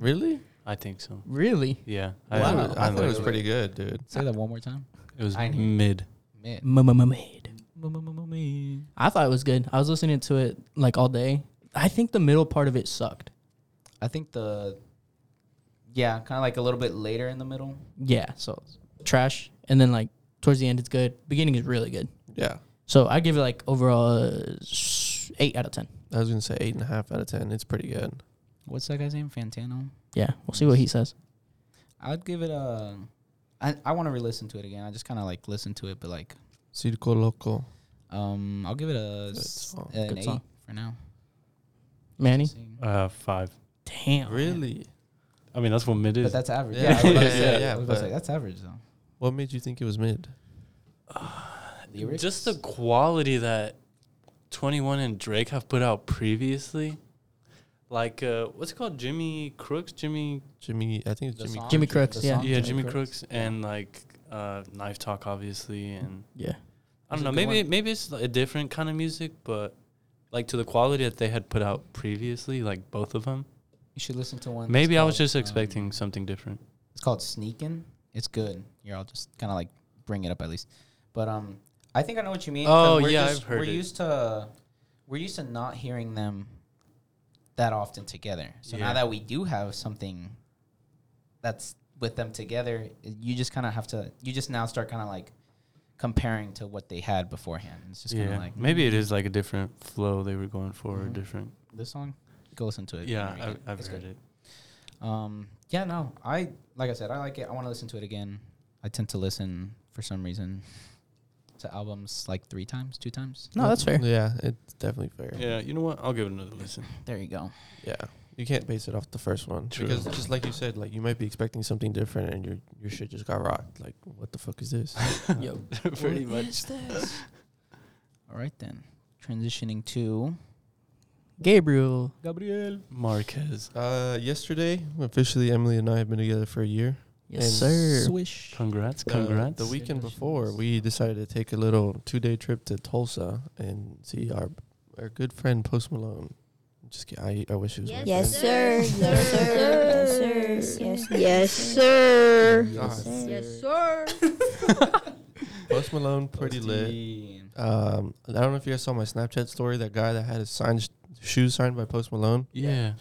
Speaker 4: Really?
Speaker 3: I think so.
Speaker 2: really?
Speaker 3: Yeah,
Speaker 4: I, thought it-
Speaker 3: I,
Speaker 4: I thought it was
Speaker 3: liked
Speaker 4: pretty good, dude.
Speaker 1: <laughs> Say that one more time.
Speaker 3: It was
Speaker 1: I knew.
Speaker 3: mid.
Speaker 1: Mid.
Speaker 2: Made.
Speaker 1: Mid.
Speaker 2: I thought it was good. I was listening to it like all day. I think the middle part of it sucked.
Speaker 1: I think the yeah, kind of like a little bit later in the middle.
Speaker 2: Yeah, so trash, and then like towards the end it's good. Beginning is really good.
Speaker 4: Yeah,
Speaker 2: So I give it like overall uh, s- eight out of ten.
Speaker 4: I was gonna say eight and a half out of ten. It's pretty good.
Speaker 1: What's that guy's name? Fantano.
Speaker 2: Yeah, we'll see what he says.
Speaker 1: I'd give it a. I I want to re-listen to it again. I just kind of like listen to it, but like
Speaker 4: Circo Loco.
Speaker 1: um, I'll give it a
Speaker 4: Good
Speaker 1: s-
Speaker 4: song.
Speaker 1: an
Speaker 2: Good
Speaker 1: eight
Speaker 2: song.
Speaker 1: for now.
Speaker 2: Manny,
Speaker 1: See.
Speaker 3: Uh, five.
Speaker 2: damn,
Speaker 4: Really?
Speaker 3: I mean, that's what mid
Speaker 1: But
Speaker 3: is.
Speaker 1: that's average.
Speaker 4: Yeah,
Speaker 1: Yeah, I was about to
Speaker 4: yeah,
Speaker 1: say-
Speaker 4: yeah,
Speaker 1: I was about to
Speaker 4: but-
Speaker 1: say, that's average though.
Speaker 4: What made you think it was mid?
Speaker 1: Lyrics?
Speaker 3: Just the quality that Twenty One and Drake have put out previously, like uh, what's it called, Jimmy Crooks, Jimmy
Speaker 4: Jimmy, I think it's Jimmy.
Speaker 1: song?
Speaker 2: Jimmy Crooks,
Speaker 1: The
Speaker 2: yeah.
Speaker 1: song?
Speaker 3: yeah, Jimmy Crooks, and like uh, Knife Talk, obviously, and
Speaker 2: yeah,
Speaker 3: I
Speaker 1: It's
Speaker 3: don't
Speaker 1: a
Speaker 3: know,
Speaker 1: good
Speaker 3: maybe
Speaker 1: one.
Speaker 3: maybe it's a different kind of music, but like to the quality that they had put out previously, like both of them.
Speaker 1: You should listen to one. that's
Speaker 3: Maybe I was
Speaker 1: called,
Speaker 3: just
Speaker 1: um,
Speaker 3: expecting something different.
Speaker 1: It's called Sneakin'. It's good. Here, I'll just kind of like bring it up at least. But um, I think I know what you mean. 'cause
Speaker 3: Oh, yeah, I've heard
Speaker 1: We're
Speaker 3: it.
Speaker 1: used to we're used to not hearing them that often together. So now
Speaker 3: Yeah.
Speaker 1: that we do have something that's with them together, you just kind of have to. You just now start kind of like comparing to what they had beforehand. It's just kind of
Speaker 3: yeah, Mm-hmm.
Speaker 1: like
Speaker 3: maybe it is like a different flow they were going for, or different.
Speaker 1: "Hmm, this song. Go listen to it.
Speaker 3: Yeah,
Speaker 1: Read
Speaker 3: I've,
Speaker 1: it.
Speaker 3: I've
Speaker 1: It's
Speaker 3: heard
Speaker 1: good.
Speaker 3: it.
Speaker 1: Um, yeah, no, I like I said, I like it. I want to listen to it again. I tend to listen for some reason to albums like three times, two times.
Speaker 2: no, that's fair.
Speaker 4: Yeah, it's definitely fair. Yeah.
Speaker 3: Yeah, you know what? I'll give it another <laughs> listen.
Speaker 1: There you go.
Speaker 4: you can't base it off the first one
Speaker 3: True.
Speaker 4: because just like you said, like you might be expecting something different, and your your shit just got rocked. Like, what the fuck is this?
Speaker 2: Yo,
Speaker 3: Pretty much.
Speaker 1: All right then, transitioning to
Speaker 2: Gabriel,
Speaker 3: Gabriel Marquez.
Speaker 4: <laughs> Uh, yesterday, officially, Emily and I have been together for a year.
Speaker 2: yes
Speaker 4: And
Speaker 2: sir.
Speaker 1: Swish.
Speaker 3: Congrats,
Speaker 4: Uh,
Speaker 3: congrats.
Speaker 4: the weekend before, we decided to take a little two day trip to Tulsa and see our our good friend Post Malone. Just kidding. I, I wish he was my friend.
Speaker 10: sir. Yes, sir. Yes, sir. Yes, sir.
Speaker 4: God.
Speaker 10: Yes, sir.
Speaker 4: Post Malone, pretty lit. Um, I don't know if you guys saw my Snapchat story. That guy that had his signed shoes signed by Post Malone.
Speaker 3: Yeah.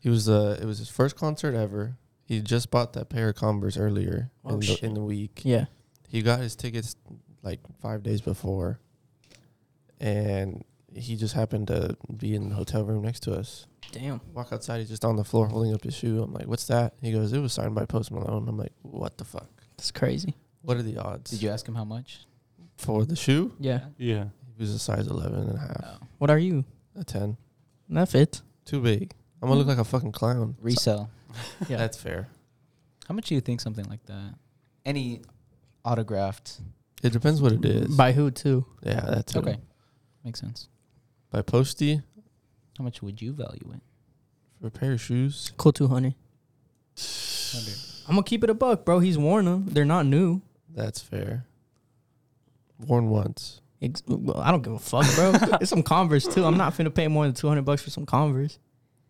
Speaker 4: He was uh, it was his first concert ever. He just bought that pair of Converse earlier
Speaker 2: Oh,
Speaker 4: in, the,
Speaker 2: shit.
Speaker 4: in the week.
Speaker 2: Yeah,
Speaker 4: he got his tickets like five days before, and he just happened to be in the hotel room next to us.
Speaker 2: Damn.
Speaker 4: Walk outside, he's just on the floor holding up his shoe. I'm like, what's that? He goes, it was signed by Post Malone. I'm like, what the fuck?
Speaker 2: That's crazy.
Speaker 4: What are the odds?
Speaker 1: Did you ask him how much?
Speaker 4: For the shoe?
Speaker 2: Yeah.
Speaker 3: Yeah.
Speaker 4: He was a size 11 and a half.
Speaker 1: Oh.
Speaker 2: What are you?
Speaker 4: A 10.
Speaker 2: That fits.
Speaker 4: Too big. I'm gonna look like a fucking clown.
Speaker 1: Resell.
Speaker 2: Hmm. Yeah.
Speaker 4: That's fair.
Speaker 1: How much do you think something like that? Any autographed?
Speaker 4: It depends what it is.
Speaker 2: By who too?
Speaker 4: yeah, that's okay.
Speaker 1: Okay, makes sense.
Speaker 4: By Posty
Speaker 1: How much would you value it?
Speaker 4: for a pair of shoes.
Speaker 2: Cool two hundred. I'm gonna keep it a buck, bro. He's worn them. They're not new.
Speaker 4: That's fair. Worn once.
Speaker 2: Ex- well, I don't give a fuck, bro. <laughs> it's some Converse too. I'm not finna pay more than two hundred bucks for some Converse.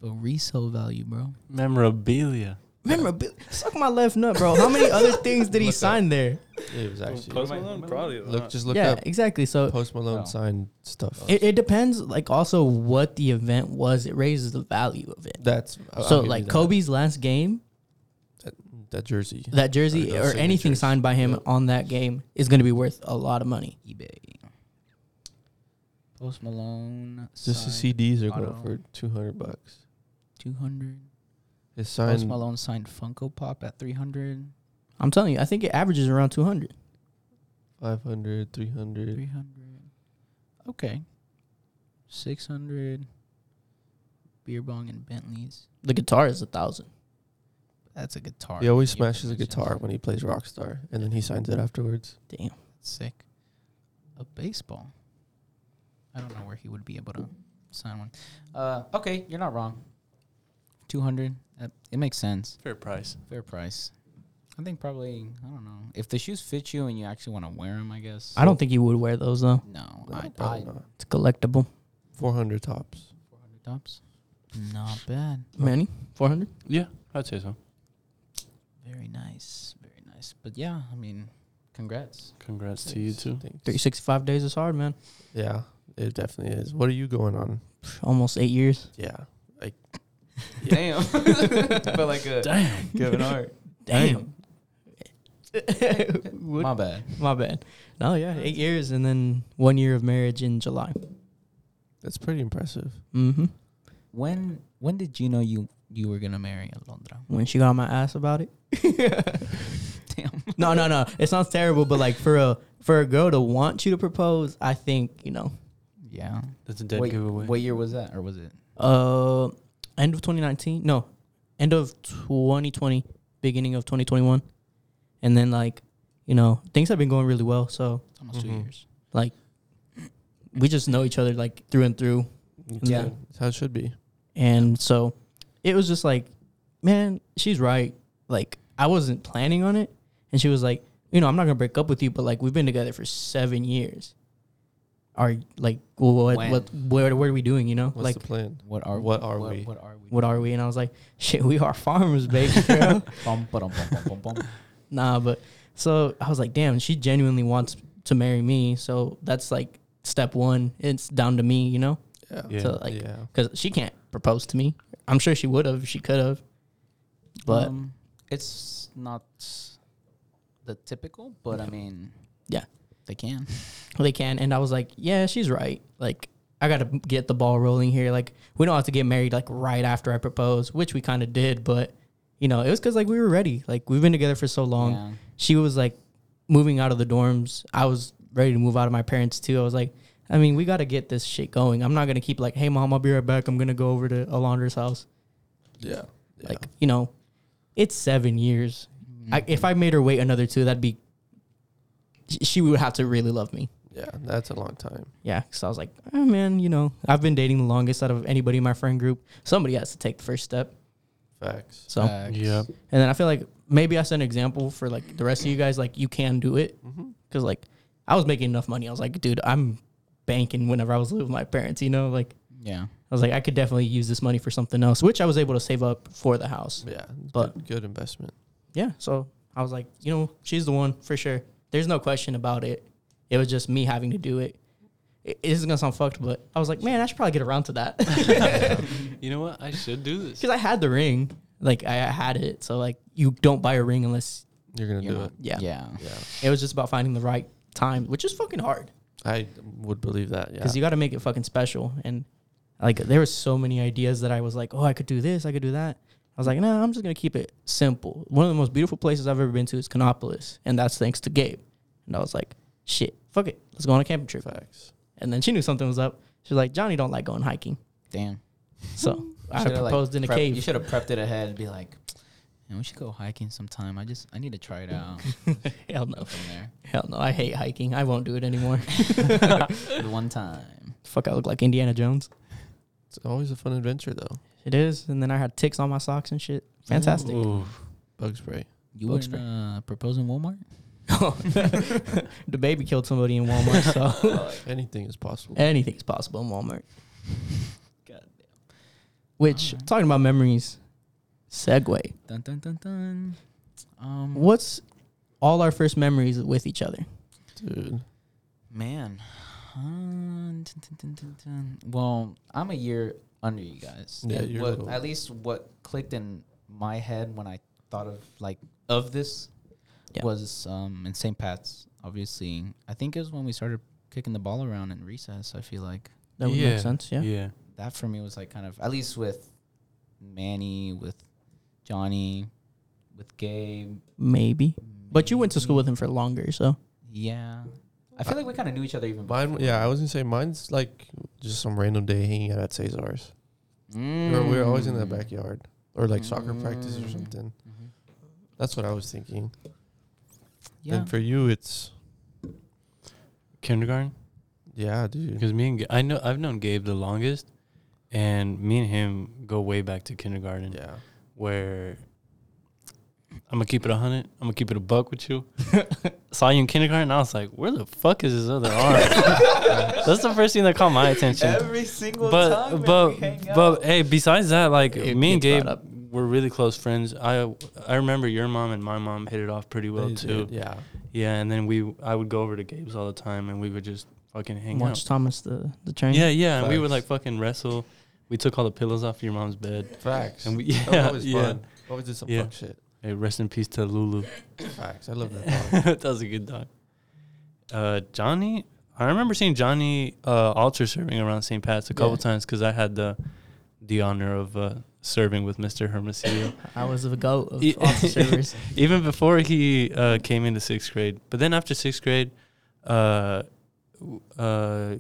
Speaker 1: But resale value, bro.
Speaker 3: Memorabilia.
Speaker 2: Remember, Bill- suck my left nut, bro. How many
Speaker 4: <laughs>
Speaker 2: other things did he sign there?
Speaker 4: It was actually.
Speaker 3: Post Malone? Probably.
Speaker 4: Look,
Speaker 3: Look,
Speaker 4: just look
Speaker 2: yeah,
Speaker 4: up
Speaker 2: exactly. So
Speaker 4: Post Malone
Speaker 1: Oh.
Speaker 4: signed stuff.
Speaker 2: It, it depends, like also what the event was. It raises the value of it.
Speaker 4: that's Oh, I'll
Speaker 2: so,
Speaker 4: give you
Speaker 2: like
Speaker 4: that.
Speaker 2: Kobe's last game,
Speaker 4: that, that jersey.
Speaker 2: that jersey
Speaker 4: Or
Speaker 2: or,
Speaker 4: those
Speaker 2: anything
Speaker 4: signatures.
Speaker 2: signed by him
Speaker 4: Yep.
Speaker 2: on that game is going to be worth a lot of money.
Speaker 1: eBay. Post Malone.
Speaker 4: Just the
Speaker 1: signed
Speaker 4: CDs are
Speaker 1: auto.
Speaker 4: going for two hundred bucks.
Speaker 1: 200.
Speaker 4: His
Speaker 1: Post
Speaker 4: signed
Speaker 1: Malone signed Funko Pop at 300.
Speaker 2: I'm telling you, I think it averages around 200.
Speaker 4: 500, 300.
Speaker 1: 300. Okay. 600. Beer bong and Bentleys.
Speaker 2: The guitar is a thousand.
Speaker 1: That's a guitar.
Speaker 4: He always
Speaker 1: Yeah,
Speaker 4: smashes a
Speaker 1: that makes
Speaker 4: guitar
Speaker 1: sense.
Speaker 4: when he plays Rockstar, and then he signs it afterwards.
Speaker 2: Damn.
Speaker 1: Sick. A baseball. I don't know where he would be able to sign one. Uh, okay, you're not wrong. 200. That, it makes sense.
Speaker 3: fair price.
Speaker 1: Fair price. I think probably I don't know if the shoes fit you and you actually want to wear them. I guess
Speaker 2: I don't think you would wear those though.
Speaker 1: No,
Speaker 4: No,
Speaker 1: I, I
Speaker 4: probably not.
Speaker 2: It's collectible.
Speaker 4: 400 tops.
Speaker 1: tops. Not bad.
Speaker 2: Manny, 400.
Speaker 3: Yeah, I'd say so.
Speaker 1: Very nice. Very nice. But yeah, I mean, congrats.
Speaker 3: Congrats to you too.
Speaker 4: Thanks.
Speaker 2: 365 days is hard, man.
Speaker 4: Yeah, it definitely is. What are you going on?
Speaker 2: Psh, Almost eight
Speaker 4: <laughs>
Speaker 2: years.
Speaker 4: Yeah. Like,
Speaker 1: <laughs> Damn. <laughs> but like a damn <laughs> Kevin Hart.
Speaker 2: Damn. <laughs>
Speaker 1: My bad.
Speaker 2: My bad. No, yeah, eight years and then one year of marriage in July.
Speaker 4: that's pretty impressive.
Speaker 2: Mm-hmm.
Speaker 1: When when did you know you you were gonna marry Alondra?
Speaker 2: When she got on my ass about it.
Speaker 1: Damn.
Speaker 2: No, no, no. It sounds terrible, but like for a for a girl to want you to propose, I think you know.
Speaker 1: Yeah.
Speaker 3: That's a dead
Speaker 1: what,
Speaker 3: giveaway. <laughs>
Speaker 1: what year was that, or was it?
Speaker 2: Uh, end of 2019. No, end of 2020, beginning of 2021, and then like, you know, things have been going really well. So
Speaker 1: Almost two
Speaker 4: Mhm.
Speaker 1: years.
Speaker 2: we just know each other like through and through, Yeah.
Speaker 4: That's how it should be.
Speaker 2: and so it was just like, man, she's right. Like I wasn't planning on it, and she was like, you know, I'm not gonna break up with you, but like we've been together for seven years. Are like well, what
Speaker 1: When?
Speaker 2: what where what are we doing? You know,
Speaker 4: What's
Speaker 2: like
Speaker 4: the plan?
Speaker 1: What are
Speaker 4: What are we?
Speaker 1: What are we?
Speaker 2: what are we? And I was like, shit, we are farmers, baby
Speaker 4: <laughs>
Speaker 2: girl.
Speaker 1: <laughs> Bum, ba-dum, bum, bum, bum, bum.
Speaker 2: nah, but so I was like, damn, she genuinely wants to marry me. So that's like step one. It's down to me, you know,
Speaker 4: Yeah.
Speaker 3: Yeah.
Speaker 2: So, like-
Speaker 4: yeah.
Speaker 2: because she can't propose to me. I'm sure she would have. She could have. But
Speaker 1: um, it's not the typical, but I mean,
Speaker 2: Yeah.
Speaker 1: they can.
Speaker 2: they can. And I was like, yeah, she's right. Like, I got to get the ball rolling here. Like, we don't have to get married like right after I propose, which we kind of did. But, you know, it was because like we were ready. Like, we've been together for so long.
Speaker 1: Yeah.
Speaker 2: she was like moving out of the dorms. I was ready to move out of my parents too. I was like, I mean, we got to get this shit going. I'm not going to keep like, hey, mom, I'll be right back. I'm going to go over to Alondra's house.
Speaker 4: Yeah. Yeah.
Speaker 2: Like, you know, it's seven years.
Speaker 1: Mm,
Speaker 2: I, if I made her wait another two, that'd be, sh- she would have to really love me.
Speaker 4: yeah. That's a long time.
Speaker 2: Yeah. So I was like, oh, man, you know, I've been dating the longest out of anybody in my friend group. Somebody has to take the first step.
Speaker 4: Facts.
Speaker 2: So,
Speaker 1: Facts.
Speaker 3: Yeah.
Speaker 2: and then I feel like maybe I set an example for like the rest of you guys, like, you can do it.
Speaker 4: Mm-hmm.
Speaker 2: Cause like I was making enough money. I was like, dude, I'm banking whenever I was living with my parents, you know, like
Speaker 1: Yeah.
Speaker 2: I was like, I could definitely use this money for something else, which I was able to save up for the house.
Speaker 4: Yeah. it's
Speaker 2: But-
Speaker 4: good, good investment.
Speaker 2: Yeah. So I was like, you know, she's the one for sure. There's no question about it. It was just me having to do it. It it isn't gonna sound fucked, but I was like, man, I should probably get around to that. <laughs>
Speaker 3: You know what? I should do this.
Speaker 2: Cause I had the ring. Like I had it. So like you don't buy a ring unless
Speaker 4: You're going to
Speaker 1: You're
Speaker 4: do
Speaker 1: not-
Speaker 4: it.
Speaker 2: yeah.
Speaker 1: Yeah.
Speaker 4: Yeah.
Speaker 2: It was just about finding the right time, which is fucking hard.
Speaker 4: I would believe that. Yeah.
Speaker 2: because you got to make it fucking special. And like there were so many ideas that I was like, oh, I could do this, I could do that. I was like, no, I'm just gonna keep it simple. One of the most beautiful places I've ever been to is Canopolis, and that's thanks to Gabe. And I was like, shit, fuck it, let's go on a camping trip.
Speaker 4: Facts.
Speaker 2: And then she knew something was up. She was like, Johnny don't like going hiking,
Speaker 1: Damn.
Speaker 2: so I
Speaker 1: Shoulda, like,
Speaker 2: proposed in a
Speaker 1: prep-
Speaker 2: cave.
Speaker 1: You should have prepped it ahead and <laughs> be like, man, we should go hiking sometime. I just I need to try it <laughs> out.
Speaker 2: <laughs> Hell no,
Speaker 1: From there,
Speaker 2: hell no, I hate hiking. I won't do it anymore.
Speaker 1: the one time.
Speaker 2: fuck, I look like Indiana Jones.
Speaker 4: It's always a fun adventure though.
Speaker 2: It is. And then I had ticks on my socks and shit. <laughs> Fantastic.
Speaker 4: Ooh, bug spray.
Speaker 1: You
Speaker 2: Looks
Speaker 1: wouldn't uh, propose in Walmart? <laughs>
Speaker 2: the baby killed somebody in Walmart, so. <laughs>
Speaker 4: Anything is possible.
Speaker 2: Anything's possible in Walmart. Which talking about memories, segue.
Speaker 1: Dun dun dun dun. Um,
Speaker 2: What's all our first memories with each other?
Speaker 4: Dude.
Speaker 1: man. Uh, dun, dun, dun, dun, dun. Well, I'm a year under you guys.
Speaker 4: Yeah,
Speaker 1: And
Speaker 4: you're a
Speaker 1: what-
Speaker 4: little-
Speaker 1: at least what clicked in my head when I thought of like of this
Speaker 2: Yeah.
Speaker 1: was um, in St. Pat's. Obviously, I think it was when we started kicking the ball around in recess. I feel like
Speaker 2: That would make sense. Yeah.
Speaker 3: Yeah.
Speaker 1: that for me was like kind of at least with Manny, with Johnny, with Gabe.
Speaker 2: Maybe. But you went to school with him for longer, so
Speaker 1: Yeah, I feel like we kind of knew each other even.
Speaker 4: Mine, yeah, I was gonna say mine's like just some random day hanging out at Cesar's. We were- we were always in that
Speaker 1: Mm.
Speaker 4: backyard or like soccer practice or
Speaker 1: Mm.
Speaker 4: something.
Speaker 1: Mhm.
Speaker 4: That's what I was thinking.
Speaker 1: Yeah.
Speaker 4: And for you, it's
Speaker 3: Kindergarten.
Speaker 4: yeah, dude.
Speaker 3: Because me and Ga- I know I've known Gabe the longest, and me and him go way back to kindergarten.
Speaker 4: Yeah,
Speaker 3: Where I'm gonna keep it a hundred. I'm gonna keep it a buck with you. <laughs> Saw you in kindergarten. I was like, where the fuck is his other
Speaker 2: <laughs>
Speaker 3: arm? That's the first thing that caught my attention.
Speaker 1: single
Speaker 3: but but but hey, besides that, like
Speaker 2: It
Speaker 3: me and
Speaker 2: gets
Speaker 3: Gabe
Speaker 2: brought up.
Speaker 3: were really close friends. I I remember your mom and my mom hit it off pretty well
Speaker 4: They
Speaker 3: too.
Speaker 4: did, yeah,
Speaker 3: Yeah, and then we I would go over to Gabe's all the time, and we would just fucking hang
Speaker 2: watch Thomas the the train.
Speaker 3: out. Yeah, yeah, and we would like
Speaker 4: Facts.
Speaker 3: fucking wrestle. We took all the pillows off your mom's bed.
Speaker 4: facts.
Speaker 3: And we-
Speaker 4: Oh, that was
Speaker 3: yeah,
Speaker 4: always
Speaker 3: yeah.
Speaker 4: fun. Always did some
Speaker 3: Yeah.
Speaker 4: fuck shit.
Speaker 3: Hey, rest in peace to Lulu.
Speaker 4: Facts. I love that.
Speaker 3: <laughs>
Speaker 4: dog.
Speaker 3: that was a good dog. Uh, Johnny, I remember seeing Johnny uh, altar serving around St. Pat's a couple
Speaker 2: Yeah.
Speaker 3: times because I had the the honor of uh, serving with Mr. Hermosillo. <laughs>
Speaker 2: I was the goat of
Speaker 3: Yeah.
Speaker 2: all the
Speaker 3: <laughs>
Speaker 2: servers.
Speaker 3: even before he uh, came into sixth grade. But then after sixth grade, uh, w- uh,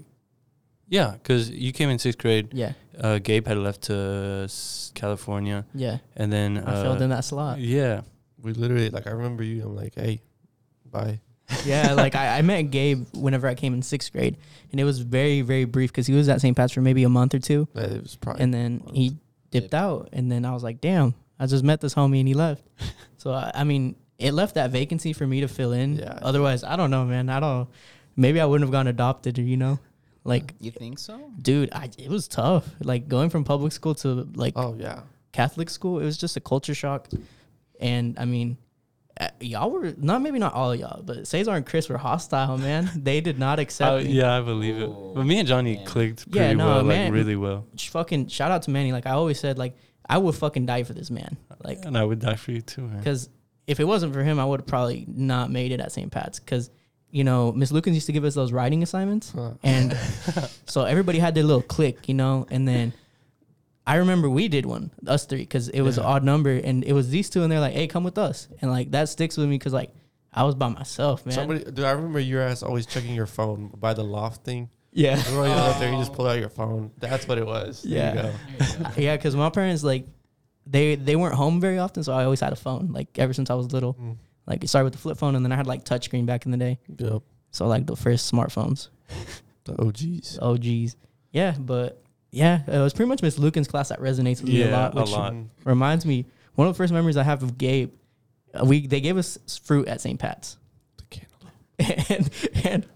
Speaker 3: yeah, because you came in sixth grade.
Speaker 2: Yeah.
Speaker 3: Uh, Gabe had left to s- California,
Speaker 2: Yeah.
Speaker 3: and then
Speaker 2: I
Speaker 3: uh,
Speaker 2: filled in that slot.
Speaker 3: Yeah,
Speaker 4: we literally like I remember you. I'm like, hey, bye.
Speaker 2: yeah, like
Speaker 3: <laughs>
Speaker 2: I, I met Gabe whenever I came in sixth grade, and it was very, very brief because he was at St. Pat's for maybe a month or two,
Speaker 4: Like, it was probably
Speaker 2: and then
Speaker 4: month.
Speaker 2: he dipped out. And then I was like, damn, I just met this homie and he
Speaker 4: <laughs>
Speaker 2: left. so, I, I mean, it left that vacancy for me to fill in.
Speaker 4: Yeah.
Speaker 2: Otherwise, I don't know, man. I don't, maybe I wouldn't have gone adopted, you know? Like,
Speaker 1: you think so? Oh,
Speaker 2: dude, I, it was tough. Like, going from public school to like
Speaker 4: oh yeah,
Speaker 2: Catholic school. It was just a culture shock, and I mean, uh, y'all were not maybe not all y'all, but Cesar and Chris were hostile, man. <laughs> they did not accept
Speaker 3: I,
Speaker 2: me.
Speaker 3: Oh, yeah, I believe it. But me and Johnny
Speaker 1: Oh,
Speaker 3: clicked
Speaker 2: Yeah,
Speaker 3: pretty
Speaker 2: no,
Speaker 3: well,
Speaker 2: man.
Speaker 3: like really well,
Speaker 2: Sh- Fucking shout out to Manny. Like I always said, like I would fucking die for this man. Like
Speaker 3: and I would die for you too, man.
Speaker 2: because if it wasn't for him, I would have probably not made it at St. Pat's. Because you know, Miss Lucas used to give us those writing assignments, and so everybody had their little clique, you know. And then I remember we did one, us three, because it was an odd number, and it was these two, and they're like, "Hey, come with us," and like that sticks with me because like I was by myself, man.
Speaker 4: somebody. Dude, I remember your ass always checking your phone by the
Speaker 3: <laughs>
Speaker 4: loft thing. <laughs>
Speaker 2: yeah,
Speaker 4: You were always out there. You just pulled out your phone. That's what it was. There you
Speaker 2: Oh. Yeah.
Speaker 4: go.
Speaker 2: yeah, because my parents like they they weren't home very often, so I always had a phone. Like ever since I was little,
Speaker 4: Mm.
Speaker 2: like it started with the flip phone, and then I had like touchscreen back in the day.
Speaker 4: Yep.
Speaker 2: So like the first smartphones.
Speaker 4: The OGs.
Speaker 2: Oh geez, yeah, but yeah, it was pretty much Miss Lucan's class that resonates with me a
Speaker 3: Yeah,
Speaker 2: lot,
Speaker 3: a
Speaker 2: which
Speaker 3: lot.
Speaker 2: reminds me one of the first memories I have of Gabe. uh, We they gave us fruit at St. Pat's,
Speaker 4: The cantaloupe.
Speaker 2: <laughs> and and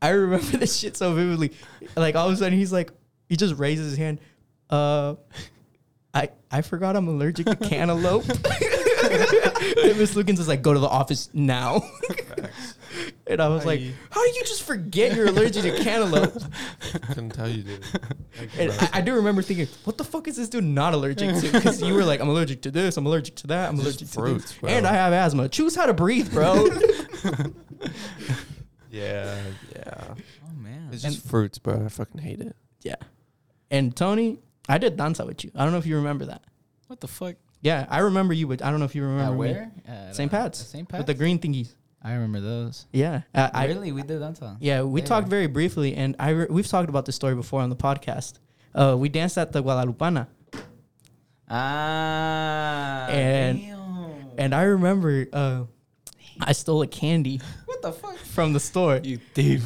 Speaker 2: I remember this shit so vividly. Like all of a sudden he's like, he just raises his hand. Uh, I I forgot I'm allergic to cantaloupe. <laughs> and Miss Lucan's is like, go to the office now. <laughs> and I was like,
Speaker 4: Aye.
Speaker 2: how did you just forget you're allergic to cantaloupe?
Speaker 4: Couldn't tell
Speaker 2: <laughs>
Speaker 4: you, dude.
Speaker 2: And I, I do remember thinking, what the fuck is this dude not allergic to? Because you were like, I'm allergic to this, I'm allergic to that, I'm allergic to
Speaker 4: fruits,
Speaker 2: this,
Speaker 4: bro.
Speaker 2: and I have asthma. Choose how to breathe, bro.
Speaker 4: Yeah, yeah.
Speaker 1: Oh
Speaker 2: Damn.
Speaker 4: It's
Speaker 2: And-
Speaker 4: just fruits, bro. I fucking hate it.
Speaker 2: Yeah. And Tony, I did danza with you. I don't know if you remember that.
Speaker 1: What the fuck?
Speaker 2: Yeah, I remember you, but I don't know if you remember me.
Speaker 1: where? At,
Speaker 2: St.
Speaker 1: uh,
Speaker 2: Pat's.
Speaker 1: St.
Speaker 2: With the
Speaker 1: Pat's?
Speaker 2: green thingies.
Speaker 1: I remember those.
Speaker 2: Yeah. Uh, I,
Speaker 1: really, we did that time.
Speaker 2: yeah, we
Speaker 1: Yeah.
Speaker 2: talked very briefly, and I re- we've talked about this story before on the podcast. Uh, we danced at the Guadalupana,
Speaker 1: Ah.
Speaker 2: and
Speaker 1: damn.
Speaker 2: and I remember uh, I stole a candy
Speaker 1: what the <laughs> fuck?
Speaker 2: from the store. You
Speaker 1: <laughs>
Speaker 2: thief!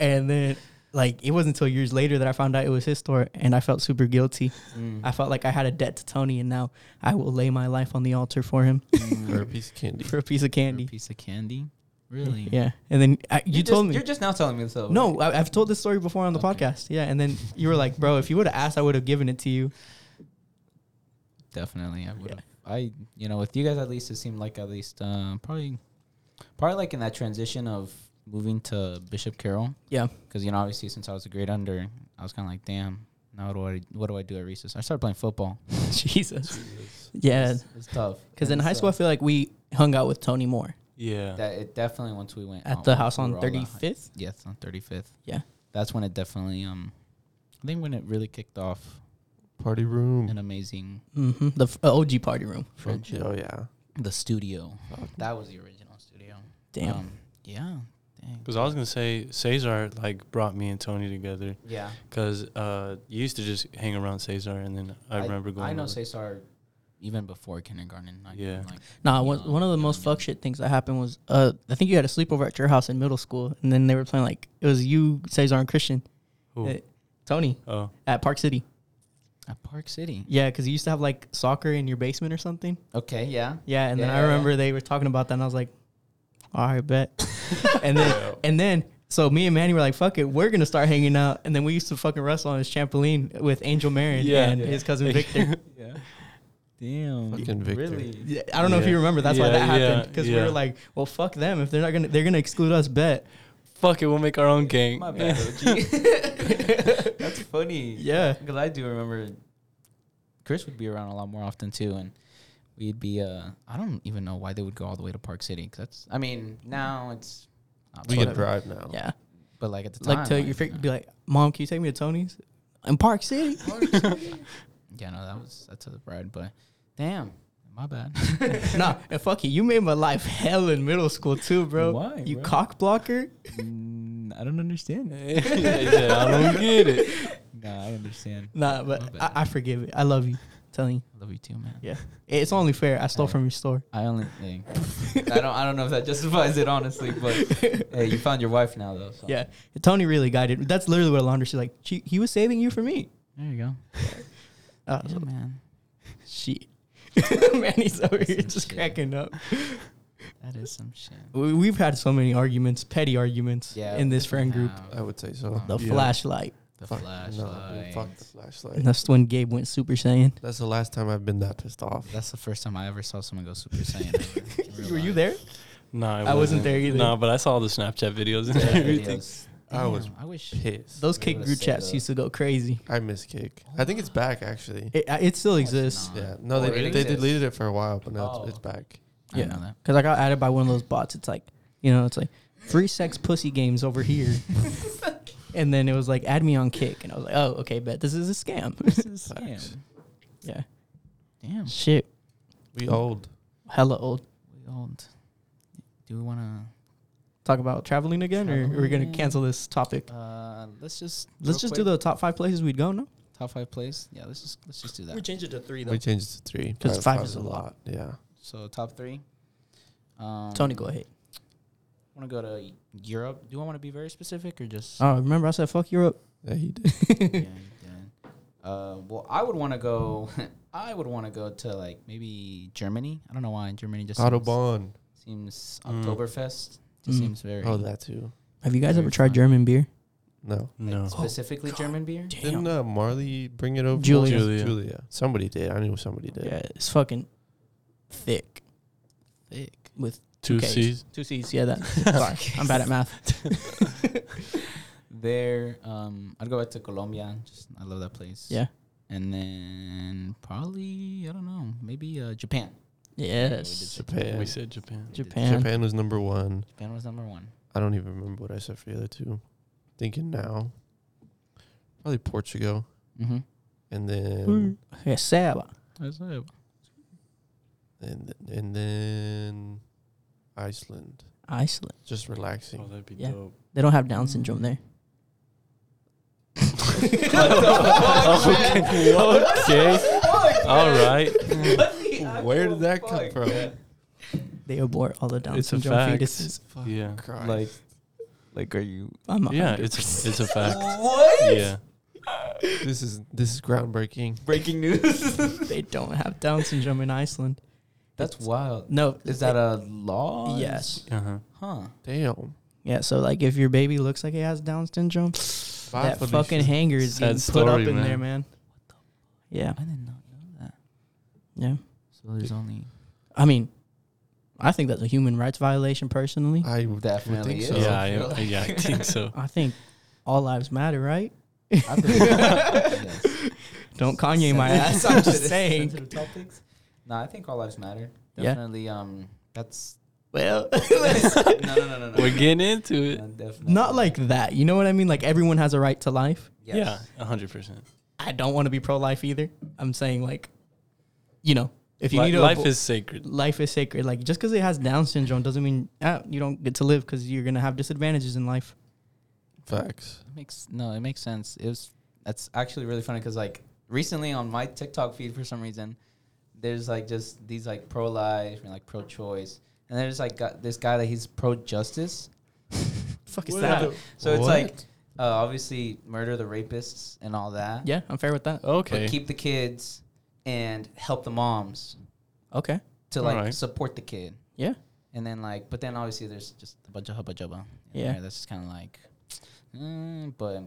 Speaker 2: and then, like, it wasn't until years later that I found out it was his store, and I felt super guilty.
Speaker 1: Mm.
Speaker 2: I felt like I had a debt to Tony, and now I will lay my life on the altar for him <laughs>
Speaker 4: Or a piece of candy.
Speaker 2: for a piece of candy.
Speaker 1: piece of candy.
Speaker 2: <laughs>
Speaker 1: Really?
Speaker 2: Yeah, and then I, you
Speaker 1: You're
Speaker 2: told
Speaker 1: just-
Speaker 2: me
Speaker 1: You're just now telling me this. though.
Speaker 2: No, I, I've told this story before on the podcast. Yeah, and then you were like, "Bro, if you would have asked, I would have given it
Speaker 1: <laughs>
Speaker 2: to you."
Speaker 1: Definitely, I would. have I, you know, with you guys at least, it seemed like at least uh, probably, probably like in that transition of moving to Bishop Carroll,
Speaker 2: Yeah,
Speaker 1: because you know, obviously, since I was a grade under, I was kind of like, damn, now what do I, what do I do at recess? I started playing football.
Speaker 2: Jesus. Yeah,
Speaker 1: It's, it's tough.
Speaker 2: because
Speaker 1: And
Speaker 2: in high
Speaker 1: it's,
Speaker 2: school, I
Speaker 1: uh,
Speaker 2: feel like we hung out with Tony more.
Speaker 3: Yeah.
Speaker 1: that it definitely once we went
Speaker 2: At
Speaker 1: out,
Speaker 2: the
Speaker 1: once
Speaker 2: house
Speaker 1: we
Speaker 2: on
Speaker 1: Oh, were all out.
Speaker 2: 35th?
Speaker 1: Yes, on thirty fifth.
Speaker 2: Yeah,
Speaker 1: That's when it definitely, um, I think when it really kicked off,
Speaker 4: Party room.
Speaker 1: an amazing
Speaker 2: hmm the f- uh, OG party room.
Speaker 1: friendship.
Speaker 4: Oh yeah.
Speaker 1: The studio, that was the original studio.
Speaker 2: Damn.
Speaker 1: Um, yeah. Dang.
Speaker 3: Because I was gonna say Cesar like brought me and Tony together
Speaker 1: Yeah.
Speaker 3: because uh, you used to just hang around Cesar and then I, remember going.
Speaker 1: I know
Speaker 3: over-
Speaker 1: Cesar even before kindergarten. I
Speaker 3: Yeah.
Speaker 1: Like,
Speaker 2: Nah,
Speaker 1: you
Speaker 2: one,
Speaker 1: know,
Speaker 2: one of the most fuck shit things that happened was uh, I think you had a sleepover at your house in middle school, and then they were playing like it was you, Cesar, and Christian,
Speaker 3: Who?
Speaker 2: Uh, Tony
Speaker 3: Oh,
Speaker 2: at Park City.
Speaker 1: at Park City.
Speaker 2: Yeah, because you used to have like soccer in your basement or something.
Speaker 1: Okay. Yeah.
Speaker 2: Yeah, and then
Speaker 1: Yeah,
Speaker 2: I
Speaker 1: yeah,
Speaker 2: remember they were talking about that, and I was like, "All right, bet." and then, and then, so me and Manny were like, "Fuck it, we're gonna start hanging out." And then we used to fucking wrestle on his trampoline with Angel Marin
Speaker 3: Yeah.
Speaker 2: and his cousin
Speaker 3: <laughs>
Speaker 2: Victor.
Speaker 1: Yeah.
Speaker 2: Mm.
Speaker 1: Damn.
Speaker 4: Fucking Victor.
Speaker 1: Really.
Speaker 2: Yeah, I don't know if
Speaker 3: Yeah.
Speaker 2: you remember. That's why
Speaker 3: Yeah,
Speaker 2: that happened
Speaker 3: yeah,
Speaker 2: because we
Speaker 3: yeah.
Speaker 2: were like, "Well, fuck them. If they're not gonna, they're gonna exclude us." Bet.
Speaker 3: fuck it, we'll make our own gang. <laughs>
Speaker 1: My bad, <laughs> OG. That's funny.
Speaker 2: Yeah.
Speaker 1: Because I do remember Chris would be around a lot more often too, and we'd be. uh I don't even know why they would go all the way to Park City. 'cause that's. I mean, now it's. Not
Speaker 4: We
Speaker 1: so
Speaker 4: can
Speaker 1: bad,
Speaker 4: drive now.
Speaker 2: Yeah,
Speaker 1: But like at the time,
Speaker 2: like to your fr- be like, "Mom, can you take me to Tony's in
Speaker 1: <laughs>
Speaker 2: Park City?"
Speaker 1: yeah, no, that was that's a ride, but damn, my bad.
Speaker 2: nah, and fuck you, you made my life hell in middle school too, bro.
Speaker 1: Why,
Speaker 2: You
Speaker 1: bro?
Speaker 2: cock blocker.
Speaker 1: <laughs> I don't understand.
Speaker 3: yeah, I don't get it.
Speaker 1: <laughs> Nah, I understand.
Speaker 2: Nah,
Speaker 1: My
Speaker 2: but
Speaker 1: bad.
Speaker 2: I, I forgive it. I love you. telling you.
Speaker 1: I love you too, man.
Speaker 2: Yeah. It's only fair. I stole from your store.
Speaker 1: I only think I don't I don't know if that justifies it honestly,
Speaker 2: <laughs>
Speaker 1: but hey, you found your wife now though. So.
Speaker 2: Yeah. Tony really guided. That's literally what Alondra, she's like, she, he was saving you for me.
Speaker 1: There you go.
Speaker 2: Uh,
Speaker 1: Yeah, man.
Speaker 2: she, <laughs> man, he's over
Speaker 1: That's
Speaker 2: here
Speaker 1: some
Speaker 2: just
Speaker 1: shit.
Speaker 2: cracking up.
Speaker 1: That is some shit.
Speaker 2: We, we've had so many arguments, petty arguments
Speaker 1: Yeah.
Speaker 2: in this friend group.
Speaker 1: Nah,
Speaker 4: I would say so.
Speaker 2: The
Speaker 4: Yeah.
Speaker 2: flashlight.
Speaker 1: the
Speaker 4: Oh, Fuck, no,
Speaker 1: flashlight.
Speaker 4: fuck the flashlight.
Speaker 2: And that's when Gabe went Super Saiyan.
Speaker 4: That's the last time I've been that pissed off.
Speaker 1: That's the first time I ever saw someone go Super Saiyan. ever
Speaker 2: <laughs>
Speaker 1: in real
Speaker 2: Were you
Speaker 1: life.
Speaker 2: there?
Speaker 3: No, I,
Speaker 2: wasn't there either.
Speaker 3: No, but I saw all the Snapchat videos
Speaker 1: <laughs>
Speaker 2: <laughs>
Speaker 3: and
Speaker 1: Yeah,
Speaker 3: everything.
Speaker 1: videos.
Speaker 4: I was
Speaker 1: Damn, I wish.
Speaker 4: Pissed.
Speaker 2: Those
Speaker 1: I
Speaker 2: cake
Speaker 1: would've
Speaker 2: group
Speaker 1: said
Speaker 2: chats
Speaker 1: the-
Speaker 2: used to go crazy.
Speaker 4: I miss cake. I think it's back actually.
Speaker 2: It, I- it still exists.
Speaker 1: not.
Speaker 4: Yeah. No,
Speaker 1: Oh,
Speaker 4: they,
Speaker 1: it
Speaker 4: they
Speaker 1: exists.
Speaker 4: deleted it for a while, but now
Speaker 1: Oh.
Speaker 4: it's, it's back.
Speaker 1: I
Speaker 2: Yeah.
Speaker 1: know that.
Speaker 2: Because I got added by one of those bots. It's like, you know, it's like free sex pussy games over here.
Speaker 1: <laughs>
Speaker 2: and then it was like, add me on kick. And I was like, oh, okay, bet this is a scam. <laughs>
Speaker 1: Damn.
Speaker 2: yeah.
Speaker 1: Damn.
Speaker 2: Shit.
Speaker 4: We old.
Speaker 2: Hella old.
Speaker 1: We old. Do we want
Speaker 2: Talk about traveling again, or are we going
Speaker 1: Traveling.
Speaker 2: to cancel this topic?
Speaker 1: to? Uh, let's just
Speaker 2: Let's just do the top five places we'd go, no?
Speaker 1: top five plays. Yeah, let's just let's just do that.
Speaker 2: change it to three,
Speaker 4: We changed it to three.
Speaker 2: 'Cause
Speaker 4: Five-
Speaker 2: five
Speaker 4: five
Speaker 2: is a lot.
Speaker 4: Yeah.
Speaker 1: So top three. Um,
Speaker 2: Tony, go ahead.
Speaker 1: Want to go to Europe? Do I want to be very specific or just?
Speaker 2: Oh, remember I said, fuck Europe? <laughs>
Speaker 4: Yeah, he <laughs> did.
Speaker 1: <laughs> yeah, yeah. Uh, well, I would want to go. <laughs> I would want to go to like maybe Germany. I don't know why Germany just seems-
Speaker 4: Autobahn.
Speaker 1: seems
Speaker 3: Mm.
Speaker 1: Oktoberfest. Just
Speaker 2: Mm.
Speaker 1: seems very
Speaker 4: Oh, that too.
Speaker 2: Have you guys
Speaker 1: Very
Speaker 2: ever tried
Speaker 1: fun.
Speaker 2: German beer?
Speaker 4: No.
Speaker 3: No.
Speaker 1: specifically German beer.
Speaker 4: Didn't uh, Marley bring it over?
Speaker 2: Julia.
Speaker 3: Julia.
Speaker 4: Julia. Somebody did. I knew somebody did.
Speaker 2: Yeah, it's fucking thick. Thick. With
Speaker 3: Two
Speaker 2: Ks.
Speaker 3: C's.
Speaker 2: two C's.
Speaker 1: <laughs>
Speaker 2: Yeah, that. Sorry. I'm bad at math.
Speaker 1: There, um, I'd go back to Colombia. Just I love that place.
Speaker 2: Yeah.
Speaker 1: And then probably I don't know maybe uh, Japan.
Speaker 2: Yes.
Speaker 4: Japan.
Speaker 3: We said Japan.
Speaker 2: Japan.
Speaker 4: Japan was number one.
Speaker 1: Japan was number one.
Speaker 4: I don't even remember what I said for the other two. thinking now, probably Portugal,
Speaker 1: Mm-hmm.
Speaker 4: and then
Speaker 2: Yeah, Saba.
Speaker 3: Oh,
Speaker 4: and and then Iceland.
Speaker 2: Iceland.
Speaker 4: Just relaxing.
Speaker 3: Oh, that'd be
Speaker 2: Yeah.
Speaker 3: dope.
Speaker 2: They don't have Down syndrome there.
Speaker 1: <laughs>
Speaker 3: okay. okay. All right.
Speaker 4: Where did that come from?
Speaker 2: They abort all the Down
Speaker 3: It's a
Speaker 2: syndrome
Speaker 3: fact.
Speaker 2: fetuses.
Speaker 3: Yeah.
Speaker 4: Christ.
Speaker 1: Like, like, are you?
Speaker 2: I'm a
Speaker 3: Yeah.
Speaker 2: hundred.
Speaker 3: It's a, it's
Speaker 1: <laughs>
Speaker 3: a fact.
Speaker 1: What?
Speaker 3: Yeah.
Speaker 4: this is this is
Speaker 1: <laughs>
Speaker 4: groundbreaking.
Speaker 1: Breaking news.
Speaker 2: they don't have Down syndrome in Iceland.
Speaker 1: That's wild.
Speaker 2: No,
Speaker 1: Is that a law?
Speaker 2: yes?
Speaker 3: Uh huh.
Speaker 1: Huh.
Speaker 4: Damn.
Speaker 2: Yeah. So like, if your baby looks like it has Down syndrome,
Speaker 4: Bye,
Speaker 2: that
Speaker 4: Felicia.
Speaker 2: fucking hanger is
Speaker 3: Sad
Speaker 2: getting put
Speaker 3: story,
Speaker 2: up in
Speaker 3: man.
Speaker 2: there, man. Yeah,
Speaker 1: I did not know that.
Speaker 2: yeah.
Speaker 1: So there's only
Speaker 2: I mean, I think that's a human rights violation. Personally,
Speaker 4: I would
Speaker 1: Definitely
Speaker 4: think
Speaker 1: is.
Speaker 4: so.
Speaker 3: Yeah. I, I- yeah. I think so.
Speaker 2: I think all lives matter, right?
Speaker 1: I believe
Speaker 2: <laughs>
Speaker 1: yes.
Speaker 2: Don't Kanye my ass.
Speaker 1: <laughs>
Speaker 2: I'm just saying.
Speaker 1: topics. No, I think all lives matter.
Speaker 2: Yeah.
Speaker 1: Definitely. Um,
Speaker 2: <laughs>
Speaker 1: that's <laughs>
Speaker 2: Well,
Speaker 1: no, no, no, no, no.
Speaker 3: We're getting into it.
Speaker 1: No, definitely.
Speaker 2: not like that. You know what I mean? Like everyone has a right to life.
Speaker 1: <laughs> Yes.
Speaker 3: Yeah. hundred percent.
Speaker 2: I don't want to be pro life either. I'm saying like, you know, if you
Speaker 3: Li-
Speaker 2: need to
Speaker 3: life
Speaker 2: avo-
Speaker 3: is sacred.
Speaker 2: life is sacred. Like just because it has Down syndrome doesn't mean ah, you don't get to live because you're gonna have disadvantages in life.
Speaker 4: Facts.
Speaker 1: It makes no, it makes sense. It was that's actually really funny because like recently on my TikTok feed for some reason, there's like just these like pro life and like pro choice, and there's like got this guy that he's pro justice.
Speaker 2: Fuck is that?
Speaker 1: So it's
Speaker 4: What?
Speaker 1: like uh, obviously murder the rapists and all that.
Speaker 2: Yeah, I'm fair with that.
Speaker 3: Okay.
Speaker 1: But keep the kids and help the moms
Speaker 2: Okay.
Speaker 1: to like
Speaker 3: Alright.
Speaker 1: support the kid.
Speaker 2: Yeah.
Speaker 1: And then like, but then obviously there's just a bunch of hubba jubba. in
Speaker 2: Yeah.
Speaker 1: there That's kind of like, mm, but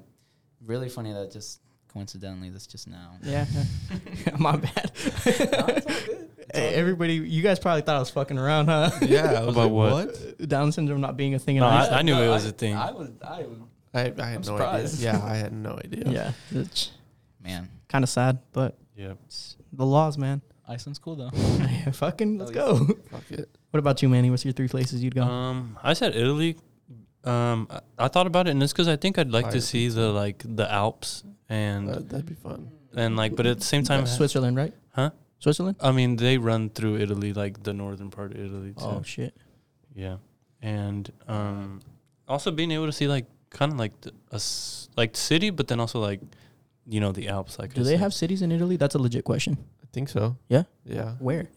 Speaker 1: really funny that just coincidentally that's just now.
Speaker 2: Yeah.
Speaker 3: <laughs>
Speaker 2: <laughs> My bad. <laughs> Hey, everybody, you guys probably thought I was fucking around, huh?
Speaker 4: Yeah. I was
Speaker 3: About
Speaker 4: like,
Speaker 2: <laughs>
Speaker 3: what?
Speaker 2: Down syndrome not being a thing in
Speaker 3: No,
Speaker 2: Iceland.
Speaker 3: I, I knew it was a thing.
Speaker 1: I was, I was,
Speaker 4: I, I had no
Speaker 1: surprised.
Speaker 4: idea. Yeah, I had no idea.
Speaker 2: yeah. It's
Speaker 1: man.
Speaker 2: kind of sad, but
Speaker 3: yeah.
Speaker 2: it's the laws, man. <laughs>
Speaker 1: Iceland's cool though.
Speaker 2: fucking, let's
Speaker 1: Oh,
Speaker 2: go.
Speaker 4: Fuck it.
Speaker 2: What about you, Manny? What's your three places you'd go?
Speaker 3: Um, I said Italy. Um, I, I thought about it, and it's because I think I'd like
Speaker 4: Fire.
Speaker 3: to see the like the Alps and
Speaker 4: Uh, that'd be fun.
Speaker 3: and like, but at the same time,
Speaker 2: Uh, Switzerland, right?
Speaker 3: Huh?
Speaker 2: Switzerland?
Speaker 3: I mean, they run through Italy, like the northern part of Italy. Too.
Speaker 2: Oh shit.
Speaker 3: yeah, and um, also being able to see like kind of like the, a s- like city, but then also like you know the Alps. Like, I
Speaker 2: Do they
Speaker 3: said.
Speaker 2: have cities in Italy? That's a legit question.
Speaker 4: I think so.
Speaker 2: Yeah?
Speaker 4: Yeah.
Speaker 2: Where?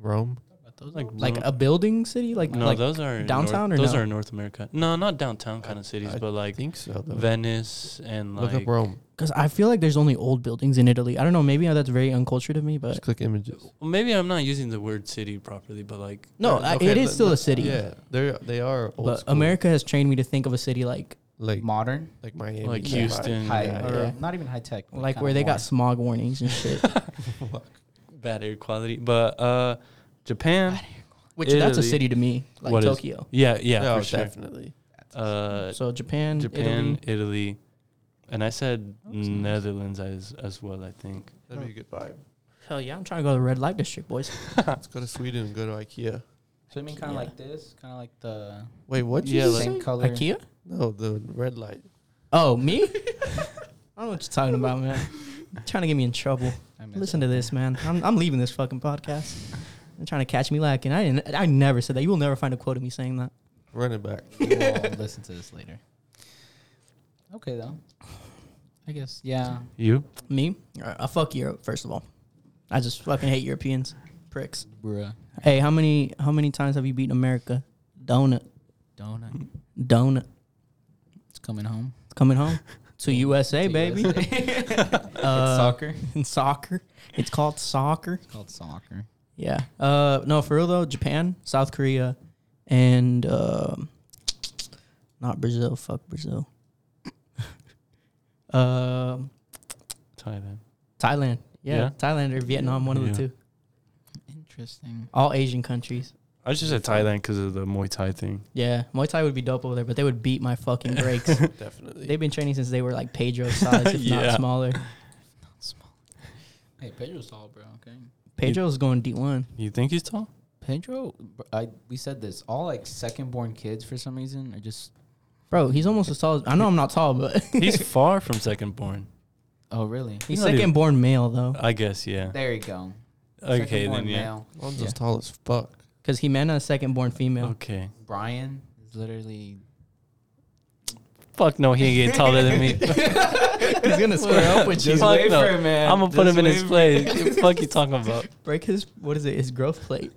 Speaker 4: Rome.
Speaker 3: like
Speaker 2: Like
Speaker 3: no-
Speaker 2: a building city? Like
Speaker 3: no,
Speaker 2: like
Speaker 3: those are in
Speaker 2: downtown
Speaker 3: North,
Speaker 2: or
Speaker 3: those
Speaker 2: no?
Speaker 3: are in North America. No, not downtown kind of cities,
Speaker 4: I
Speaker 3: but
Speaker 4: I
Speaker 3: like
Speaker 4: think so. Though.
Speaker 3: Venice and like
Speaker 4: Look up Rome.
Speaker 2: Because I feel like there's only old buildings in Italy. I don't know. Maybe that's very uncultured of me, but
Speaker 4: Just click images.
Speaker 3: Well, maybe I'm not using the word city properly, but like
Speaker 2: no,
Speaker 4: Yeah,
Speaker 2: I
Speaker 4: okay,
Speaker 2: it is
Speaker 4: but-
Speaker 2: still
Speaker 4: but-
Speaker 2: a city.
Speaker 4: Yeah, they they are old
Speaker 2: but
Speaker 4: school,
Speaker 2: America has trained me to think of a city like
Speaker 4: like
Speaker 1: Modern,
Speaker 4: like Miami,
Speaker 3: like
Speaker 4: yeah.
Speaker 3: Houston,
Speaker 1: high,
Speaker 4: yeah,
Speaker 1: or
Speaker 2: yeah.
Speaker 1: not even high tech. but
Speaker 2: like
Speaker 1: kinda
Speaker 2: where they
Speaker 1: modern.
Speaker 2: got smog warnings and shit.
Speaker 3: bad air quality. But uh, Japan,
Speaker 2: <laughs> Which that's a
Speaker 3: Italy.
Speaker 2: city to me, like
Speaker 3: What is-
Speaker 2: Tokyo.
Speaker 3: yeah, yeah,
Speaker 4: oh,
Speaker 3: for sure.
Speaker 4: definitely.
Speaker 3: Uh,
Speaker 2: So Japan,
Speaker 3: Japan,
Speaker 2: Italy.
Speaker 3: Italy. and I said Netherlands as as well. I think.
Speaker 4: That'd be a good vibe.
Speaker 2: Hell yeah, I'm trying to go to the red light district, boys.
Speaker 4: Let's go to Sweden and go to IKEA.
Speaker 1: So I mean, kind of
Speaker 2: Yeah.
Speaker 1: like this, kind of like the
Speaker 4: Wait, what?
Speaker 3: Yeah,
Speaker 4: Yeah,
Speaker 3: like-
Speaker 1: same color.
Speaker 2: IKEA?
Speaker 4: no, the red light.
Speaker 2: Oh, me? <laughs> I don't know what you're talking about, man. You're trying to get me in trouble.
Speaker 1: I mean,
Speaker 2: Listen to this, man. I'm, I'm leaving this fucking podcast. They're trying to catch me lacking. I didn't. I never said that. You will never find a quote of me saying that.
Speaker 4: Run it back.
Speaker 1: we'll listen to this later. Okay though. I guess yeah.
Speaker 3: You?
Speaker 2: Me? Uh, I fuck Europe first of all. I just fucking hate Europeans, pricks.
Speaker 1: Bruh.
Speaker 2: Hey, how many how many times have you beaten America? Donut,
Speaker 1: Donut.
Speaker 2: donut.
Speaker 1: It's coming home.
Speaker 2: It's coming home
Speaker 1: <laughs>
Speaker 2: to USA,
Speaker 1: To
Speaker 2: baby.
Speaker 1: USA.
Speaker 2: Uh,
Speaker 1: soccer.
Speaker 2: in soccer, it's called soccer.
Speaker 1: It's called soccer.
Speaker 2: Yeah. Uh, no, for real though, Japan, South Korea, and um, not Brazil. Fuck Brazil. <laughs> Um,
Speaker 3: Thailand.
Speaker 2: Thailand. Yeah,
Speaker 3: Yeah.
Speaker 2: Thailand or Vietnam, one of
Speaker 3: Yeah.
Speaker 2: the two.
Speaker 1: Interesting.
Speaker 2: All Asian countries.
Speaker 3: I just said Thailand because of the Muay
Speaker 1: <laughs>
Speaker 3: Thai thing.
Speaker 2: Yeah, Muay Thai would be dope over there, but they would beat my fucking
Speaker 3: <laughs>
Speaker 2: brakes.
Speaker 4: definitely.
Speaker 2: They've been training since they were like Pedro size, if not
Speaker 3: Yeah.
Speaker 2: smaller.
Speaker 1: Hey, Pedro's tall, bro. Okay.
Speaker 2: Pedro's going D one.
Speaker 3: You think he's tall?
Speaker 1: Pedro, I we said this. All like second born kids for some reason are just
Speaker 2: Bro, he's almost as tall as I know I'm not tall,
Speaker 3: <laughs>
Speaker 2: but
Speaker 1: <laughs>
Speaker 3: He's far from second born.
Speaker 1: Oh, really?
Speaker 2: he's
Speaker 3: not even-
Speaker 2: second born male though.
Speaker 3: I guess, yeah.
Speaker 1: There you go.
Speaker 3: Okay,
Speaker 1: Second born
Speaker 3: then, yeah.
Speaker 1: male.
Speaker 4: Lonzo's
Speaker 2: Yeah.
Speaker 4: tall as fuck.
Speaker 2: Because Jimena is second born female.
Speaker 3: Okay.
Speaker 1: Brian is literally
Speaker 3: Fuck no, he ain't getting taller than
Speaker 1: <laughs>
Speaker 3: me. <laughs>
Speaker 2: He's gonna square up with you.
Speaker 1: Just
Speaker 3: Fuck
Speaker 1: wait
Speaker 3: no.
Speaker 1: for it, man.
Speaker 3: I'm gonna put
Speaker 1: Just
Speaker 3: him in
Speaker 1: wait
Speaker 3: his
Speaker 1: for
Speaker 3: place. What the fuck you talking <laughs> about?
Speaker 2: Break his what is it? His growth
Speaker 3: <laughs>
Speaker 2: plate.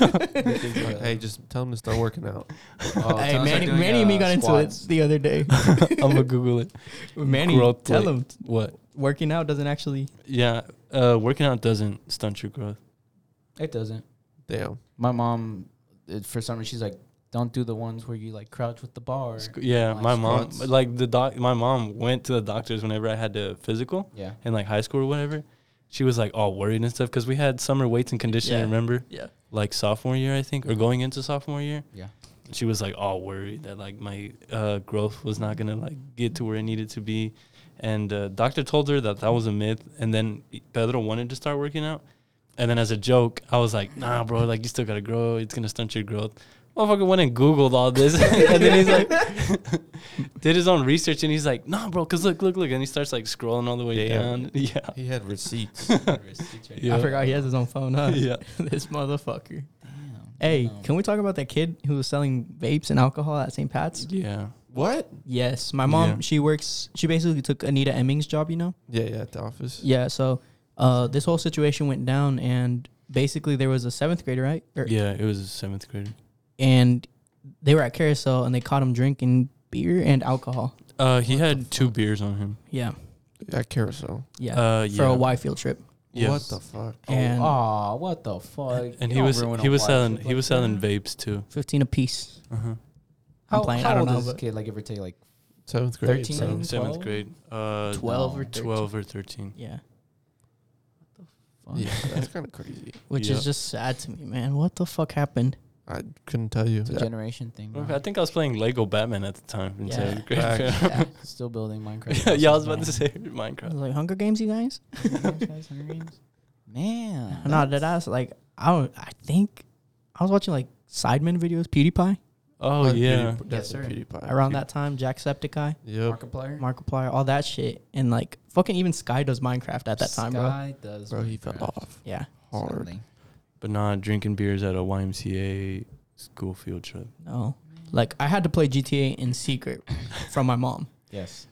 Speaker 3: Oh,
Speaker 2: <laughs>
Speaker 4: Like, hey, just tell him to start working out.
Speaker 1: Oh,
Speaker 2: hey,
Speaker 1: tell him to start
Speaker 2: Manny,
Speaker 1: doing,
Speaker 2: Manny and
Speaker 1: uh,
Speaker 2: me got into
Speaker 1: squats.
Speaker 2: it the other
Speaker 3: <laughs>
Speaker 2: day.
Speaker 3: I'm gonna Google it.
Speaker 2: Manny,
Speaker 3: Growth
Speaker 2: tell
Speaker 3: plate.
Speaker 2: him
Speaker 3: What?
Speaker 2: working out doesn't actually.
Speaker 3: Yeah, uh, working out doesn't stunt your growth.
Speaker 1: It doesn't.
Speaker 4: Damn.
Speaker 1: My mom, uh, for some reason, she's like, "Don't do the ones where you like crouch with the bar."
Speaker 3: Sc- Yeah,
Speaker 1: Like
Speaker 3: my mom,
Speaker 1: squats.
Speaker 3: like the doc, my mom went to the doctors whenever I had the physical
Speaker 1: Yeah.
Speaker 3: in like high school or whatever. She was like all worried and stuff because we had summer weights and conditioning.
Speaker 2: Yeah.
Speaker 3: Remember,
Speaker 2: Yeah.
Speaker 3: like sophomore year, I think, or going into sophomore year.
Speaker 1: Yeah.
Speaker 3: she was like all worried that like my uh, growth was not gonna like get to where it needed to be, and uh, doctor told her that that was a myth. And then Pedro wanted to start working out, and then as a joke, I was like, Nah, bro, like you still gotta grow. It's gonna stunt your growth. Motherfucker went and googled all this, <laughs> and then he's like, did his own research, and he's like, Nah, bro, cause look, look, look, and he starts like scrolling all the way
Speaker 4: Damn.
Speaker 3: down. <laughs> Yeah,
Speaker 4: He had receipts.
Speaker 3: yeah.
Speaker 2: I forgot he has his own phone, huh?
Speaker 3: Yeah.
Speaker 2: <laughs> this motherfucker.
Speaker 1: Damn.
Speaker 2: Hey,
Speaker 1: Um,
Speaker 2: can we talk about that kid who was selling vapes and alcohol at St. Pat's?
Speaker 3: <laughs> Yeah,
Speaker 4: what?
Speaker 2: Yes, my mom.
Speaker 3: Yeah.
Speaker 2: She works. She basically took Anita Emming's job. You know.
Speaker 4: <laughs> Yeah, yeah, at the office.
Speaker 2: Yeah, so uh, this whole situation went down, and basically there was a seventh grader, right? Or-
Speaker 3: yeah. It was a seventh grader.
Speaker 2: And they were at carousel, and they caught him drinking beer and alcohol.
Speaker 3: Uh, he had two beers on him.
Speaker 2: Yeah,
Speaker 4: At Carousel.
Speaker 2: yeah,
Speaker 3: Uh,
Speaker 2: for
Speaker 3: yeah.
Speaker 2: a Y field trip.
Speaker 4: What
Speaker 3: Yes.
Speaker 4: the fuck?
Speaker 1: Oh,
Speaker 2: And
Speaker 1: Aw, what the fuck?
Speaker 3: and
Speaker 1: You
Speaker 3: he
Speaker 1: don't
Speaker 3: was
Speaker 1: ruin
Speaker 3: he
Speaker 1: a
Speaker 3: was
Speaker 1: wife
Speaker 3: selling
Speaker 1: like
Speaker 3: he was
Speaker 1: that.
Speaker 3: selling vapes too.
Speaker 2: fifteen apiece.
Speaker 3: Uh-huh.
Speaker 1: How,
Speaker 2: I'm playing,
Speaker 1: how
Speaker 2: I don't
Speaker 1: old
Speaker 2: know,
Speaker 1: is this
Speaker 2: but-
Speaker 1: kid? Like, give or take, like
Speaker 4: Seventh grade.
Speaker 1: thirteen,
Speaker 4: so-
Speaker 1: 12?
Speaker 3: Seventh grade, uh,
Speaker 2: Twelve
Speaker 1: no.
Speaker 2: or 13.
Speaker 3: twelve or thirteen.
Speaker 2: Yeah,
Speaker 1: Fuck.
Speaker 4: Yeah,
Speaker 3: <laughs>
Speaker 4: that's kind of crazy.
Speaker 2: <laughs> which
Speaker 3: Yeah.
Speaker 2: is just sad to me, man. What the fuck happened?
Speaker 4: I couldn't tell you.
Speaker 1: It's a generation thing. bro.
Speaker 3: I think I was playing Lego Batman at the time in
Speaker 2: Yeah.
Speaker 3: seventh grade. <laughs>
Speaker 4: Facts.
Speaker 2: Yeah.
Speaker 1: Still building Minecraft.
Speaker 3: Yeah, <laughs> I was
Speaker 1: houses,
Speaker 3: about
Speaker 1: bro.
Speaker 3: to say
Speaker 2: I was
Speaker 3: Minecraft.
Speaker 2: like, Hunger Games, you guys?
Speaker 1: Minecraft guys, <laughs> Hunger
Speaker 2: <laughs>
Speaker 1: Games? Man,
Speaker 2: No, that I was like, I don't, I think I was watching like Sidemen videos, PewDiePie
Speaker 3: Oh
Speaker 4: That's
Speaker 3: yeah,
Speaker 4: PewDie- that's
Speaker 1: Yes, sir.
Speaker 4: PewDiePie.
Speaker 2: around that time, Jacksepticeye,
Speaker 4: Yep.
Speaker 1: Markiplier.
Speaker 2: Markiplier, all that shit, and like fucking even Sky does Minecraft at that time, bro.
Speaker 1: Sky does
Speaker 4: Bro, he fell
Speaker 1: Minecraft.
Speaker 4: off
Speaker 2: Yeah,
Speaker 4: hard.
Speaker 1: Suddenly.
Speaker 3: but not drinking beers at a YMCA school field trip.
Speaker 2: no. Like I had to play GTA in secret from my mom.
Speaker 1: Yes.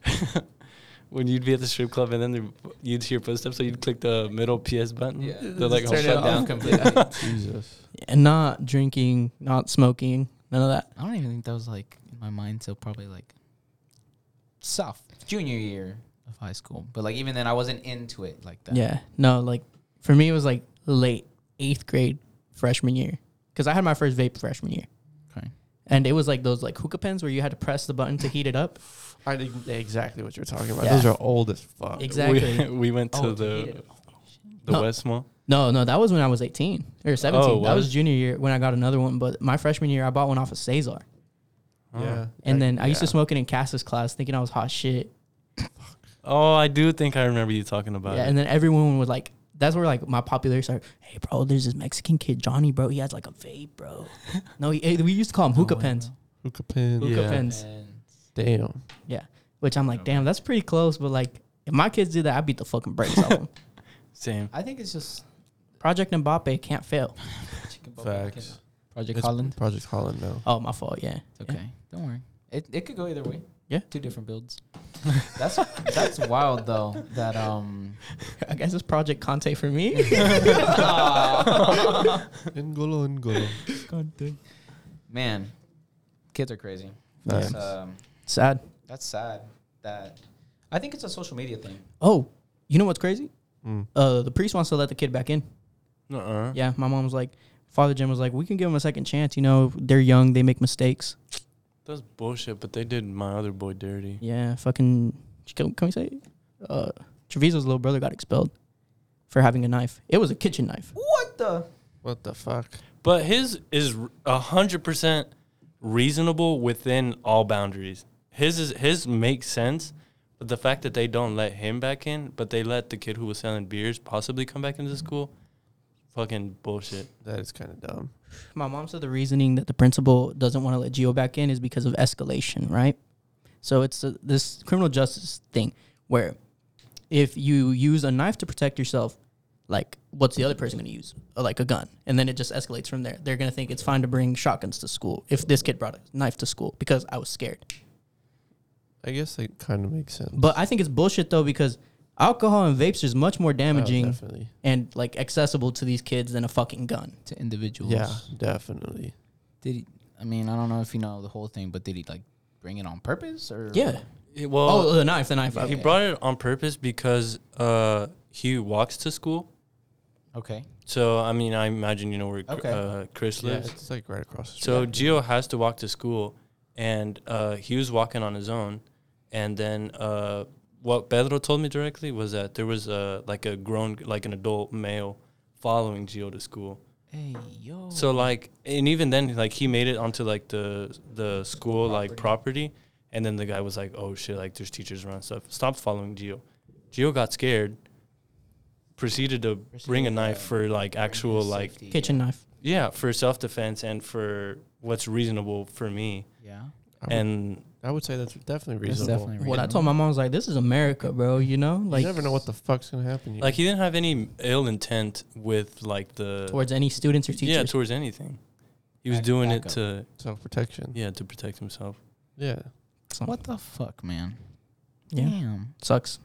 Speaker 3: When you'd be at the strip club and then there- you'd hear footsteps, so you'd click the middle PS
Speaker 1: <laughs>
Speaker 3: button.
Speaker 1: Yeah.
Speaker 3: they're like
Speaker 2: Turn
Speaker 3: all
Speaker 2: it
Speaker 3: shut
Speaker 2: off.
Speaker 3: down.
Speaker 1: completely. <laughs>
Speaker 4: Jesus.
Speaker 2: And not drinking, not smoking, none of that.
Speaker 1: I don't even think that was like in my mind till probably like soft junior year of high school. But like even then, I wasn't into it like that.
Speaker 2: Yeah. No, like for me it was like late eighth grade freshman year. Because I had my first vape freshman year.
Speaker 1: Okay.
Speaker 2: And it was like those like hookah pens where you had to press the button to heat it up.
Speaker 4: I think exactly what you're talking about.
Speaker 2: Yeah.
Speaker 4: Those are old as fuck.
Speaker 2: Exactly.
Speaker 3: <laughs> We, we went to
Speaker 1: Oh,
Speaker 3: the the
Speaker 2: No.
Speaker 3: West Mall.
Speaker 2: No, no, that was when I was 18 or 17.
Speaker 3: Oh,
Speaker 2: that was
Speaker 3: was-
Speaker 2: junior year when I got another one. But my freshman year, I bought one off of Cesar.
Speaker 4: Yeah.
Speaker 2: And then I used to
Speaker 4: yeah.
Speaker 2: smoke it in Cass's class thinking I was hot shit.
Speaker 3: Oh, I do think I remember you talking about
Speaker 2: Yeah,
Speaker 3: it.
Speaker 2: and then everyone would like, that's where like my popularity started. Hey, bro, there's this Mexican kid, Johnny, bro. He has like a vape,
Speaker 1: <laughs>
Speaker 2: bro. no, he, eh, we used to call him hookah
Speaker 1: way,
Speaker 2: pens.
Speaker 4: Hookah pin.
Speaker 3: Yeah.
Speaker 2: Hookah pens.
Speaker 1: And
Speaker 4: Damn.
Speaker 2: Which I'm like, damn, that's pretty close. But like, if my kids did that, I'd beat the fucking brakes off them.
Speaker 3: Same.
Speaker 1: <laughs> I think it's just
Speaker 2: Project Mbappe can't fail.
Speaker 1: chicken bubble
Speaker 4: Facts.
Speaker 1: Project
Speaker 4: It's
Speaker 1: Holland.
Speaker 4: Project Holland now.
Speaker 2: Oh, my fault. Yeah.
Speaker 1: It's okay. Don't worry. It it could go either way.
Speaker 2: Yeah.
Speaker 1: Two different builds. <laughs> that's that's <laughs> wild though. That
Speaker 4: <laughs>
Speaker 1: um.
Speaker 2: <laughs>
Speaker 1: <laughs>
Speaker 2: I guess it's Project Conte for me. <laughs>
Speaker 4: <laughs> Ngolo Ngolo.
Speaker 1: Man, kids are crazy.
Speaker 4: Facts.
Speaker 1: That's, um,
Speaker 2: Sad.
Speaker 1: that's sad. That I think it's a social media thing.
Speaker 2: Oh, you know what's crazy?
Speaker 4: Mm.
Speaker 2: Uh, the priest wants to let the kid back in.
Speaker 3: Uh-uh.
Speaker 2: Yeah, my mom was like, Father Jim was like, we can give him a second chance. You know, they're young, they make mistakes.
Speaker 3: That's bullshit, but they did my other boy dirty.
Speaker 2: Yeah, fucking. Can, can we say? it? Uh, Treviso's little brother got expelled for having a knife. It was a kitchen knife.
Speaker 1: What
Speaker 2: <laughs>
Speaker 1: the?
Speaker 4: What the fuck?
Speaker 3: But his is a hundred percent reasonable within all boundaries. His is his makes sense, but the fact that they don't let him back in, but they let the kid who was selling beers possibly come back into school, fucking bullshit.
Speaker 4: That is kind of dumb.
Speaker 2: My mom said the reasoning that the principal doesn't want to let Gio back in is because of escalation, right? So it's uh this criminal justice thing where if you use a knife to protect yourself, like what's the other person going to use? Uh, Like a gun, and then it just escalates from there. They're going to think it's fine to bring shotguns to school if this kid brought a knife to school because I was scared.
Speaker 4: I guess it kind of makes sense.
Speaker 2: But I think it's bullshit though because alcohol and vapes is much more damaging
Speaker 4: Oh, Uh, definitely.
Speaker 2: and like accessible to these kids than a fucking gun.
Speaker 1: to individuals.
Speaker 4: yeah, definitely.
Speaker 1: Did he? I mean, I don't know if you know the whole thing, but did he like bring it on purpose or?
Speaker 2: Yeah.
Speaker 3: It- well,
Speaker 2: Oh, the knife, the knife.
Speaker 3: he
Speaker 2: Okay.
Speaker 3: brought it on purpose because uh, he walks to school.
Speaker 1: Okay.
Speaker 3: So I mean, I imagine you know where
Speaker 1: Okay.
Speaker 3: uh, Chris
Speaker 4: Yeah,
Speaker 3: lives.
Speaker 4: it's like right across the street.
Speaker 3: So Gio has to walk to school, and uh, he was walking on his own. And then uh, what Pedro told me directly was that there was a like a grown, like an adult male, following Gio to school.
Speaker 1: Hey yo.
Speaker 3: So like, and even then, like he made it onto like the the school like property, and then the guy was like, "Oh shit! Like there's teachers around and stuff. Stop following Gio." Gio got scared, proceeded to bring a knife for like actual like
Speaker 1: Safety,
Speaker 2: kitchen knife.
Speaker 3: yeah for self defense and for what's reasonable for me.
Speaker 1: Yeah.
Speaker 4: I would-
Speaker 3: And
Speaker 4: I would say that's definitely
Speaker 1: That's
Speaker 4: reasonable.
Speaker 1: definitely
Speaker 2: What I
Speaker 1: reasonable.
Speaker 2: told my mom I was like, "This is America, bro. You know, like
Speaker 4: you never know what the fuck's gonna happen. Here.
Speaker 3: like he didn't have any ill intent with like the
Speaker 2: towards any students or teachers."
Speaker 3: yeah towards anything. He was
Speaker 1: Back-
Speaker 3: doing
Speaker 1: back
Speaker 3: it
Speaker 1: up.
Speaker 3: to
Speaker 4: self protection.
Speaker 3: yeah to protect himself.
Speaker 4: Yeah.
Speaker 2: So,
Speaker 1: What the fuck, man?
Speaker 2: Yeah.
Speaker 1: Damn.
Speaker 2: Sucks.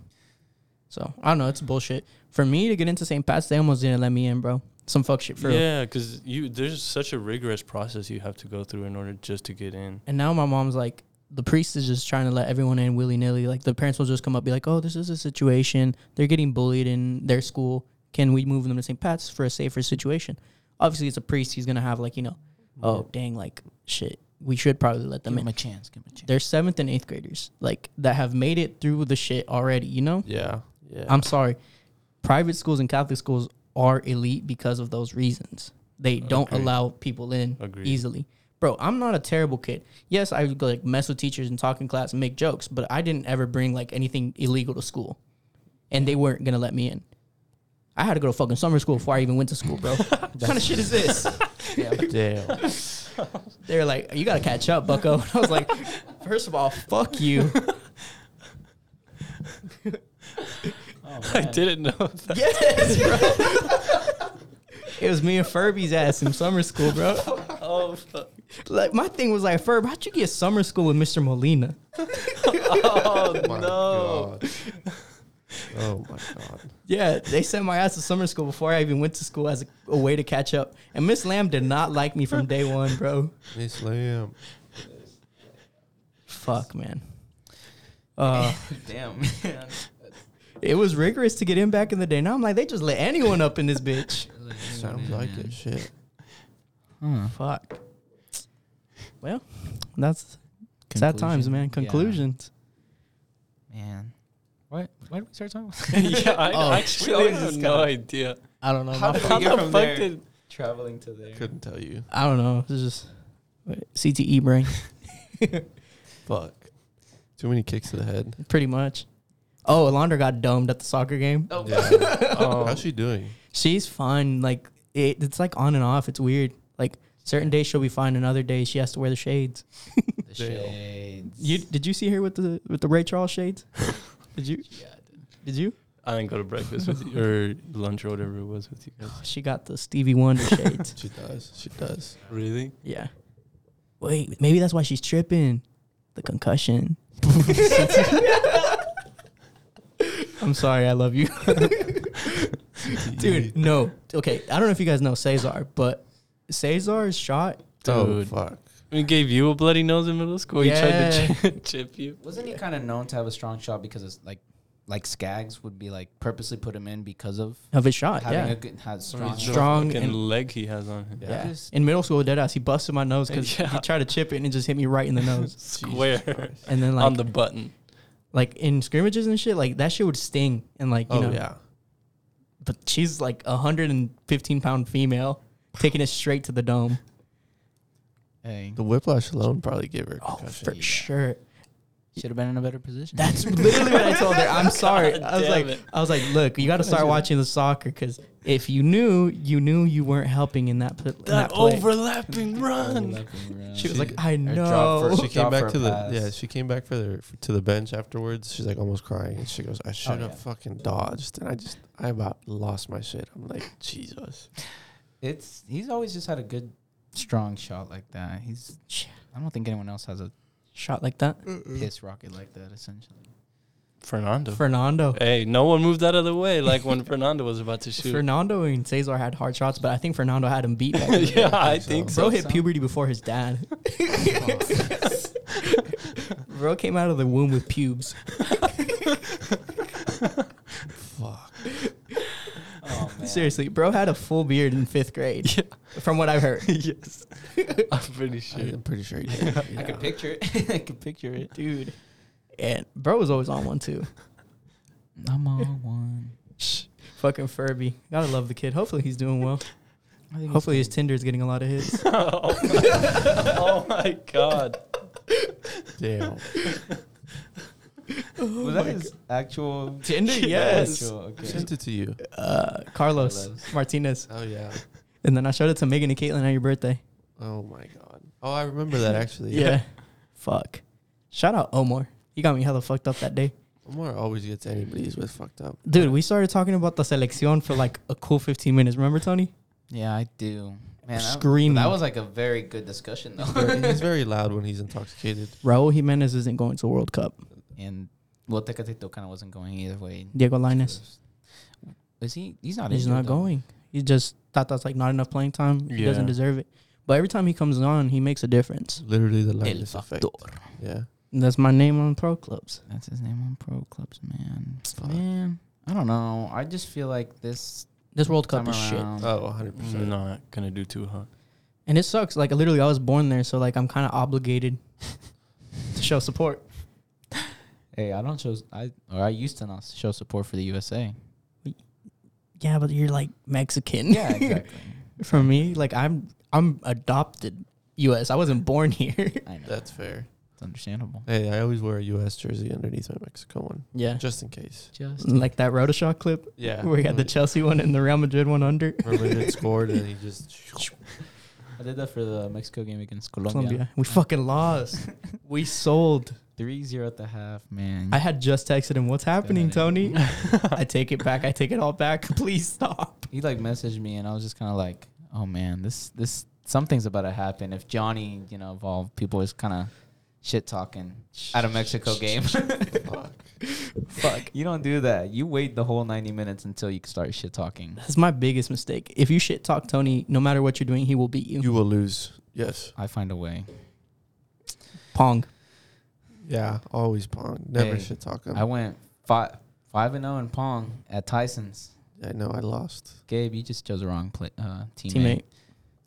Speaker 2: So I don't know. It's bullshit. For me to get into St. Pat's, they almost didn't let me in, bro. Some fuck shit for real.
Speaker 3: Yeah, because you there's such a rigorous process you have to go through in order just to get in.
Speaker 2: And now my mom's like, the priest is just trying to let everyone in willy nilly. Like the parents will just come up, be like, "Oh, this is a situation. They're getting bullied in their school. Can we move them to St. Pat's for a safer situation?" Obviously, it's a priest. He's gonna have like you know, oh dang, like shit. We should probably let them
Speaker 1: Give him
Speaker 2: in.
Speaker 1: a chance. Give him a chance.
Speaker 2: They're seventh and eighth graders, like that have made it through the shit already. You know.
Speaker 4: Yeah. Yeah.
Speaker 2: I'm sorry. Private schools and Catholic schools are elite because of those reasons. They don't
Speaker 3: Agreed.
Speaker 2: allow people in
Speaker 3: Agreed.
Speaker 2: easily. Bro, I'm not a terrible kid. Yes, I would, like mess with teachers and talk in class and make jokes, but I didn't ever bring like anything illegal to school. And they weren't gonna let me in. I had to go to fucking summer school before I even went to school,
Speaker 4: <laughs>
Speaker 2: bro. what kind of shit is this?
Speaker 4: Damn.
Speaker 2: They were like, You gotta catch up, Bucko. <laughs> And I was like, first of all, fuck you.
Speaker 3: <laughs> I didn't know
Speaker 2: <laughs>
Speaker 3: that.
Speaker 2: Yes, bro. it was me and Furby's ass in summer school, bro.
Speaker 3: Oh, fuck.
Speaker 2: Like my thing was like, Ferb, how'd you get summer school with Mr. Molina?
Speaker 1: oh,
Speaker 2: <laughs>
Speaker 4: My <laughs> no. God. Oh my god.
Speaker 2: Yeah, they sent my ass to summer school before I even went to school as a, a way to catch up. And Miss Lamb did not like me from day one, bro.
Speaker 4: Miss Lamb.
Speaker 2: Fuck, man. Uh,
Speaker 1: Damn.
Speaker 2: it was rigorous to get in back in the day. Now I'm like, they just let anyone up in this bitch.
Speaker 4: Sounds like it. Shit.
Speaker 2: Fuck. Well, that's sad times, man. Conclusions.
Speaker 1: Man. What? Why did we start talking?
Speaker 3: yeah, <laughs> I
Speaker 2: Oh.
Speaker 3: actually
Speaker 1: We always
Speaker 3: have
Speaker 1: just
Speaker 3: no
Speaker 1: gotta-
Speaker 3: idea.
Speaker 2: I don't know.
Speaker 1: How
Speaker 2: my
Speaker 1: did
Speaker 2: fu-
Speaker 1: we
Speaker 3: How
Speaker 1: get
Speaker 3: the
Speaker 1: from
Speaker 3: fuck
Speaker 1: there
Speaker 3: did?
Speaker 1: traveling to there?
Speaker 4: Couldn't tell you.
Speaker 2: I don't know. This is just E, CTE brain.
Speaker 4: Fuck. Too many kicks to the head.
Speaker 2: <laughs> Pretty much. Oh, Alondra got domed at the soccer game.
Speaker 1: Oh,
Speaker 4: Yeah. How's she doing?
Speaker 2: She's fine. Like it, it's like on and off. It's weird. Like certain days she'll be fine, and other days she has to wear the shades.
Speaker 1: the <laughs> shades.
Speaker 2: You did you see her with the with the Ray Charles shades? did you?
Speaker 1: Yeah,
Speaker 2: Did you?
Speaker 3: I didn't go to breakfast with you or <laughs> lunch or whatever it was with you guys.
Speaker 2: She got the Stevie Wonder shades.
Speaker 4: She does. She does.
Speaker 3: Really?
Speaker 2: Yeah. Wait, maybe that's why she's tripping. The concussion. <laughs> I'm sorry, I love you. Dude, no. Okay, I don't know if you guys know Cesar, but Cesar is shot.
Speaker 4: Oh
Speaker 3: Dude.
Speaker 4: fuck.
Speaker 3: We gave you a bloody nose in middle school. He tried to chi- <laughs> chip you.
Speaker 1: <laughs> Wasn't he kind of known to have a strong shot because it's like, like Skaggs would be like purposely put him in because of
Speaker 2: Of his shot,
Speaker 1: having
Speaker 2: yeah.
Speaker 1: a good, had strong.
Speaker 2: Strong
Speaker 3: fucking
Speaker 2: and-
Speaker 3: leg he has on him.
Speaker 2: yeah. In middle school, deadass, he busted my nose because
Speaker 3: Yeah.
Speaker 2: he tried to chip it and it just hit me right in the <laughs> nose.
Speaker 3: Square
Speaker 2: and then,
Speaker 3: <laughs> on
Speaker 2: like,
Speaker 3: the button.
Speaker 2: like in scrimmages and shit, like that shit would sting. And like, you
Speaker 4: Oh
Speaker 2: know,
Speaker 4: yeah.
Speaker 2: but she's like a 115 pound female taking it straight to the dome.
Speaker 1: Hey.
Speaker 4: The whiplash alone probably gave her a
Speaker 2: Oh,
Speaker 4: concussion.
Speaker 2: for sure.
Speaker 1: Should have been in a better position.
Speaker 3: <laughs>
Speaker 2: That's literally what I told her. I'm sorry.
Speaker 3: God
Speaker 2: I was
Speaker 3: damn
Speaker 2: like,
Speaker 3: it.
Speaker 2: I was like, look, you got to start watching the soccer because if you knew, you knew you weren't helping in that pl- in that
Speaker 3: That
Speaker 2: play.
Speaker 1: <laughs>
Speaker 3: overlapping run.
Speaker 2: She was like, I
Speaker 1: drop
Speaker 2: know.
Speaker 1: for-
Speaker 4: She came
Speaker 1: Drop
Speaker 4: back
Speaker 1: for a
Speaker 4: to the
Speaker 1: pass.
Speaker 4: yeah. She came back for the for, to the bench afterwards. She's like almost crying, and she goes, "I should have
Speaker 1: yeah.
Speaker 4: fucking dodged." And I just I about lost my shit. I'm like, Jesus.
Speaker 1: It's he's always just had a good strong shot like that. He's I don't think anyone else has a
Speaker 2: Shot like that,
Speaker 1: piss rocket like that. Essentially,
Speaker 3: Fernando.
Speaker 2: Fernando.
Speaker 3: hey, no one moved out of the way like when <laughs> Fernando was about to shoot.
Speaker 2: Fernando and Cesar had hard shots, but I think Fernando had him beat. Back then.
Speaker 3: <laughs> yeah, I think so.
Speaker 2: Bro hit puberty before his
Speaker 3: <laughs>
Speaker 2: dad. Bro came out of the womb with pubes.
Speaker 1: oh man,
Speaker 2: Seriously, bro had a full beard in fifth grade, from what I've heard.
Speaker 3: <laughs> yes. I'm pretty sure.
Speaker 4: I'm pretty <laughs> sure you did.
Speaker 1: I could picture it. I could picture it.
Speaker 2: dude. And bro was always on one too.
Speaker 1: I'm on one.
Speaker 2: Fucking Furby, gotta love the kid. Hopefully he's doing well.
Speaker 1: I think
Speaker 2: Hopefully his Tinder is getting a lot of hits.
Speaker 3: oh, my, <laughs> oh my god.
Speaker 4: <laughs>
Speaker 1: <laughs>
Speaker 4: Damn.
Speaker 1: was that his actual <laughs>
Speaker 2: <laughs> Tinder, yes.
Speaker 1: Actual, okay.
Speaker 4: Sent it to you.
Speaker 2: Uh, Carlos
Speaker 1: Carlos.
Speaker 2: Martinez,
Speaker 4: Oh yeah.
Speaker 2: and then I showed it to Megan and Caitlin on your birthday.
Speaker 4: Oh my god. Oh, I remember that <laughs> actually.
Speaker 2: fuck. Shout out Omar. He got me hella fucked up that day.
Speaker 4: Omar always gets anybody's with fucked up.
Speaker 2: Dude, we started talking about the selección for like a cool 15 minutes. Remember, Tony?
Speaker 1: Yeah, I do. Man, that-
Speaker 2: Screaming.
Speaker 1: That was like a very good discussion though.
Speaker 4: <laughs> Very- he's very loud when he's intoxicated.
Speaker 2: Raul Jimenez isn't going to World Cup.
Speaker 1: <laughs> and well, Tecatito kind of wasn't going either way.
Speaker 2: Diego Linus.
Speaker 1: Is he? He's not.
Speaker 2: He's
Speaker 1: injured,
Speaker 2: not
Speaker 1: though.
Speaker 2: going. He just thought that's like not enough playing time. He doesn't
Speaker 3: Yeah.
Speaker 2: deserve it. But every time he comes on, he makes a difference.
Speaker 4: Literally the
Speaker 1: El
Speaker 4: loudest effect.
Speaker 1: Factor.
Speaker 4: Yeah.
Speaker 2: And that's my name on pro clubs.
Speaker 1: That's his name on pro clubs, man. Man, I don't know. I just feel like this
Speaker 2: This World Cup
Speaker 1: time
Speaker 2: is shit,
Speaker 1: around-
Speaker 4: Oh, 100 percent.
Speaker 3: Not gonna do too hot.
Speaker 2: and it sucks. Like literally, I was born there, so like I'm kind of obligated to show support.
Speaker 1: Hey, I don't show. I or I used to not show support for the
Speaker 2: <laughs>
Speaker 1: USA.
Speaker 2: Yeah, but you're like Mexican. <laughs>
Speaker 1: Yeah, exactly.
Speaker 2: For me, like I'm I'm adopted U.S. I wasn't born here.
Speaker 1: I know.
Speaker 4: That's fair.
Speaker 1: It's understandable.
Speaker 4: Hey, I always wear a U.S. jersey underneath my Mexico one,
Speaker 2: yeah,
Speaker 4: just in case.
Speaker 1: Just
Speaker 2: like that Rotoshaw clip.
Speaker 4: Yeah.
Speaker 2: where he had the Chelsea one and the Real Madrid one under
Speaker 1: <laughs>
Speaker 4: Remember it scored and he just.
Speaker 1: I did that for the Mexico game against Colombia.
Speaker 2: Colombia. We fucking lost. we sold.
Speaker 1: Three zero at the half, man.
Speaker 2: I had just texted him, "What's
Speaker 1: <laughs>
Speaker 2: happening, Tony?" I take it back. I take it all back. <laughs> Please stop.
Speaker 1: he like messaged me, and I was just kind of like, "Oh man, this this something's about to happen." If Johnny, you know, involved, people is kind of shit talking at a Mexico
Speaker 2: <laughs>
Speaker 1: game.
Speaker 2: Fuck.
Speaker 1: <laughs> you don't do that. You wait the whole ninety minutes until you start shit talking.
Speaker 2: That's my biggest mistake. If you shit talk Tony, no matter what you're doing, he will beat you.
Speaker 4: You will lose. Yes.
Speaker 1: I find a way.
Speaker 2: Pong.
Speaker 4: Yeah. Always pong. Never
Speaker 1: Hey,
Speaker 4: shit talk.
Speaker 1: I
Speaker 4: i
Speaker 1: went five five and zero in pong at Tyson's.
Speaker 4: I know. I lost.
Speaker 1: Gabe, you just chose the wrong play, uh, teammate.
Speaker 2: Teammate.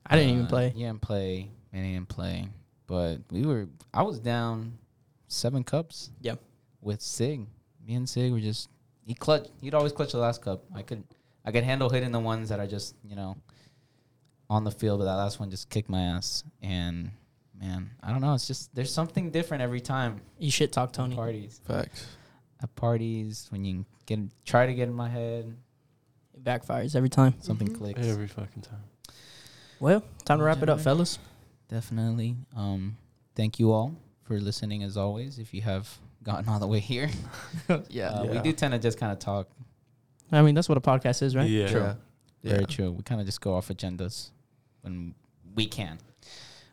Speaker 2: I didn't even
Speaker 1: Uh,
Speaker 2: play.
Speaker 1: You didn't play. and he didn't play. But we were. I was down seven cups.
Speaker 2: Yeah.
Speaker 1: With Sig, me and Sig were just. He clutch. He'd always clutch the last cup. I could. I could handle hitting the ones that are just you know. On the field, but that last one just kicked my ass. And man, I don't know. It's just there's something different every time.
Speaker 2: You shit talk Tony.
Speaker 1: Parties
Speaker 4: Facts.
Speaker 1: at parties when you get try to get in my head,
Speaker 2: It backfires every time.
Speaker 1: something clicks.
Speaker 3: Every fucking time.
Speaker 2: Well, time to wrap it up,
Speaker 1: Gentlemen.
Speaker 2: fellas.
Speaker 1: Definitely. Um, thank you all for listening as always. If you have gotten all the way here,
Speaker 2: yeah.
Speaker 1: Uh, we
Speaker 4: Yeah.
Speaker 1: do tend to just kind of talk.
Speaker 2: I mean, that's what a podcast is, right?
Speaker 3: Yeah.
Speaker 4: Yeah. Yeah.
Speaker 1: Very true. We kind of just go off agendas when we can.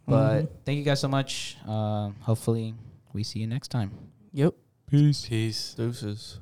Speaker 4: Mm-hmm.
Speaker 1: But thank you guys so much. Uh, hopefully, we see you next time.
Speaker 2: Yep.
Speaker 3: Peace. Peace.
Speaker 4: Deuces.